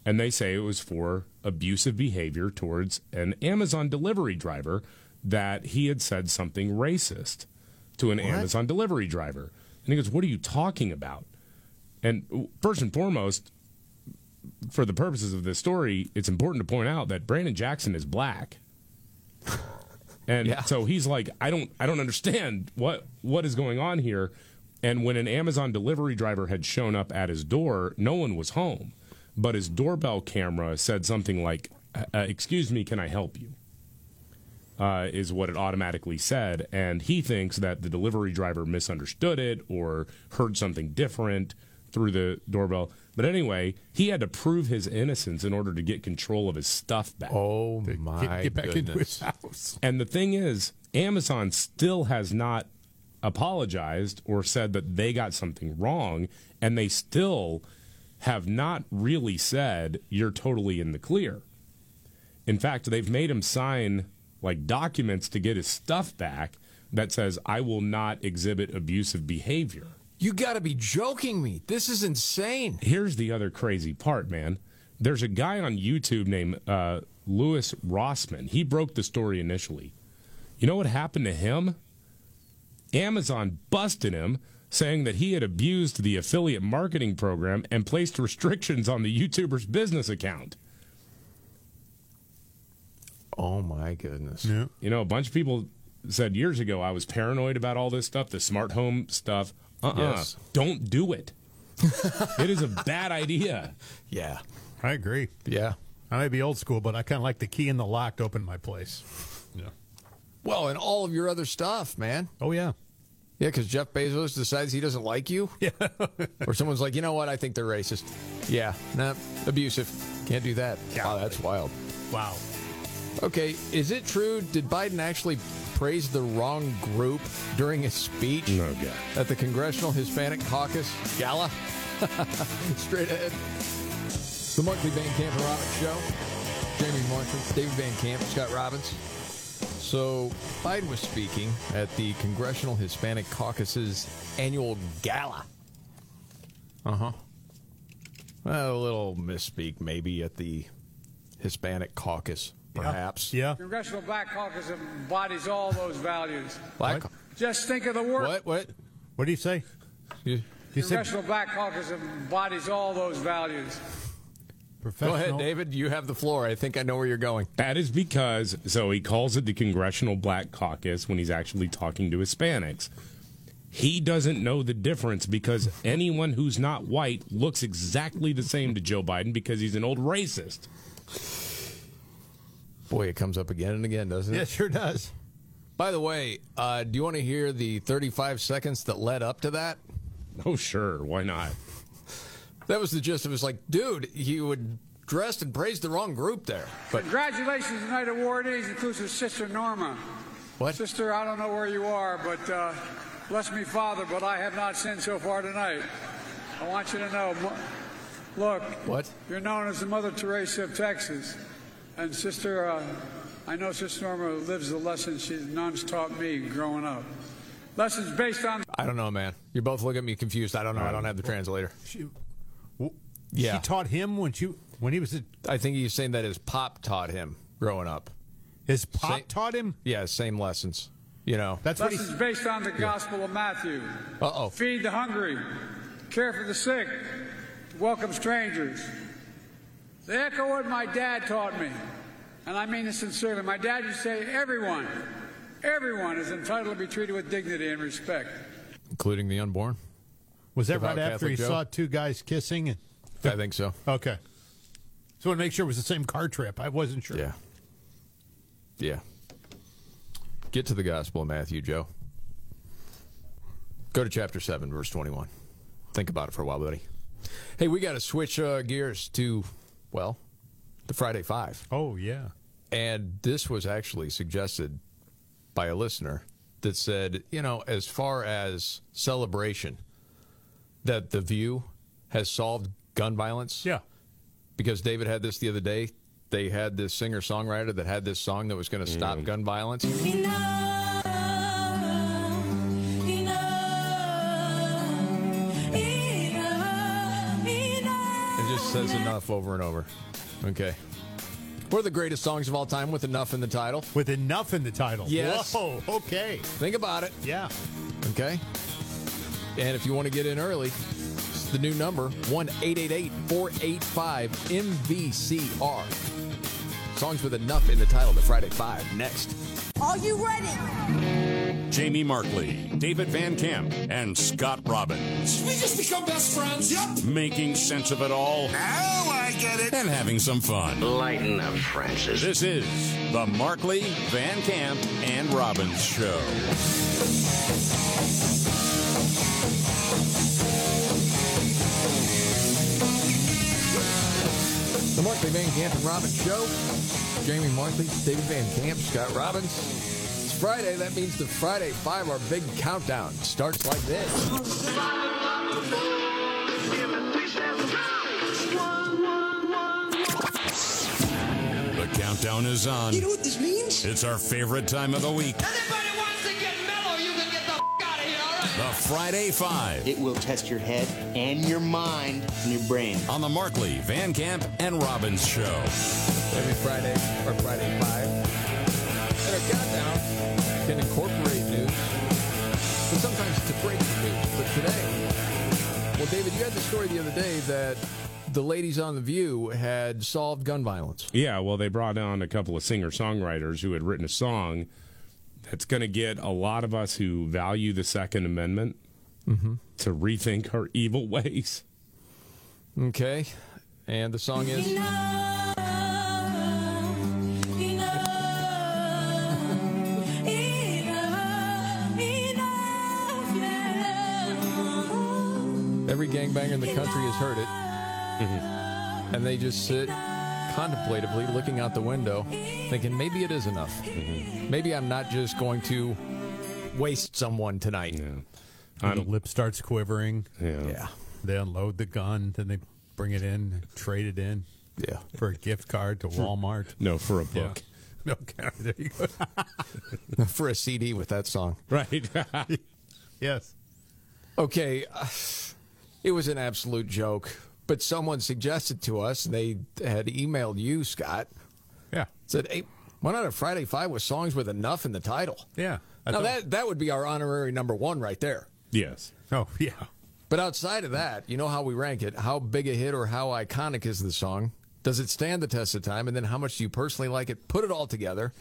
Speaker 4: and they say it was for abusive behavior towards an Amazon delivery driver that he had said something racist to an what? Amazon delivery driver. And he goes, What are you talking about? And first and foremost, for the purposes of this story, it's important to point out that Brandon Jackson is black. And yeah. so he's like, I don't I don't understand what what is going on here. And when an Amazon delivery driver had shown up at his door, no one was home. But his doorbell camera said something like, uh, Excuse me, can I help you? Uh, is what it automatically said. And he thinks that the delivery driver misunderstood it or heard something different through the doorbell. But anyway, he had to prove his innocence in order to get control of his stuff back.
Speaker 2: Oh my get, get back goodness. into his
Speaker 4: house. And the thing is, Amazon still has not apologized or said that they got something wrong, and they still have not really said you're totally in the clear. In fact, they've made him sign like documents to get his stuff back that says I will not exhibit abusive behavior.
Speaker 2: You got to be joking me. This is insane.
Speaker 4: Here's the other crazy part, man. There's a guy on YouTube named uh, Lewis Rossman. He broke the story initially. You know what happened to him? Amazon busted him, saying that he had abused the affiliate marketing program and placed restrictions on the YouTuber's business account.
Speaker 2: Oh, my goodness.
Speaker 4: Yeah. You know, a bunch of people said years ago, I was paranoid about all this stuff, the smart home stuff uh-uh. Yes. Don't do it. [laughs] it is a bad idea.
Speaker 2: Yeah.
Speaker 6: I agree.
Speaker 2: Yeah.
Speaker 6: I may be old school, but I kind of like the key in the lock to open my place.
Speaker 2: Yeah. Well, and all of your other stuff, man.
Speaker 6: Oh, yeah.
Speaker 2: Yeah, because Jeff Bezos decides he doesn't like you.
Speaker 6: [laughs] Yeah.
Speaker 2: or someone's like, you know what? I think they're racist. Yeah. Nah, abusive. Can't do that. God. Wow, that's wild.
Speaker 6: Wow.
Speaker 2: Okay, is it true? Did Biden actually praise the wrong group during his speech
Speaker 4: no, God.
Speaker 2: at the Congressional Hispanic Caucus Gala? [laughs] Straight ahead. The monthly Van Camp and Robbins Show. Jamie Martin, David Van Camp, Scott Robbins. So Biden was speaking at the Congressional Hispanic Caucus's annual gala. Uh huh. Well, a little misspeak maybe at the Hispanic Caucus perhaps.
Speaker 6: Yeah. yeah.
Speaker 5: Congressional Black Caucus embodies all those values.
Speaker 2: Black. What?
Speaker 5: Just think of the work.
Speaker 2: What? What?
Speaker 6: What do you say?
Speaker 2: You,
Speaker 5: you Congressional said... Black Caucus embodies all those values.
Speaker 2: Go ahead, David. You have the floor. I think I know where you're going.
Speaker 4: That is because so he calls it the Congressional Black Caucus when he's actually talking to Hispanics. He doesn't know the difference because anyone who's not white looks exactly the same to Joe Biden because he's an old racist.
Speaker 2: Boy, it comes up again and again, doesn't it?
Speaker 6: Yeah, it sure does.
Speaker 2: By the way, uh, do you want to hear the 35 seconds that led up to that?
Speaker 4: Oh, sure. Why not?
Speaker 2: that was the gist of it. It's like, dude, you would dressed and praised the wrong group there.
Speaker 5: But Congratulations tonight awardees, inclusive Sister Norma.
Speaker 2: What?
Speaker 5: Sister, I don't know where you are, but uh, bless me, Father, but I have not sinned so far tonight. I want you to know, look.
Speaker 2: What?
Speaker 5: You're known as the Mother Teresa of Texas. And Sister, uh, I know Sister Norma lives the lessons she nuns taught me growing up. Lessons based on.
Speaker 2: I don't know, man. You both look at me confused. I don't know. I don't have the translator.
Speaker 6: She, yeah. she taught him when she. When he was, a,
Speaker 2: I think he's saying that his pop taught him growing up.
Speaker 6: His pop same, taught him.
Speaker 2: Yeah, same lessons. You know,
Speaker 6: that's
Speaker 5: Lessons
Speaker 6: what he's
Speaker 5: based on the Gospel yeah. of Matthew.
Speaker 2: Uh oh.
Speaker 5: Feed the hungry, care for the sick, welcome strangers. They echo what my dad taught me, and I mean this sincerely. My dad used to say, "Everyone, everyone is entitled to be treated with dignity and respect,
Speaker 2: including the unborn."
Speaker 6: Was that right after Catholic he Joe? saw two guys kissing?
Speaker 2: I think so.
Speaker 6: Okay. So I want to make sure it was the same car trip. I wasn't sure.
Speaker 2: Yeah. Yeah. Get to the Gospel of Matthew, Joe. Go to chapter 7, verse 21. Think about it for a while, buddy. Hey, we got to switch uh, gears to, well, the Friday Five.
Speaker 6: Oh, yeah.
Speaker 2: And this was actually suggested by a listener that said, you know, as far as celebration, that The View has solved gun violence.
Speaker 6: Yeah.
Speaker 2: Because David had this the other day. They had this singer songwriter that had this song that was going to stop mm. gun violence. Enough, enough, enough, it just says enough over and over. Okay. One of the greatest songs of all time with enough in the title.
Speaker 6: With enough in the title.
Speaker 2: Yes.
Speaker 6: Whoa, okay.
Speaker 2: Think about it.
Speaker 6: Yeah.
Speaker 2: Okay. And if you want to get in early, the new number 1 485 MVCR. Songs with enough in the title to Friday 5 next.
Speaker 12: Are you ready?
Speaker 21: Jamie Markley, David Van Camp, and Scott Robbins.
Speaker 3: We just become best friends. Yep.
Speaker 21: Making sense of it all.
Speaker 3: Now I get it.
Speaker 21: And having some fun.
Speaker 1: Lighten up, Francis.
Speaker 21: This is the Markley, Van Camp, and Robbins Show.
Speaker 2: The Markley Van Camp and Robbins Show. Jamie Markley, David Van Camp, Scott Robbins. It's Friday. That means the Friday Five, our big countdown, starts like this.
Speaker 21: The countdown is on.
Speaker 12: You know what this means?
Speaker 21: It's our favorite time of the week.
Speaker 12: Everybody wants to get mellow. You can get the f- out of here, all right?
Speaker 21: The Friday Five.
Speaker 1: It will test your head and your mind and your brain.
Speaker 21: On the Markley, Van Camp, and Robbins show.
Speaker 2: Every Friday or Friday 5. And our countdown can incorporate news, but sometimes it's a breaking news. But today, well, David, you had the story the other day that the ladies on The View had solved gun violence.
Speaker 4: Yeah, well, they brought on a couple of singer songwriters who had written a song. That's going to get a lot of us who value the Second Amendment Mm-hmm. to rethink our evil ways.
Speaker 2: Okay. And the song is. Enough, enough, enough, Every gangbanger in the country has heard it. Mm-hmm. And they just sit contemplatively looking out the window, thinking maybe it is enough. Mm-hmm. Maybe I'm not just going to waste someone tonight.
Speaker 4: Yeah.
Speaker 6: And the lip starts quivering.
Speaker 4: Yeah. yeah.
Speaker 6: They unload the gun, then they bring it in, trade it in.
Speaker 2: Yeah.
Speaker 6: For a gift card to Walmart.
Speaker 4: [laughs] no, for a
Speaker 6: [laughs]
Speaker 4: book.
Speaker 6: Yeah. Okay, there you
Speaker 2: go. [laughs] for a CD with that song.
Speaker 6: [laughs]
Speaker 4: Right.
Speaker 6: yes.
Speaker 2: Okay. Uh, it was an absolute joke, but someone suggested to us, they had emailed you, Scott.
Speaker 6: Yeah.
Speaker 2: Said, hey, why not a Friday Five with songs with enough in the title?
Speaker 6: Yeah.
Speaker 2: I now, that, that would be our honorary number one right there.
Speaker 4: Yes.
Speaker 2: [laughs]
Speaker 6: Oh, yeah.
Speaker 2: But outside of that, you know how we rank it. How big a hit or how iconic is the song? Does it stand the test of time? And then how much do you personally like it? Put it all together.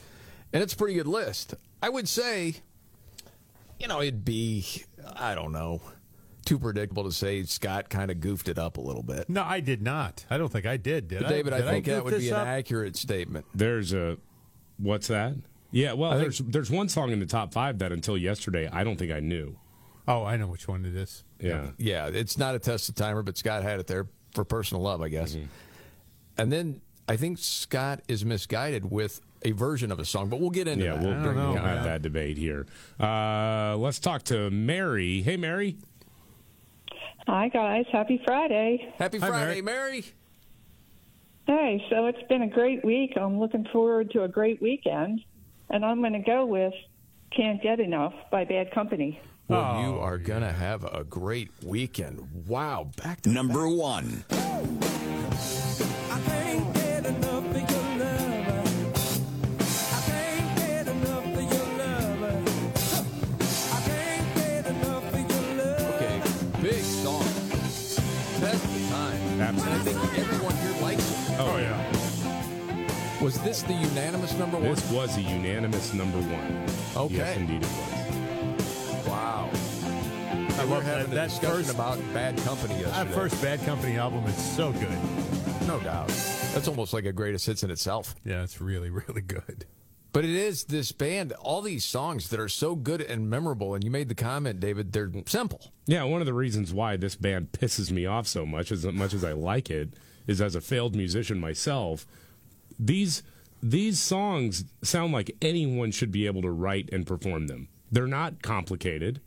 Speaker 2: And it's a pretty good list. I would say, you know, it'd be, I don't know, too predictable to say Scott kind of goofed it up a little bit.
Speaker 6: No, I did not. I don't think I did, did
Speaker 2: but David,
Speaker 6: I? Did
Speaker 2: I think I that would be an up? accurate statement.
Speaker 4: There's a, what's that? Yeah, well, I there's, think, there's one song in the top five that until yesterday I don't think I knew.
Speaker 6: Oh, I know which one it is.
Speaker 4: Yeah.
Speaker 2: Yeah. It's not a tested timer, but Scott had it there for personal love, I guess. Mm-hmm. And then I think Scott is misguided with a version of a song, but we'll get into
Speaker 4: yeah,
Speaker 2: that.
Speaker 4: we'll bring know, out that debate here. Uh, let's talk to Mary. Hey, Mary.
Speaker 22: Hi, guys. Happy Friday.
Speaker 2: Happy Friday, Hi, Mary. Mary.
Speaker 22: Hey, so it's been a great week. I'm looking forward to a great weekend. And I'm going to go with Can't Get Enough by Bad Company.
Speaker 2: Well, oh, you are going to have a great weekend. Wow. Back to
Speaker 21: number back. one.
Speaker 2: best of the time. And I think everyone here likes it.
Speaker 4: Oh, yeah.
Speaker 2: Was this the unanimous number one?
Speaker 4: This was a unanimous number one.
Speaker 2: Okay.
Speaker 4: Yes, indeed it was.
Speaker 2: Wow.
Speaker 6: I
Speaker 2: We're
Speaker 6: love
Speaker 2: having
Speaker 6: that.
Speaker 2: a
Speaker 6: That
Speaker 2: discussion
Speaker 6: first-
Speaker 2: about Bad Company yesterday.
Speaker 6: That first Bad Company album is so good.
Speaker 2: No doubt. That's almost like a greatest hits in itself.
Speaker 6: Yeah, it's really, really good.
Speaker 2: But it is this band, all these songs that are so good and memorable. And you made the comment, David, they're simple.
Speaker 4: Yeah, one of the reasons why this band pisses me off so much, as much as I like it, is as a failed musician myself, these these songs sound like anyone should be able to write and perform them. They're not complicated.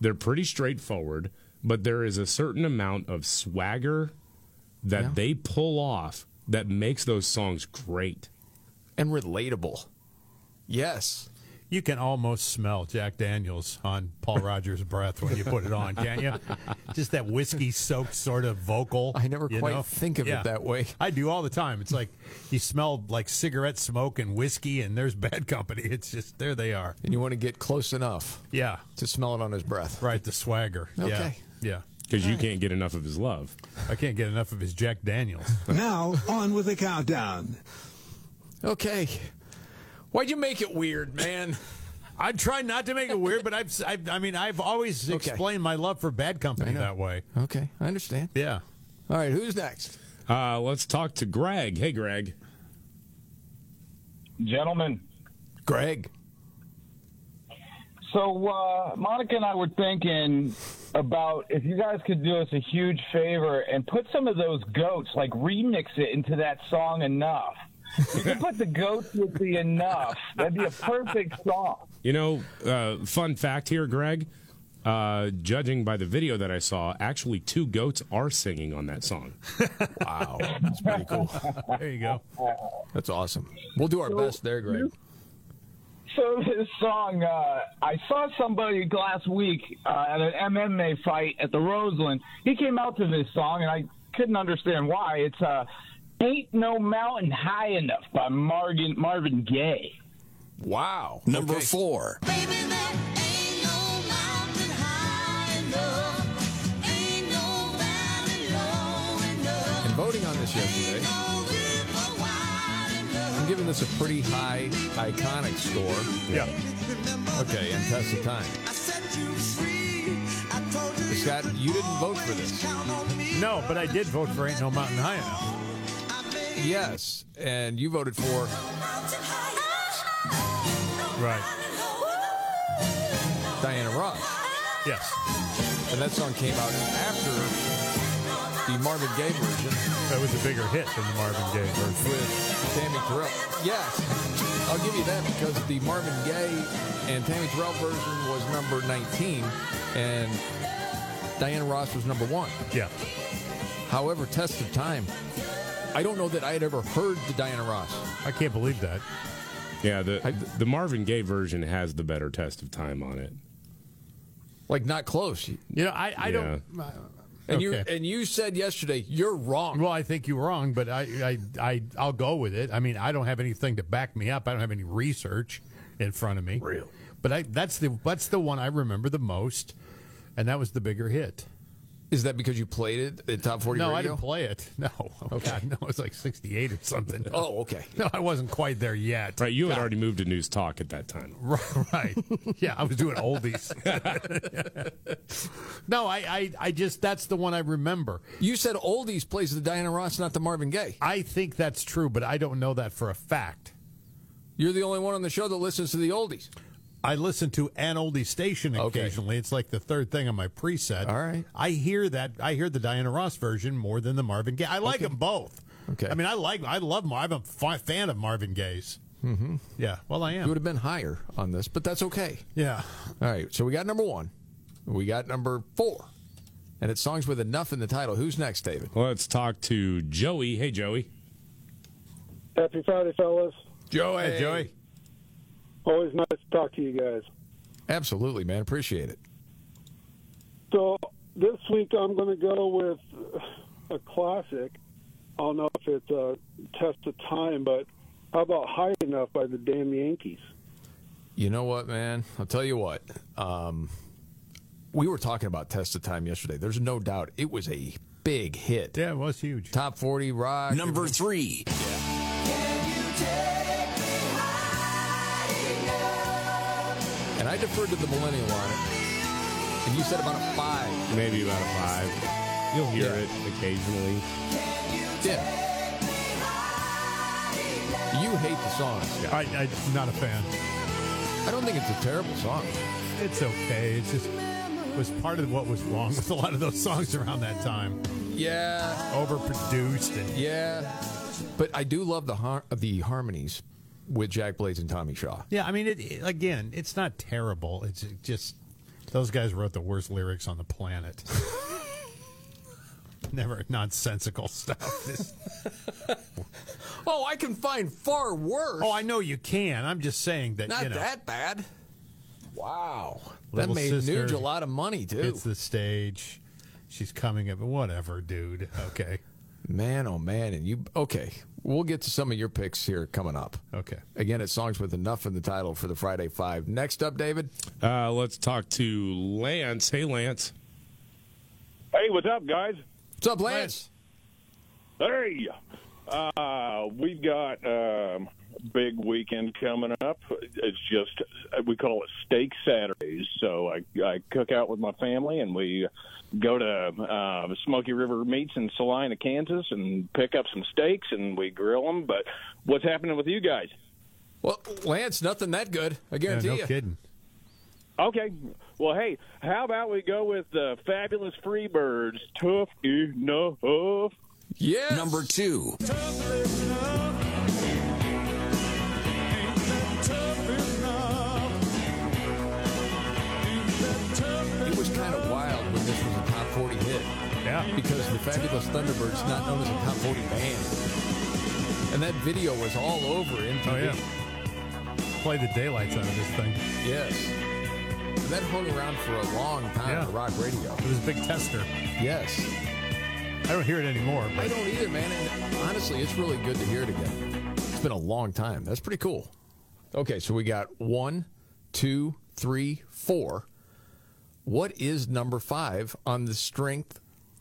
Speaker 4: They're pretty straightforward, but there is a certain amount of swagger that they pull off that makes those songs great
Speaker 2: and relatable. Yes.
Speaker 6: You can almost smell Jack Daniels on Paul Rogers' breath when you put it on, can't
Speaker 2: [laughs]
Speaker 6: you? Just that whiskey soaked sort of vocal. I
Speaker 2: never quite think of it that way.
Speaker 6: I do all the time. It's like you smell like cigarette smoke and whiskey, and there's bad [laughs] company. It's just there they are.
Speaker 2: And you want to get close enough
Speaker 6: Yeah.
Speaker 2: to smell it on his breath.
Speaker 6: Right, the swagger. Yeah.
Speaker 2: Okay.
Speaker 6: Yeah.
Speaker 4: because you can't get enough of his love.
Speaker 6: I can't get enough of his Jack Daniels.
Speaker 8: Now, on with the countdown.
Speaker 2: Okay. Why'd you [laughs] make it weird, man?
Speaker 6: [laughs] I try not to make it weird, but I've, I've I mean, I've always
Speaker 2: Okay.
Speaker 6: explained my love for bad company that way.
Speaker 2: Okay, I understand.
Speaker 6: Yeah.
Speaker 2: All right, who's next?
Speaker 4: Uh, let's talk to Greg. Hey, Greg.
Speaker 10: Gentlemen.
Speaker 2: Greg.
Speaker 10: So uh, Monica and I were thinking about if you guys could do us a huge favor and put some of those goats, like remix it into that song enough. You could put the goats with the enough. That'd be a perfect song.
Speaker 4: You know, uh, fun fact here, Greg. Uh, judging by the video that I saw, actually two goats are singing on that song.
Speaker 2: wow, that's pretty cool.
Speaker 6: There you go.
Speaker 2: [laughs] That's awesome. We'll do our best there, Greg.
Speaker 10: So this song, uh, I saw somebody last week uh, at an MMA fight at the Roseland. He came out to this song, and I couldn't understand why. It's uh, "Ain't No Mountain High Enough" by Marvin Marvin Gaye.
Speaker 2: Wow.
Speaker 10: Number four.
Speaker 2: And voting on this yesterday, I'm giving this a pretty high iconic score.
Speaker 6: Yeah.
Speaker 2: Okay, and test the time. Scott, you didn't vote for this.
Speaker 6: No, but I did vote for Ain't No Mountain High Enough.
Speaker 2: Yes, and you voted for
Speaker 6: Right.
Speaker 2: Diana Ross.
Speaker 6: Yes.
Speaker 2: And that song came out after the Marvin Gaye version
Speaker 6: That was a bigger hit than the Marvin Gaye version.
Speaker 2: with Tammy Terrell. Yes, I'll give you that because the Marvin Gaye and Tammy Terrell version was number 19, and Diana Ross was number one.
Speaker 6: Yeah.
Speaker 2: However, test of time. I don't know that I had ever heard the Diana Ross.
Speaker 6: I can't believe that.
Speaker 4: Yeah, the the Marvin Gaye version has the better test of time on it.
Speaker 2: Like not close.
Speaker 6: You know, I, I don't.
Speaker 2: And you
Speaker 6: Okay.
Speaker 2: and you said yesterday you're wrong.
Speaker 6: Well, I think you're wrong, but I, I, I, I'll go with it. I mean, I don't have anything to back me up. I don't have any research in front of me. Real. But I, that's the that's the one I remember the most, and that was the bigger hit.
Speaker 2: Is that because you played it at Top 40
Speaker 6: no,
Speaker 2: Radio?
Speaker 6: I didn't play it. [laughs] No, oh, God, no, it was like '68 or something.
Speaker 2: Oh, okay.
Speaker 6: [laughs] No, I wasn't quite there yet.
Speaker 4: Right, you had already moved to News Talk at that time.
Speaker 6: Right, right. Yeah, I was doing oldies. [laughs] no, I, I, I just that's the one I remember.
Speaker 2: You said oldies plays the Diana Ross, not the Marvin Gaye.
Speaker 6: I think that's true, but I don't know that for a fact.
Speaker 2: You're the only one on the show that listens to the oldies.
Speaker 6: I listen to an oldie station occasionally. It's like the third thing on my preset. All right. I hear that. I hear the Diana Ross version more than the Marvin Gaye. I like them both.
Speaker 2: Okay.
Speaker 6: I mean, I like. I love. Mar- I'm a fi- fan of Marvin Gaye's. Mm-hmm. Yeah. Well, I
Speaker 2: You
Speaker 6: am.
Speaker 2: would have been higher on this, but that's okay.
Speaker 6: Yeah.
Speaker 2: All right, so we got number one, we got number four, and it's songs with enough in the title. Who's next, David?
Speaker 4: Let's talk to Joey. Hey, Joey.
Speaker 23: Happy Friday, fellas.
Speaker 2: Joey.
Speaker 6: Joey.
Speaker 23: Always nice to talk to you guys.
Speaker 2: Absolutely, man. Appreciate it.
Speaker 23: So this week I'm going to go with a classic. I don't know if it's a test of time, but how about High Enough by the Damn Yankees?
Speaker 2: You know what, man? I'll tell you what. Um, we were talking about test of time yesterday. There's no doubt it was a big hit.
Speaker 6: Yeah, it was huge.
Speaker 2: Top 40 rock.
Speaker 9: Number three.
Speaker 2: And I deferred to the millennial on it. And you said about a five.
Speaker 4: Maybe about a five. You'll hear it occasionally.
Speaker 2: Yeah. You hate the song. Scott.
Speaker 6: I, I'm not a fan.
Speaker 2: I don't think it's a terrible song.
Speaker 6: It's okay. It's just it was part of what was wrong with a lot of those songs around that time.
Speaker 2: Yeah.
Speaker 6: Overproduced and
Speaker 2: Yeah. But I do love the har- the harmonies with Jack Blaze and Tommy Shaw.
Speaker 6: Yeah, I mean, it, it- again, it's not terrible. It's just those guys wrote the worst lyrics on the planet. [laughs] Never nonsensical stuff. This-
Speaker 2: [laughs] Oh, I can find far worse.
Speaker 6: oh, I know you can. I'm just saying that.
Speaker 2: Not
Speaker 6: you know,
Speaker 2: that bad. Wow.
Speaker 6: Little
Speaker 2: that made
Speaker 6: Sister
Speaker 2: Nuge a lot of money, too.
Speaker 6: Hits the stage. She's coming up. Whatever, dude. Okay.
Speaker 2: Man, oh man, and you okay. We'll get to some of your picks here coming up.
Speaker 6: Okay.
Speaker 2: Again, it's songs with enough in the title for the Friday Five. Next up, David.
Speaker 4: Uh, let's talk to Lance. Hey, Lance.
Speaker 11: Hey, what's up, guys?
Speaker 2: What's up, Lance?
Speaker 11: Hey, uh, we've got um, big weekend coming up. It's just we call it Steak Saturdays. So I, I cook out with my family, and we go to uh, Smoky River Meats in Salina, Kansas, and pick up some steaks and we grill them. But what's happening with you guys?
Speaker 2: Well, Lance, nothing that good. I guarantee you.
Speaker 6: kidding.
Speaker 11: Okay. Well, hey, how about we go with the fabulous Freebirds? Tough enough.
Speaker 2: Yeah.
Speaker 9: Number two.
Speaker 2: It was kind of wild when this was a top forty hit.
Speaker 6: Yeah.
Speaker 2: Because the Fabulous Thunderbirds not known as a top forty band. And that video was all over MTV.
Speaker 6: Oh, yeah. Play the daylights out of this thing.
Speaker 2: Yes. And that hung around for a long time
Speaker 6: Yeah.
Speaker 2: on rock radio.
Speaker 6: It was a big tester.
Speaker 2: Yes.
Speaker 6: I don't hear it anymore.
Speaker 2: I
Speaker 6: But
Speaker 2: don't either, man. And honestly, it's really good to hear it again. It's been a long time. That's pretty cool. Okay, so we got one, two, three, four. What is number five on the strength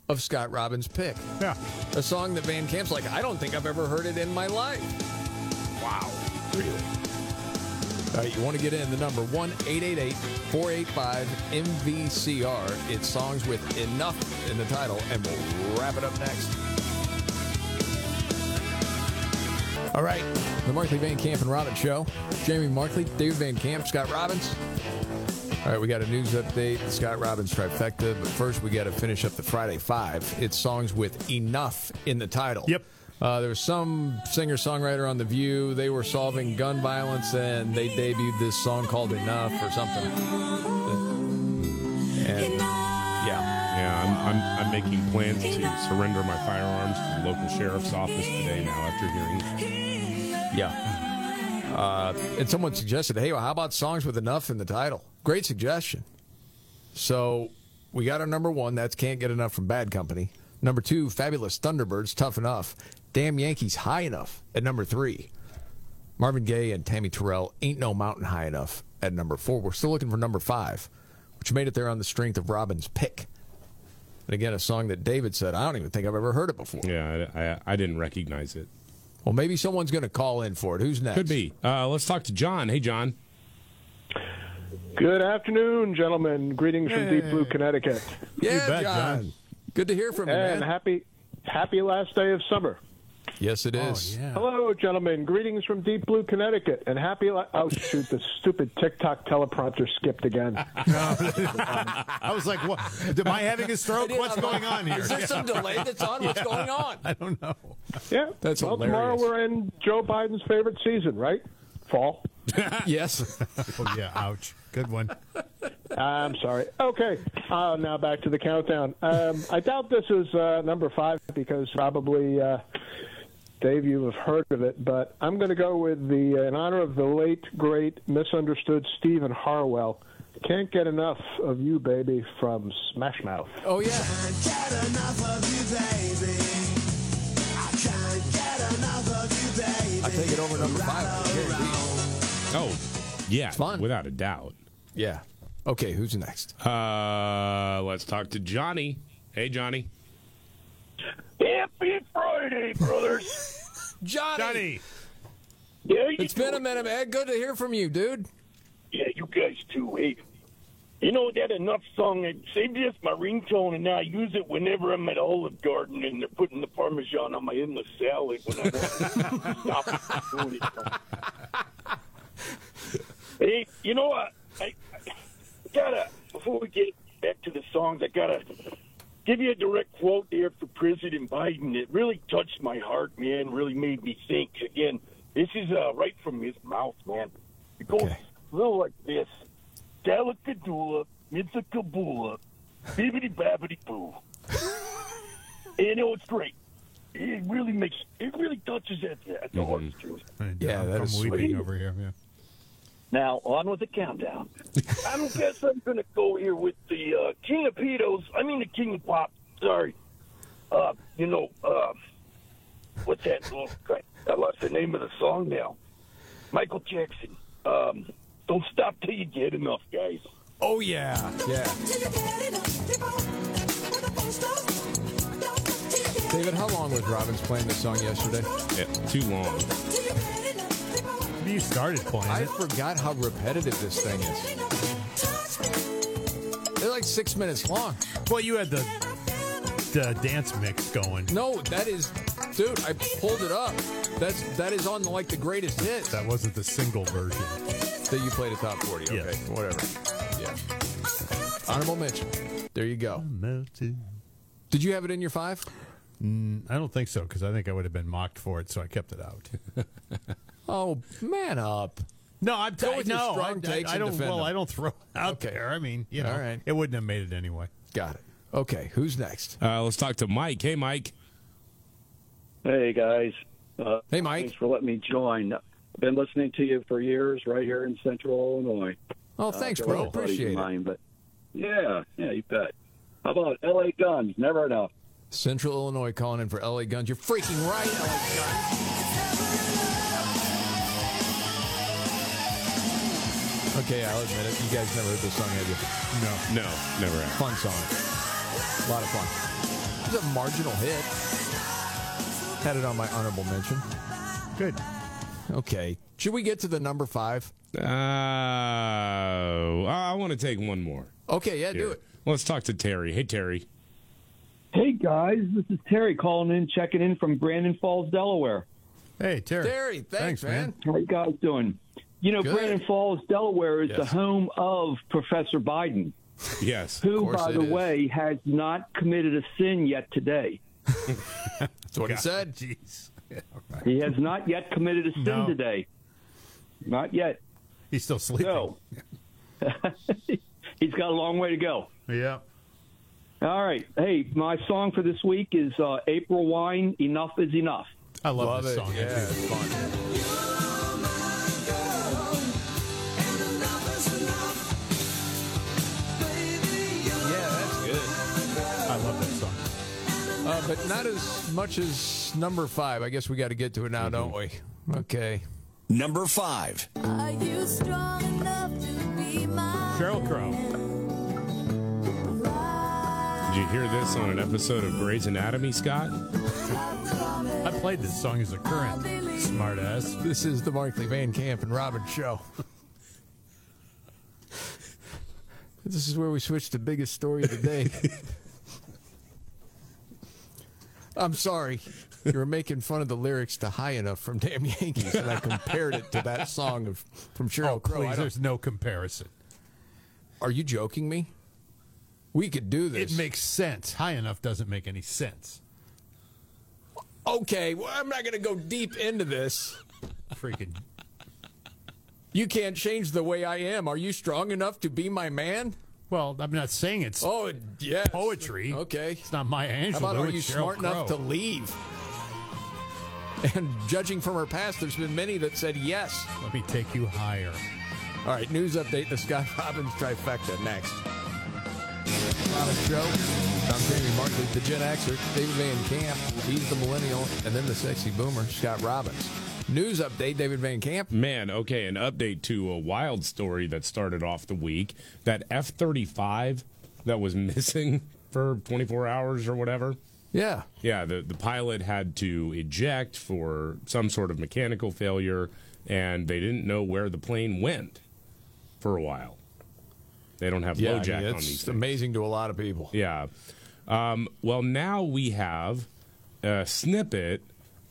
Speaker 2: of Scott Robbins' pick?
Speaker 6: Yeah.
Speaker 2: A song that Van Camp's like, I don't think I've ever heard it in my life. Wow. Really? All right, you want to get in the number 1 888 485 MVCR. It's songs with enough in the title, and we'll wrap it up next. All right. The Markley Van Camp and Robbins Show. Jamie Markley, David Van Camp, Scott Robbins. All right, we got a news update, the Scott Robbins trifecta, but first we got to finish up the Friday Five. It's songs with enough in the title. Yep. Uh, there was some singer songwriter on The View. They were solving gun violence and they debuted this song called Enough or something. And, yeah.
Speaker 4: Yeah, I'm, I'm, I'm making plans to surrender my firearms to the local sheriff's office today now after hearing.
Speaker 2: Yeah. Uh, and someone suggested, hey, well, how about songs with enough in the title? Great suggestion. So we got our number one. That's Can't Get Enough from Bad Company. Number two, Fabulous Thunderbirds, Tough Enough. Damn Yankees, High Enough at number three. Marvin Gaye and Tammy Terrell, Ain't No Mountain High Enough at number four. We're still looking for number five, which made it there on the strength of Robin's pick. And again, a song that David said, I don't even think I've ever heard it before.
Speaker 4: Yeah, I, I, I didn't recognize it.
Speaker 2: Well, maybe someone's going to call in for it. Who's next?
Speaker 4: Could be. Uh, let's talk to John. Hey, John.
Speaker 13: Good afternoon, gentlemen. Greetings from Deep Blue, Connecticut.
Speaker 2: Yeah, bet, John. John. Good to hear from you,
Speaker 13: And
Speaker 2: man.
Speaker 13: happy, happy last day of summer.
Speaker 2: Yes, it is.
Speaker 13: Hello, gentlemen. Greetings from Deep Blue, Connecticut, and happy. La- oh shoot, the stupid TikTok teleprompter skipped
Speaker 6: [laughs]
Speaker 13: again.
Speaker 6: [laughs] I was like, what? Am I having [laughs] a
Speaker 13: [laughs]
Speaker 6: stroke? What's going on here?
Speaker 13: Is there some
Speaker 6: [laughs]
Speaker 13: delay that's on? What's going on?
Speaker 6: I don't know.
Speaker 13: Yeah,
Speaker 2: That's
Speaker 13: well,
Speaker 2: hilarious.
Speaker 13: Tomorrow we're in Joe Biden's favorite season, right?
Speaker 6: [laughs]
Speaker 13: Fall.
Speaker 2: yes.
Speaker 6: oh yeah. Ouch. Good one.
Speaker 13: I'm sorry. Okay, uh, now back to the countdown. Um, I doubt this is uh, number five because probably uh, Dave, you have heard of it, but I'm going to go with the uh, in honor of the late great misunderstood Stephen Harwell. Can't get enough of you, baby, from Smash Mouth.
Speaker 2: Oh yeah. I take it over number five.
Speaker 4: Oh, yeah. Without a doubt.
Speaker 2: Yeah. Okay, who's next?
Speaker 4: Uh, let's talk to Johnny. Hey, Johnny.
Speaker 9: Happy Friday, brothers.
Speaker 2: [laughs] Johnny.
Speaker 9: Johnny.
Speaker 2: it's been a minute, man. Good to hear from you, dude.
Speaker 9: Yeah, you guys too. Hey, you know that enough song? It saved it as my ringtone, and I use it whenever I'm at Olive Garden and they're putting the Parmesan on my endless salad when I want to stop doing it. Hey, you know, I, I, I gotta before we get back to the songs, I gotta give you a direct quote there for President Biden. It really touched my heart, man. Really made me think. Again, this is uh, right from his mouth, man. It goes a little like this: Dalakadula, Mitzakabula, bibbity babbity boo. and you know it's great. It really makes it really touches at at the heart.
Speaker 6: Yeah,
Speaker 9: that
Speaker 6: I'm
Speaker 9: is sweet.
Speaker 6: weeping over here. Yeah.
Speaker 9: Now, on with the countdown. I don't guess I'm going to go here with the uh, King of Pedos. I mean, the King of Pop. Sorry. Uh, you know, uh, what's that? little guy? I lost the name of the song now. Michael Jackson. Um, don't stop till you get enough, guys.
Speaker 2: Oh, yeah. Yeah. David, how long was Robbins playing this song yesterday?
Speaker 4: Yeah, too long.
Speaker 2: You started playing. I forgot how repetitive this thing is. They're like six minutes long.
Speaker 6: Well, you had the The dance mix going.
Speaker 2: No, that is, dude. I pulled it up. That's that is on like the greatest hits.
Speaker 6: That wasn't the single version.
Speaker 2: That you played at top forty. Okay, whatever. Yeah. Honorable mention. There you go. Did you have it in your five?
Speaker 6: Mm, I don't think so because I think I would have been mocked for it, so I kept it out.
Speaker 2: oh, [laughs] man up.
Speaker 6: No, I'm
Speaker 2: Go
Speaker 6: telling
Speaker 2: with
Speaker 6: no,
Speaker 2: your strong
Speaker 6: I'm-
Speaker 2: takes
Speaker 6: I, I
Speaker 2: and
Speaker 6: don't.
Speaker 2: defend
Speaker 6: Well,
Speaker 2: them.
Speaker 6: I don't throw it out there. I mean, you know,
Speaker 2: All right.
Speaker 6: it wouldn't have made it anyway.
Speaker 2: Got it. Okay, who's next?
Speaker 4: Uh, let's talk to Mike. Hey, Mike.
Speaker 14: Hey guys. Uh,
Speaker 2: hey Mike.
Speaker 14: Thanks for letting me join. I've been listening to you for years, right here in Central Illinois.
Speaker 2: Oh, thanks,
Speaker 14: they're
Speaker 2: bro.
Speaker 14: all buddies of
Speaker 2: Appreciate it.
Speaker 14: Mine, but yeah, yeah, you bet. How about L.A. Guns? Never enough.
Speaker 2: Central Illinois calling in for LA Guns. You're freaking right, LA Guns. Okay, I'll admit it. You guys never heard this song, have you?
Speaker 4: No. No, never have.
Speaker 2: Fun song. A lot of fun. It was a marginal hit. Had it on my honorable mention. Good. Okay. Should we get to the number five?
Speaker 4: Uh, I want to take one more.
Speaker 2: Okay, yeah, do it.
Speaker 4: Let's talk to Terry. Hey, Terry.
Speaker 15: Hey guys, this is Terry calling in, checking in from Brandon Falls, Delaware.
Speaker 6: Hey Terry.
Speaker 15: Terry,
Speaker 6: thanks, Thanks, man.
Speaker 15: How you guys doing? You know, Brandon Falls, Delaware is the home of Professor Biden,
Speaker 4: Yes.
Speaker 15: who, by the way, has not committed a sin yet
Speaker 6: [laughs]
Speaker 15: today.
Speaker 2: That's what he said.
Speaker 6: Jeez. [laughs]
Speaker 15: He has not yet committed a sin today. Not yet.
Speaker 6: He's still sleeping.
Speaker 15: So, [laughs] he's got a long way to go.
Speaker 6: Yeah.
Speaker 15: All right. Hey, my song for this week is uh, April Wine, Enough is Enough.
Speaker 6: I love, this song.
Speaker 15: yeah.
Speaker 2: Yeah, that's good.
Speaker 6: I love that song.
Speaker 2: Uh, but not as much as number five. I guess we got to get to it now, don't we?
Speaker 6: Mm-hmm.
Speaker 2: Okay. Number five.
Speaker 24: Are you strong enough to be my
Speaker 6: Cheryl Crow.
Speaker 4: Did you hear this on an episode of Grey's Anatomy, Scott?
Speaker 6: [laughs] I played this song as a current. Smartass.
Speaker 2: This is the Markley Van Camp and Robin show. [laughs] this is where we switch to biggest story of the
Speaker 6: [laughs]
Speaker 2: day. I'm sorry. You were making fun of the lyrics to High Enough from Damn Yankees, and I compared it to that song of, from Cheryl
Speaker 6: Oh,
Speaker 2: Crow. I
Speaker 6: please,
Speaker 2: don't-
Speaker 6: there's no comparison.
Speaker 2: Are you joking me? We could do this.
Speaker 6: It makes sense. High enough doesn't make any sense.
Speaker 2: Okay, well, I'm not going to go deep into this.
Speaker 6: Freaking.
Speaker 2: You can't change the way I am. Are you strong enough to be my man?
Speaker 6: Well, I'm not saying it's
Speaker 2: oh yeah
Speaker 6: poetry.
Speaker 2: Okay,
Speaker 6: it's not my Angelou.
Speaker 2: How about are
Speaker 6: it's
Speaker 2: you
Speaker 6: Sheryl
Speaker 2: smart enough to
Speaker 6: Crow.
Speaker 2: leave? [laughs] And judging from her past, there's been many that said yes.
Speaker 6: Let me take you higher.
Speaker 2: All right, news update: the Scott [laughs] Robbins trifecta next. Robbins Show. I'm Jamie Markley, the Gen Xer, David Van Camp. He's the millennial, and then the sexy boomer, Scott Robbins. News update: David Van Camp.
Speaker 4: Man, okay, an update to a wild story that started off the week. [laughs] That F 35 that was missing for 24 hours or whatever.
Speaker 2: Yeah.
Speaker 4: Yeah, the, the pilot had to eject for some sort of mechanical failure, and they didn't know where the plane went for a while. They don't have
Speaker 2: Yeah, I mean,
Speaker 4: LoJack on
Speaker 2: it's
Speaker 4: these. amazing
Speaker 2: to a lot of people.
Speaker 4: Yeah. Um, well, now we have a snippet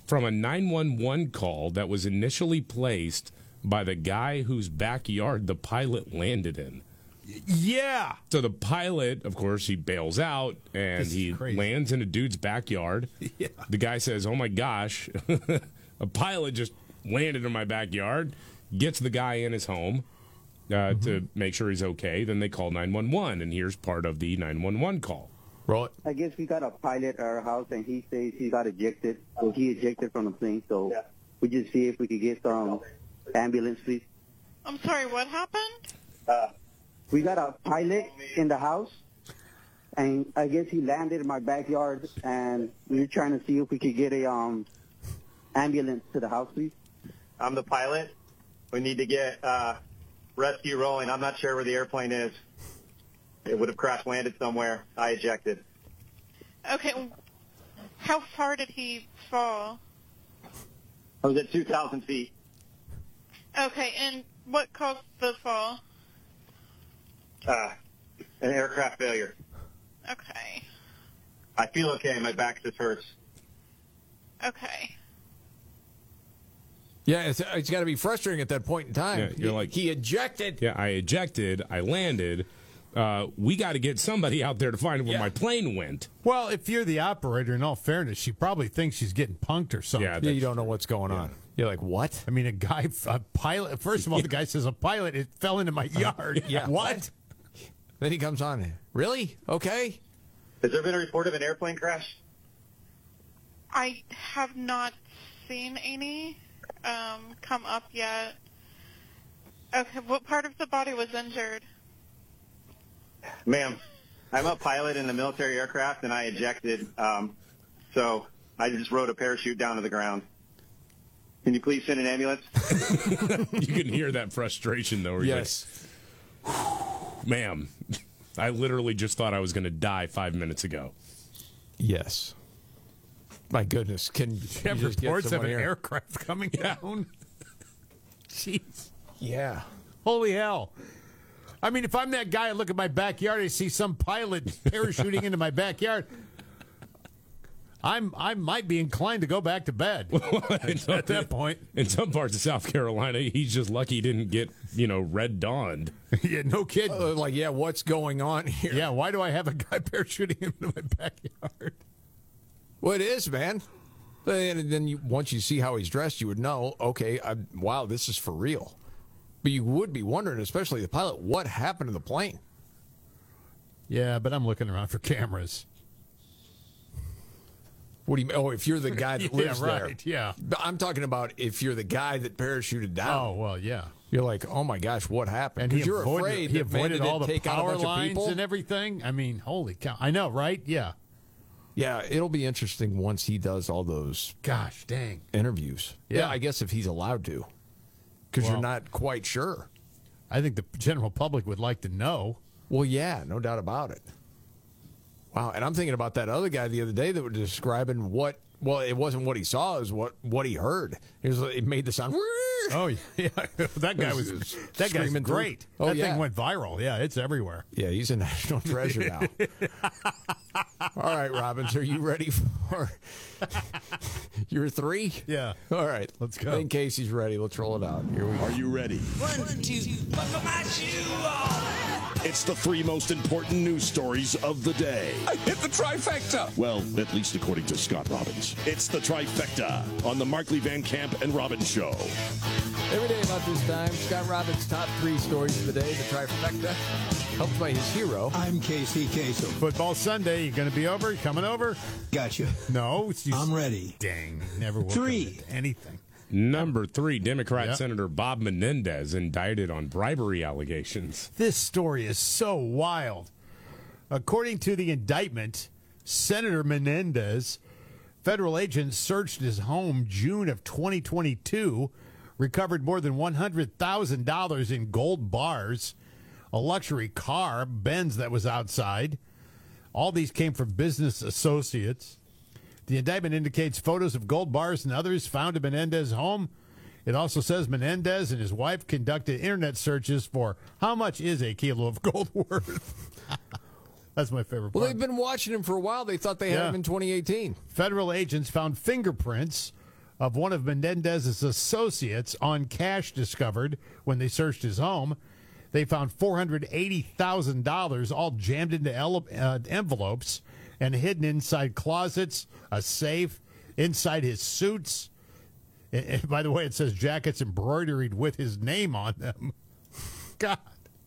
Speaker 4: from a 911 call that was initially placed by the guy whose backyard the pilot landed in.
Speaker 12: Yeah.
Speaker 4: So the pilot, of course, he bails out and
Speaker 12: This is
Speaker 4: he
Speaker 12: crazy.
Speaker 4: lands in a dude's
Speaker 2: [laughs]
Speaker 4: backyard.
Speaker 12: Yeah.
Speaker 4: The guy says, "Oh my gosh, [laughs] a pilot just landed in my backyard." Gets the guy in his home uh,
Speaker 2: Mm-hmm.
Speaker 4: to make sure he's okay. Then they call nine one one, and here's part of the nine one one call.
Speaker 2: Roll it.
Speaker 25: I guess we got a pilot at our house, and he says he got ejected. So he ejected from the plane. So we just see if we could get some ambulance, please.
Speaker 26: I'm sorry, what happened?
Speaker 25: We got a pilot in the house, and I guess he landed in my backyard, and we were trying to see if we could get a um ambulance to the house, please.
Speaker 27: I'm the pilot. We need to get uh, rescue rolling. I'm not sure where the airplane is. It would have crash landed somewhere. I ejected.
Speaker 26: Okay, how far did he fall?
Speaker 27: I was at 2,000 feet.
Speaker 26: Okay, and what caused the fall?
Speaker 27: Uh, an aircraft failure.
Speaker 26: Okay,
Speaker 27: I feel okay. My back just hurts.
Speaker 26: okay.
Speaker 2: Yeah, it's, it's got to be frustrating at that point in time.
Speaker 4: Yeah, you're like
Speaker 2: he ejected.
Speaker 4: Yeah, I ejected. I landed. Uh, we got to get somebody out there to find where my plane went.
Speaker 6: Well, if you're the operator, in all fairness, she probably thinks she's getting punked or something.
Speaker 4: Yeah, Yeah, you that's
Speaker 6: don't know what's going on. You're like, what? I mean, a guy, [laughs] a pilot. First of all, the guy says a pilot. It fell into my yard.
Speaker 2: Yeah.
Speaker 6: What?
Speaker 2: Then he comes on. Really? Okay.
Speaker 27: Has there been a report of an airplane crash?
Speaker 26: I have not seen any um, come up yet. Okay, what part of the body was injured?
Speaker 27: Ma'am, I'm a pilot in the military aircraft, and I ejected. Um, so I just rode a parachute down to the ground. Can you please send an ambulance?
Speaker 4: [laughs] you can hear that frustration though. where you're like, [sighs] ma'am, [laughs] I literally just thought I was going to die five minutes ago. [laughs]
Speaker 2: Yes. My goodness, can you
Speaker 6: Have
Speaker 2: just get
Speaker 6: reports of
Speaker 2: someone
Speaker 6: an
Speaker 2: here?
Speaker 6: aircraft coming down. [laughs] Jeez.
Speaker 2: Yeah.
Speaker 6: Holy hell. I mean, if I'm that guy, I look at my backyard, I see some pilot parachuting into my backyard. I'm I might be inclined to go back to
Speaker 2: [laughs]
Speaker 6: bed.
Speaker 4: At that
Speaker 6: point,
Speaker 4: in some parts of South Carolina, he's just lucky he didn't get you know red dawned.
Speaker 6: [laughs] yeah, no kidding.
Speaker 2: Uh, like, yeah, what's going on [laughs] here?
Speaker 6: Yeah, why do I have a guy [laughs] parachuting into my backyard?
Speaker 2: Well, it is, man. And then you, once you see how he's dressed, you would know, okay, I, wow, this is for real. But you would be wondering, especially the pilot, what happened to the plane?
Speaker 6: Yeah, but I'm looking around for cameras.
Speaker 2: What do you? Oh, if you're the guy
Speaker 6: [laughs]
Speaker 2: that
Speaker 6: Yeah,
Speaker 2: lives
Speaker 6: right,
Speaker 2: there,
Speaker 6: yeah.
Speaker 2: But I'm talking about if you're the guy that parachuted down.
Speaker 6: Oh well, yeah.
Speaker 2: You're like, oh my gosh, what happened?
Speaker 6: And he
Speaker 2: 'Cause you're
Speaker 6: avoided,
Speaker 2: afraid
Speaker 6: he
Speaker 2: that Vanda
Speaker 6: avoided
Speaker 2: didn't
Speaker 6: all the
Speaker 2: take out a
Speaker 6: power
Speaker 2: bunch of
Speaker 6: lines
Speaker 2: people?
Speaker 6: and everything. I mean, holy cow! I know, right? Yeah.
Speaker 2: Yeah, it'll be interesting once he does all those
Speaker 6: gosh dang
Speaker 2: interviews. Yeah,
Speaker 6: Yeah.
Speaker 2: I guess if he's allowed to, because
Speaker 6: Well,
Speaker 2: you're not quite sure.
Speaker 6: I think the general public would like to know.
Speaker 2: Well, yeah, no doubt about it. Wow, and I'm thinking about that other guy the other day that was describing what. Well, it wasn't what he saw; it was what what he heard. It was it made the sound.
Speaker 6: Oh yeah, [laughs] that guy was that guy's
Speaker 2: Screaming through.
Speaker 6: great.
Speaker 2: Oh,
Speaker 6: that
Speaker 2: yeah.
Speaker 6: thing went viral. Yeah, it's everywhere.
Speaker 2: Yeah, he's
Speaker 6: [laughs]
Speaker 2: a national treasure now. All right, Robbins, are you ready [laughs] for your three?
Speaker 6: Yeah.
Speaker 2: All right,
Speaker 6: let's
Speaker 2: go. In case he's ready, let's roll it out. Here we go. Are you ready?
Speaker 12: One, two, buckle my shoe off.
Speaker 9: It's the three most important news stories of the day. I hit the trifecta. Well, at least according to Scott Robbins. It's the trifecta on the Markley Van Camp and Robbins show.
Speaker 2: Every day about this time, Scott Robbins' top three stories of the day, the trifecta, helped by his hero.
Speaker 6: I'm KC Kasem. Football Sunday. You going to be over? You coming over?
Speaker 28: Gotcha.
Speaker 6: No,
Speaker 28: I'm ready.
Speaker 6: Dang, never will
Speaker 28: Three.
Speaker 6: commit to anything.
Speaker 4: Number three, Democrat
Speaker 6: Yeah.
Speaker 4: Senator Bob Menendez indicted on bribery allegations.
Speaker 6: This story is so wild. According to the indictment, Senator Menendez, federal agents searched his home June of 2022, recovered more than $100,000 in gold bars, a luxury car, Benz that was outside. All these came from business associates. The indictment indicates photos of gold bars and others found at Menendez's home. It also says Menendez and his wife conducted internet searches for how much is a kilo of gold [laughs] worth. That's my favorite part.
Speaker 2: Well, they've been watching him for a while. They thought they had
Speaker 6: Yeah.
Speaker 2: him in 2018.
Speaker 6: Federal agents found fingerprints of one of Menendez's associates on cash discovered when they searched his home. They found $480,000 all jammed into ele- uh, envelopes and hidden inside closets, a safe, inside his suits. [laughs] And- and by the way, it says jackets embroidered with his name on them. [laughs] God,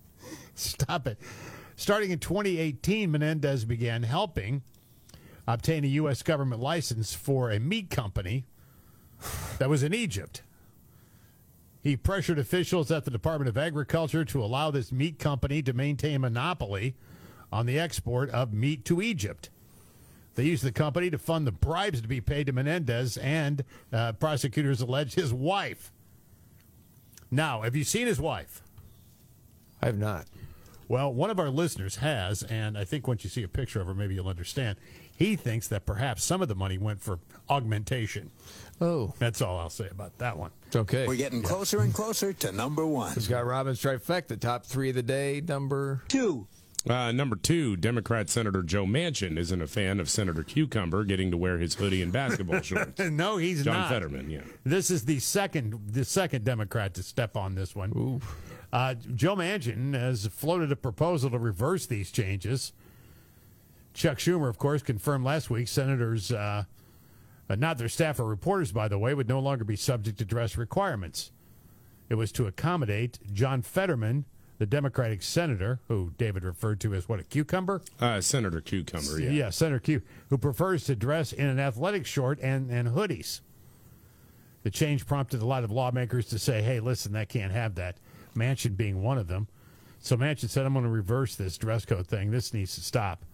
Speaker 6: [laughs] stop it. Starting in 2018, Menendez began helping obtain a U.S. government license for a meat company that was in Egypt. He pressured officials at the Department of Agriculture to allow this meat company to maintain a monopoly on the export of meat to Egypt. They used the company to fund the bribes to be paid to Menendez, and uh, prosecutors alleged his wife. Now, have you seen his wife?
Speaker 2: I have not.
Speaker 6: Well, one of our listeners has, and I think once you see a picture of her, maybe you'll understand. He thinks that perhaps some of the money went for augmentation.
Speaker 2: Oh.
Speaker 6: That's all I'll say about that one.
Speaker 2: Okay.
Speaker 8: We're getting
Speaker 6: Yeah.
Speaker 8: closer and closer to number one.
Speaker 2: Scott Robbins trifecta, top three of the day, number
Speaker 8: two.
Speaker 4: Uh, number two, Democrat Senator Joe Manchin isn't a fan of Senator Cucumber getting to wear his hoodie and
Speaker 6: [laughs]
Speaker 4: basketball shorts.
Speaker 6: no, he's
Speaker 4: John
Speaker 6: not.
Speaker 4: Fetterman, yeah.
Speaker 6: This is the second the second Democrat to step on this one. Uh, Joe Manchin has floated a proposal to reverse these changes. Chuck Schumer, of course, confirmed last week senators, uh, uh, not their staff or reporters, by the way, would no longer be subject to dress requirements. It was to accommodate John Fetterman, the Democratic senator, who David referred to as what a cucumber.
Speaker 4: Uh, Senator Cucumber, yeah.
Speaker 6: Yeah, Senator Q, who prefers to dress in an athletic short and, and hoodies. The change prompted a lot of lawmakers to say, hey, listen, that can't have that. Manchin being one of them. So Manchin said, I'm going to reverse this dress code thing. This needs to stop.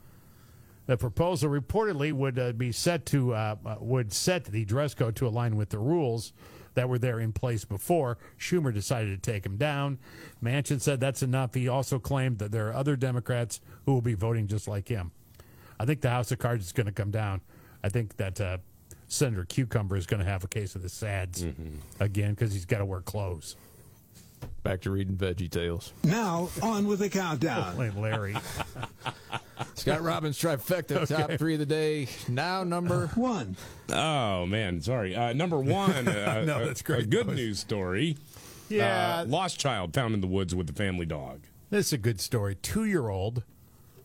Speaker 6: The proposal reportedly would uh, be set to uh, uh, would set the dress code to align with the rules that were there in place before. Schumer decided to take him down. Manchin said that's enough. He also claimed that there are other Democrats who will be voting just like him. I think the House of Cards is going to come down. I think that uh, Senator Cucumber is going to have a case of the sads again again because he's got to wear clothes.
Speaker 2: Back to reading Veggie Tales.
Speaker 8: Now, on with the countdown.
Speaker 6: Hey, Larry.
Speaker 2: Scott Robbins
Speaker 6: [laughs]
Speaker 2: trifecta, top
Speaker 4: Okay.
Speaker 2: three of the day, now number
Speaker 8: [laughs] one.
Speaker 4: Oh man, sorry. Uh, number one, uh,
Speaker 2: No,
Speaker 4: a-
Speaker 2: that's great.
Speaker 4: A good news story.
Speaker 6: Yeah.
Speaker 4: uh, lost child found in the woods with the family dog.
Speaker 6: This is a good story. Two year old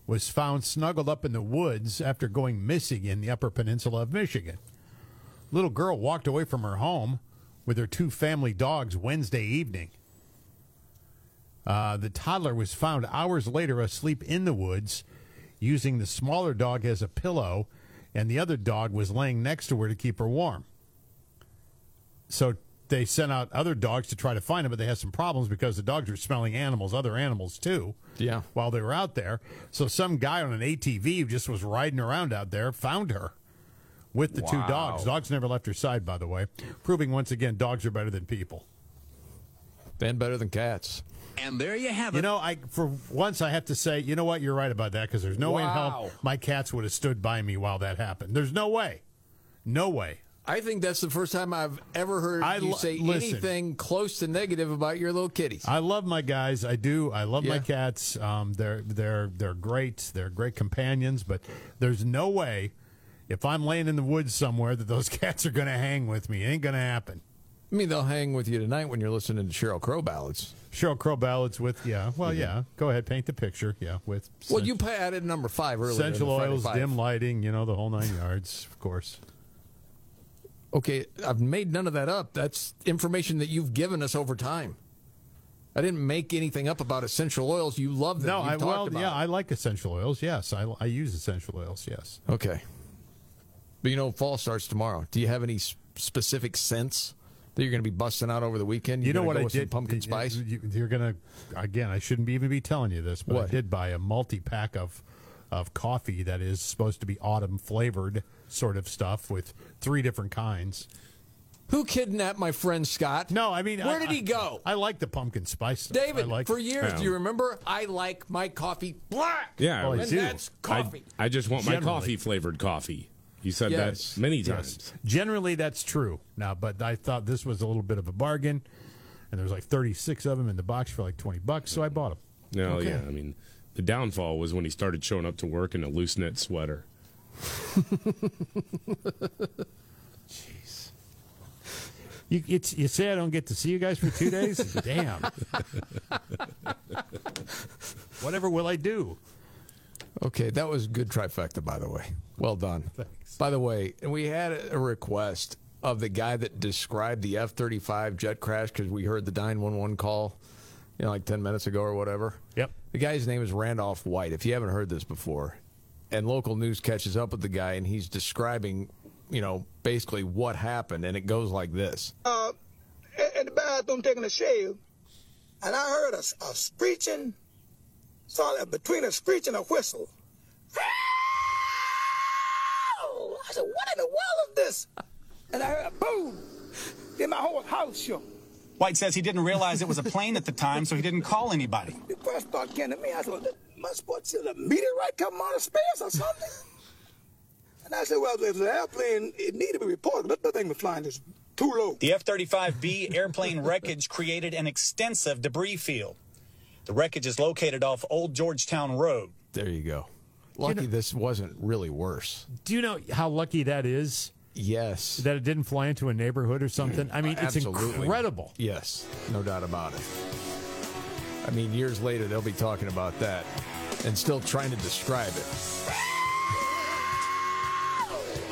Speaker 6: was found snuggled up in the woods after going missing in the Upper Peninsula of Michigan. Little girl walked away from her home with her two family dogs Wednesday evening. Uh, the toddler was found hours later asleep in the woods, using the smaller dog as a pillow, and the other dog was laying next to her to keep her warm. So they sent out other dogs to try to find him, but they had some problems because the dogs were smelling animals, other animals too.
Speaker 2: Yeah.
Speaker 6: While they were out there, so some guy on an ATV who just was riding around out there found her with the two
Speaker 4: Wow.
Speaker 6: dogs. Dogs never left her side, by the way, proving once again dogs are better than people.
Speaker 2: and better than cats.
Speaker 8: And there you have
Speaker 6: You know, I for once I have to say, you know what, you're right about that because there's no way in
Speaker 2: Wow.
Speaker 6: hell my cats would have stood by me while that happened. There's no way, no way.
Speaker 2: I think that's the first time I've ever heard
Speaker 6: I
Speaker 2: you
Speaker 6: lo-
Speaker 2: say
Speaker 6: listen.
Speaker 2: anything close to negative about your little kitties.
Speaker 6: I love my guys. I do. I love my
Speaker 2: Yeah.
Speaker 6: cats. Um, they're they're they're great. They're great companions. But there's no way, if I'm laying in the woods somewhere, that those [laughs] cats are going to hang with me. It ain't going to happen.
Speaker 2: I mean, they'll hang with you tonight when you're listening to Cheryl Crow ballads.
Speaker 6: Cheryl Crow ballads with yeah. Well, yeah. Go ahead, paint the picture. Yeah, with
Speaker 2: Well, you added number five earlier. in the
Speaker 6: essential
Speaker 2: Friday
Speaker 6: oils,
Speaker 2: Five.
Speaker 6: dim lighting. You know the whole nine yards, of course.
Speaker 2: Okay, I've made none of that up. That's information that you've given us over time. I didn't make anything up about essential oils. You love them.
Speaker 6: No,
Speaker 2: You've
Speaker 6: I
Speaker 2: talked
Speaker 6: well,
Speaker 2: about
Speaker 6: yeah,
Speaker 2: it.
Speaker 6: I like essential oils. Yes, I, I use essential oils. Yes.
Speaker 2: Okay. But you know, fall starts tomorrow. Do you have any s- specific scents that you're going to be busting out over the weekend?
Speaker 6: You
Speaker 2: You're
Speaker 6: know
Speaker 2: gonna
Speaker 6: what
Speaker 2: go
Speaker 6: I
Speaker 2: with some
Speaker 6: did?
Speaker 2: Pumpkin spice.
Speaker 6: You, are gonna again. I shouldn't be even be telling you this, but I
Speaker 2: What?
Speaker 6: did buy a multi pack of of coffee that is supposed to be autumn flavored sort of stuff with three different kinds.
Speaker 2: Who kidnapped my friend Scott?
Speaker 6: No, I mean,
Speaker 2: where
Speaker 6: I-
Speaker 2: did he go?
Speaker 6: I like the pumpkin spice. Stuff.
Speaker 2: David,
Speaker 6: I like
Speaker 2: for
Speaker 6: it.
Speaker 2: years, do you
Speaker 4: Um,
Speaker 2: remember? I like my coffee black.
Speaker 4: Yeah,
Speaker 2: and
Speaker 4: I do.
Speaker 6: Oh,
Speaker 2: that's
Speaker 4: I-
Speaker 2: coffee.
Speaker 4: I, just want
Speaker 6: Generally.
Speaker 4: my coffee flavored coffee. You said
Speaker 6: Yes.
Speaker 4: that many
Speaker 6: Yes.
Speaker 4: times.
Speaker 6: Generally, that's true. Now, but I thought this was a little bit of a bargain, and there was like 36 of them in the box for like 20 bucks, so I bought them.
Speaker 2: Oh,
Speaker 4: No,
Speaker 6: Okay.
Speaker 4: yeah. I mean, the downfall was when he started showing up to work in a loose knit sweater.
Speaker 6: You, it's, you say I don't get to see you guys for two
Speaker 2: [laughs]
Speaker 6: days? Damn. Whatever will I do?
Speaker 2: Okay, that was good trifecta, by the way. Well done. Thanks. By the way, and we had a request of the guy that described the F 35 jet crash because we heard the 911 call, you know, like 10 minutes ago or whatever.
Speaker 6: Yep.
Speaker 2: The guy's name is Randolph White, if you haven't heard this before. And local news catches up with the guy, and he's describing, you know, basically what happened. And it goes like this
Speaker 3: uh, at, at the bathroom taking a shave, and I heard a, a screeching, saw that between a screech and a whistle. I said, "What in the world is this?" And I heard boom. Then my whole house shook.
Speaker 7: White says he didn't realize it was a plane at the time, so he didn't call anybody.
Speaker 3: The first thought came to me. I said, "Must what is a meteorite coming out of space or [laughs] something?" and I said, "Well, if it's an airplane, it need to be reported. But the thing was flying just too low."
Speaker 7: The F 35B airplane wreckage created an extensive debris field. The wreckage is located off Old Georgetown Road.
Speaker 2: There you go. Lucky this wasn't really worse.
Speaker 6: Do you know how lucky that is?
Speaker 2: Yes.
Speaker 6: That it didn't fly into a neighborhood or something? I mean, it's
Speaker 2: Uh, Absolutely.
Speaker 6: incredible.
Speaker 2: Yes, no doubt about it. I mean, years later, they'll be talking about that and still trying to describe it.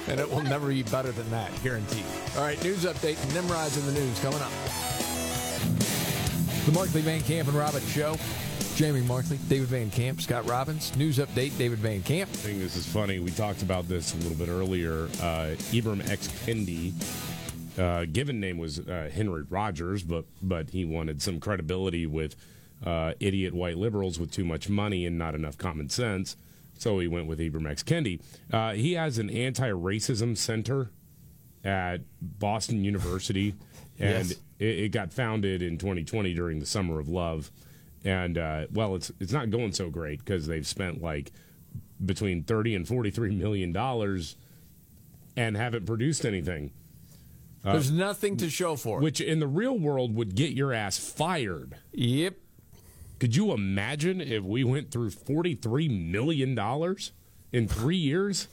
Speaker 2: And it will never be better than that, guaranteed. All right, news update Nimrod's in the news coming up. The Markley Van Camp and Robbins Show. Jamie Markley, David Van Camp, Scott Robbins. News update David Van Camp.
Speaker 4: I think this is funny. We talked about this a little bit earlier. Uh, Ibram X. Kendi, uh, given name was uh, Henry Rogers, but but he wanted some credibility with uh, idiot white liberals with too much money and not enough common sense. So he went with Ibram X. Kendi. Uh, he has an anti-racism center at Boston University, and
Speaker 5: Yes.
Speaker 4: it, it got founded in 2020 during the Summer of Love, and uh, well, it's it's not going so great because they've spent like between 30 and 43 million dollars and haven't produced anything. Uh,
Speaker 2: There's nothing to show for it.
Speaker 4: Which in the real world would get your ass fired.
Speaker 2: Yep.
Speaker 4: Could you imagine if we went through 43 million dollars in 3 years?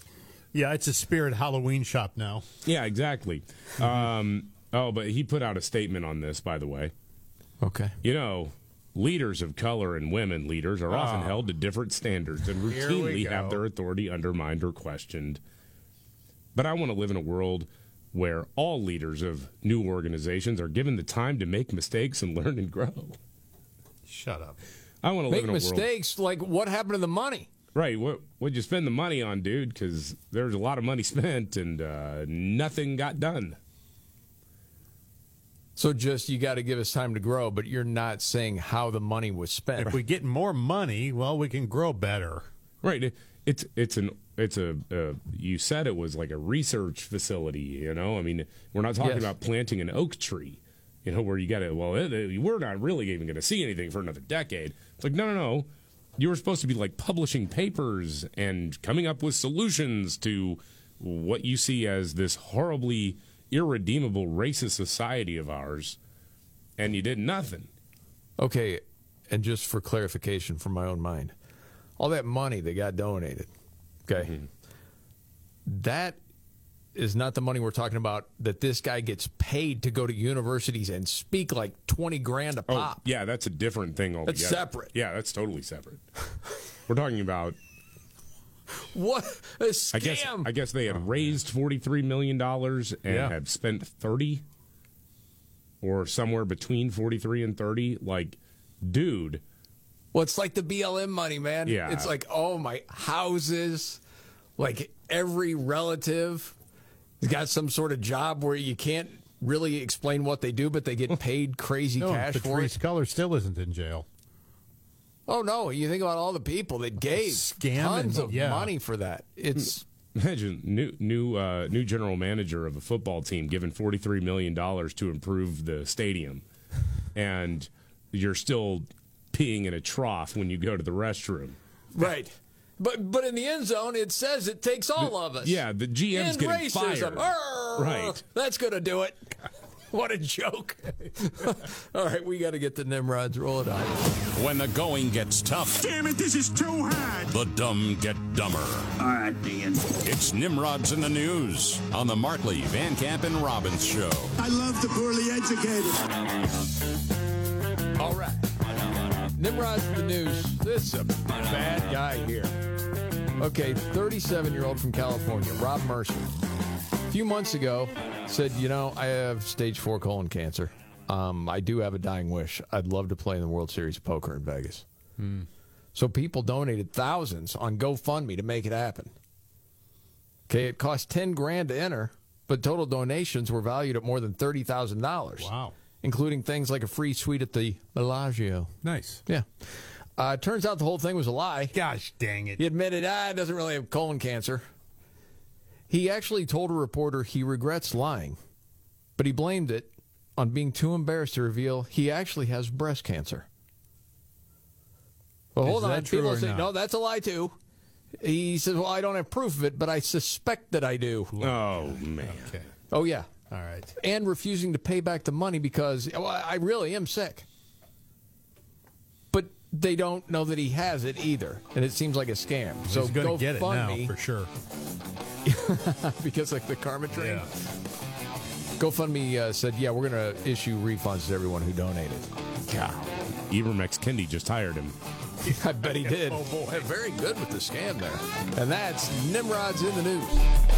Speaker 6: Yeah, it's a spirit Halloween shop now. Mm-hmm.
Speaker 4: Yeah, exactly. Um, oh, but he put out a statement on this, by the way.
Speaker 2: Okay.
Speaker 4: You know, leaders of color and women leaders are often
Speaker 2: Ah.
Speaker 4: held to different standards and
Speaker 2: Here we
Speaker 4: routinely have
Speaker 2: go.
Speaker 4: their authority undermined or questioned. But I want to live in a world where all leaders of new organizations are given the time to make mistakes and [laughs] learn and grow.
Speaker 6: Shut up.
Speaker 4: I want to live
Speaker 2: Make
Speaker 4: in a world.
Speaker 2: mistakes like what happened to the money?
Speaker 4: Right. What would you spend the money on, dude? Because there's a lot of money [laughs] spent and uh, nothing got done.
Speaker 2: So just you got to give us time to grow, but you're not saying how the money was spent.
Speaker 6: If we get more money, well, we can grow better.
Speaker 4: Right. It- It's it's an it's a uh, you said it was like a research facility. You know, I mean, we're not talking
Speaker 2: Yes.
Speaker 4: about planting an oak tree. You know, where you got to well, it, it- we're not really even going to see anything for another decade. It's like no, no, no. You were supposed to be like publishing papers and coming up with solutions to what you see as this horribly irredeemable racist society of ours, and you did nothing.
Speaker 2: Okay, and just for clarification from my own mind, all that money that got donated, okay,
Speaker 6: Mm-hmm.
Speaker 2: that is not the money we're talking about that this guy gets paid to go to universities and speak like 20 grand a
Speaker 4: Oh,
Speaker 2: pop.
Speaker 4: yeah, that's a different thing altogether.
Speaker 2: That's separate.
Speaker 4: Yeah, that's totally separate. We're talking about
Speaker 2: What a scam.
Speaker 4: I guess I guess they had raised forty three million dollars and
Speaker 2: Yeah.
Speaker 4: have spent thirty, or somewhere between forty three and thirty. Like, dude,
Speaker 2: Well, it's like the BLM money, man.
Speaker 4: Yeah.
Speaker 2: It's like, oh, my houses, like every relative has got some sort of job where you can't really explain what they do, but
Speaker 4: [laughs]
Speaker 2: they get paid crazy
Speaker 6: No,
Speaker 2: cash for
Speaker 6: Patrice
Speaker 2: it.
Speaker 6: Cullor still isn't in jail.
Speaker 2: Oh, no. You think about all the people that gave
Speaker 6: Scam
Speaker 2: tons
Speaker 6: and-
Speaker 2: of
Speaker 6: yeah.
Speaker 2: money for that. It's
Speaker 4: [laughs] imagine new new uh, new general manager of a football team given forty three million dollars to improve the stadium, and you're still peeing in a trough when you go to the restroom.
Speaker 2: right. But but in the end zone, it says it takes all of us.
Speaker 4: yeah, the GM's
Speaker 2: End
Speaker 4: getting
Speaker 2: racism.
Speaker 4: fired.
Speaker 2: Arr,
Speaker 4: Right.
Speaker 2: That's gonna do it. [laughs] What a joke. [laughs] all right, we got to get the Nimrods. Roll it on.
Speaker 1: When the going gets tough. Damn it, this is too hard. The dumb get dumber. All right, Dean. It's Nimrods in the News on the Markley, Van Camp, and Robbins Show.
Speaker 2: I love the poorly educated. All right. Nimrod's in the news. This is a bad guy here. Okay, 37 year old from California, Rob Mercer. A few months ago, said, You know, I have stage four colon cancer. Um, I do have a dying wish. I'd love to play in the World Series of Poker in Vegas.
Speaker 6: Hmm.
Speaker 2: So people donated thousands on GoFundMe to make it happen. Okay, it cost ten grand to enter, but total donations were valued at more than thirty thousand dollars. Wow, including things like a free suite at the Bellagio. Nice, yeah. Uh, turns out the whole thing was a lie. Gosh, dang it! He admitted, ah, it doesn't really have colon cancer. He actually told a reporter he regrets lying, but he blamed it on being too embarrassed to reveal he actually has breast cancer. Well,
Speaker 6: Is
Speaker 2: hold
Speaker 6: that
Speaker 2: on.
Speaker 6: true
Speaker 2: People
Speaker 6: or
Speaker 2: say,
Speaker 6: not?
Speaker 2: no, that's a lie, too. He says, well, I don't have proof of it, but I suspect that I do.
Speaker 4: Oh, man.
Speaker 2: Oh, yeah.
Speaker 6: All right.
Speaker 2: And refusing to pay back the money because well, I really am sick. But they don't know that he has it either. And it seems like a scam. so
Speaker 6: He's gonna
Speaker 2: go
Speaker 6: get it
Speaker 2: fund
Speaker 6: now
Speaker 2: me. [laughs]
Speaker 6: for sure.
Speaker 2: because like the karma train. GoFundMe uh, said, "Yeah, we're going to issue refunds to everyone who donated."
Speaker 4: Yeah, Ivermex Kendi just hired him.
Speaker 2: [laughs] I bet he did.
Speaker 4: [laughs] Oh, boy.
Speaker 2: very good with the scam there. And that's Nimrod's in the news.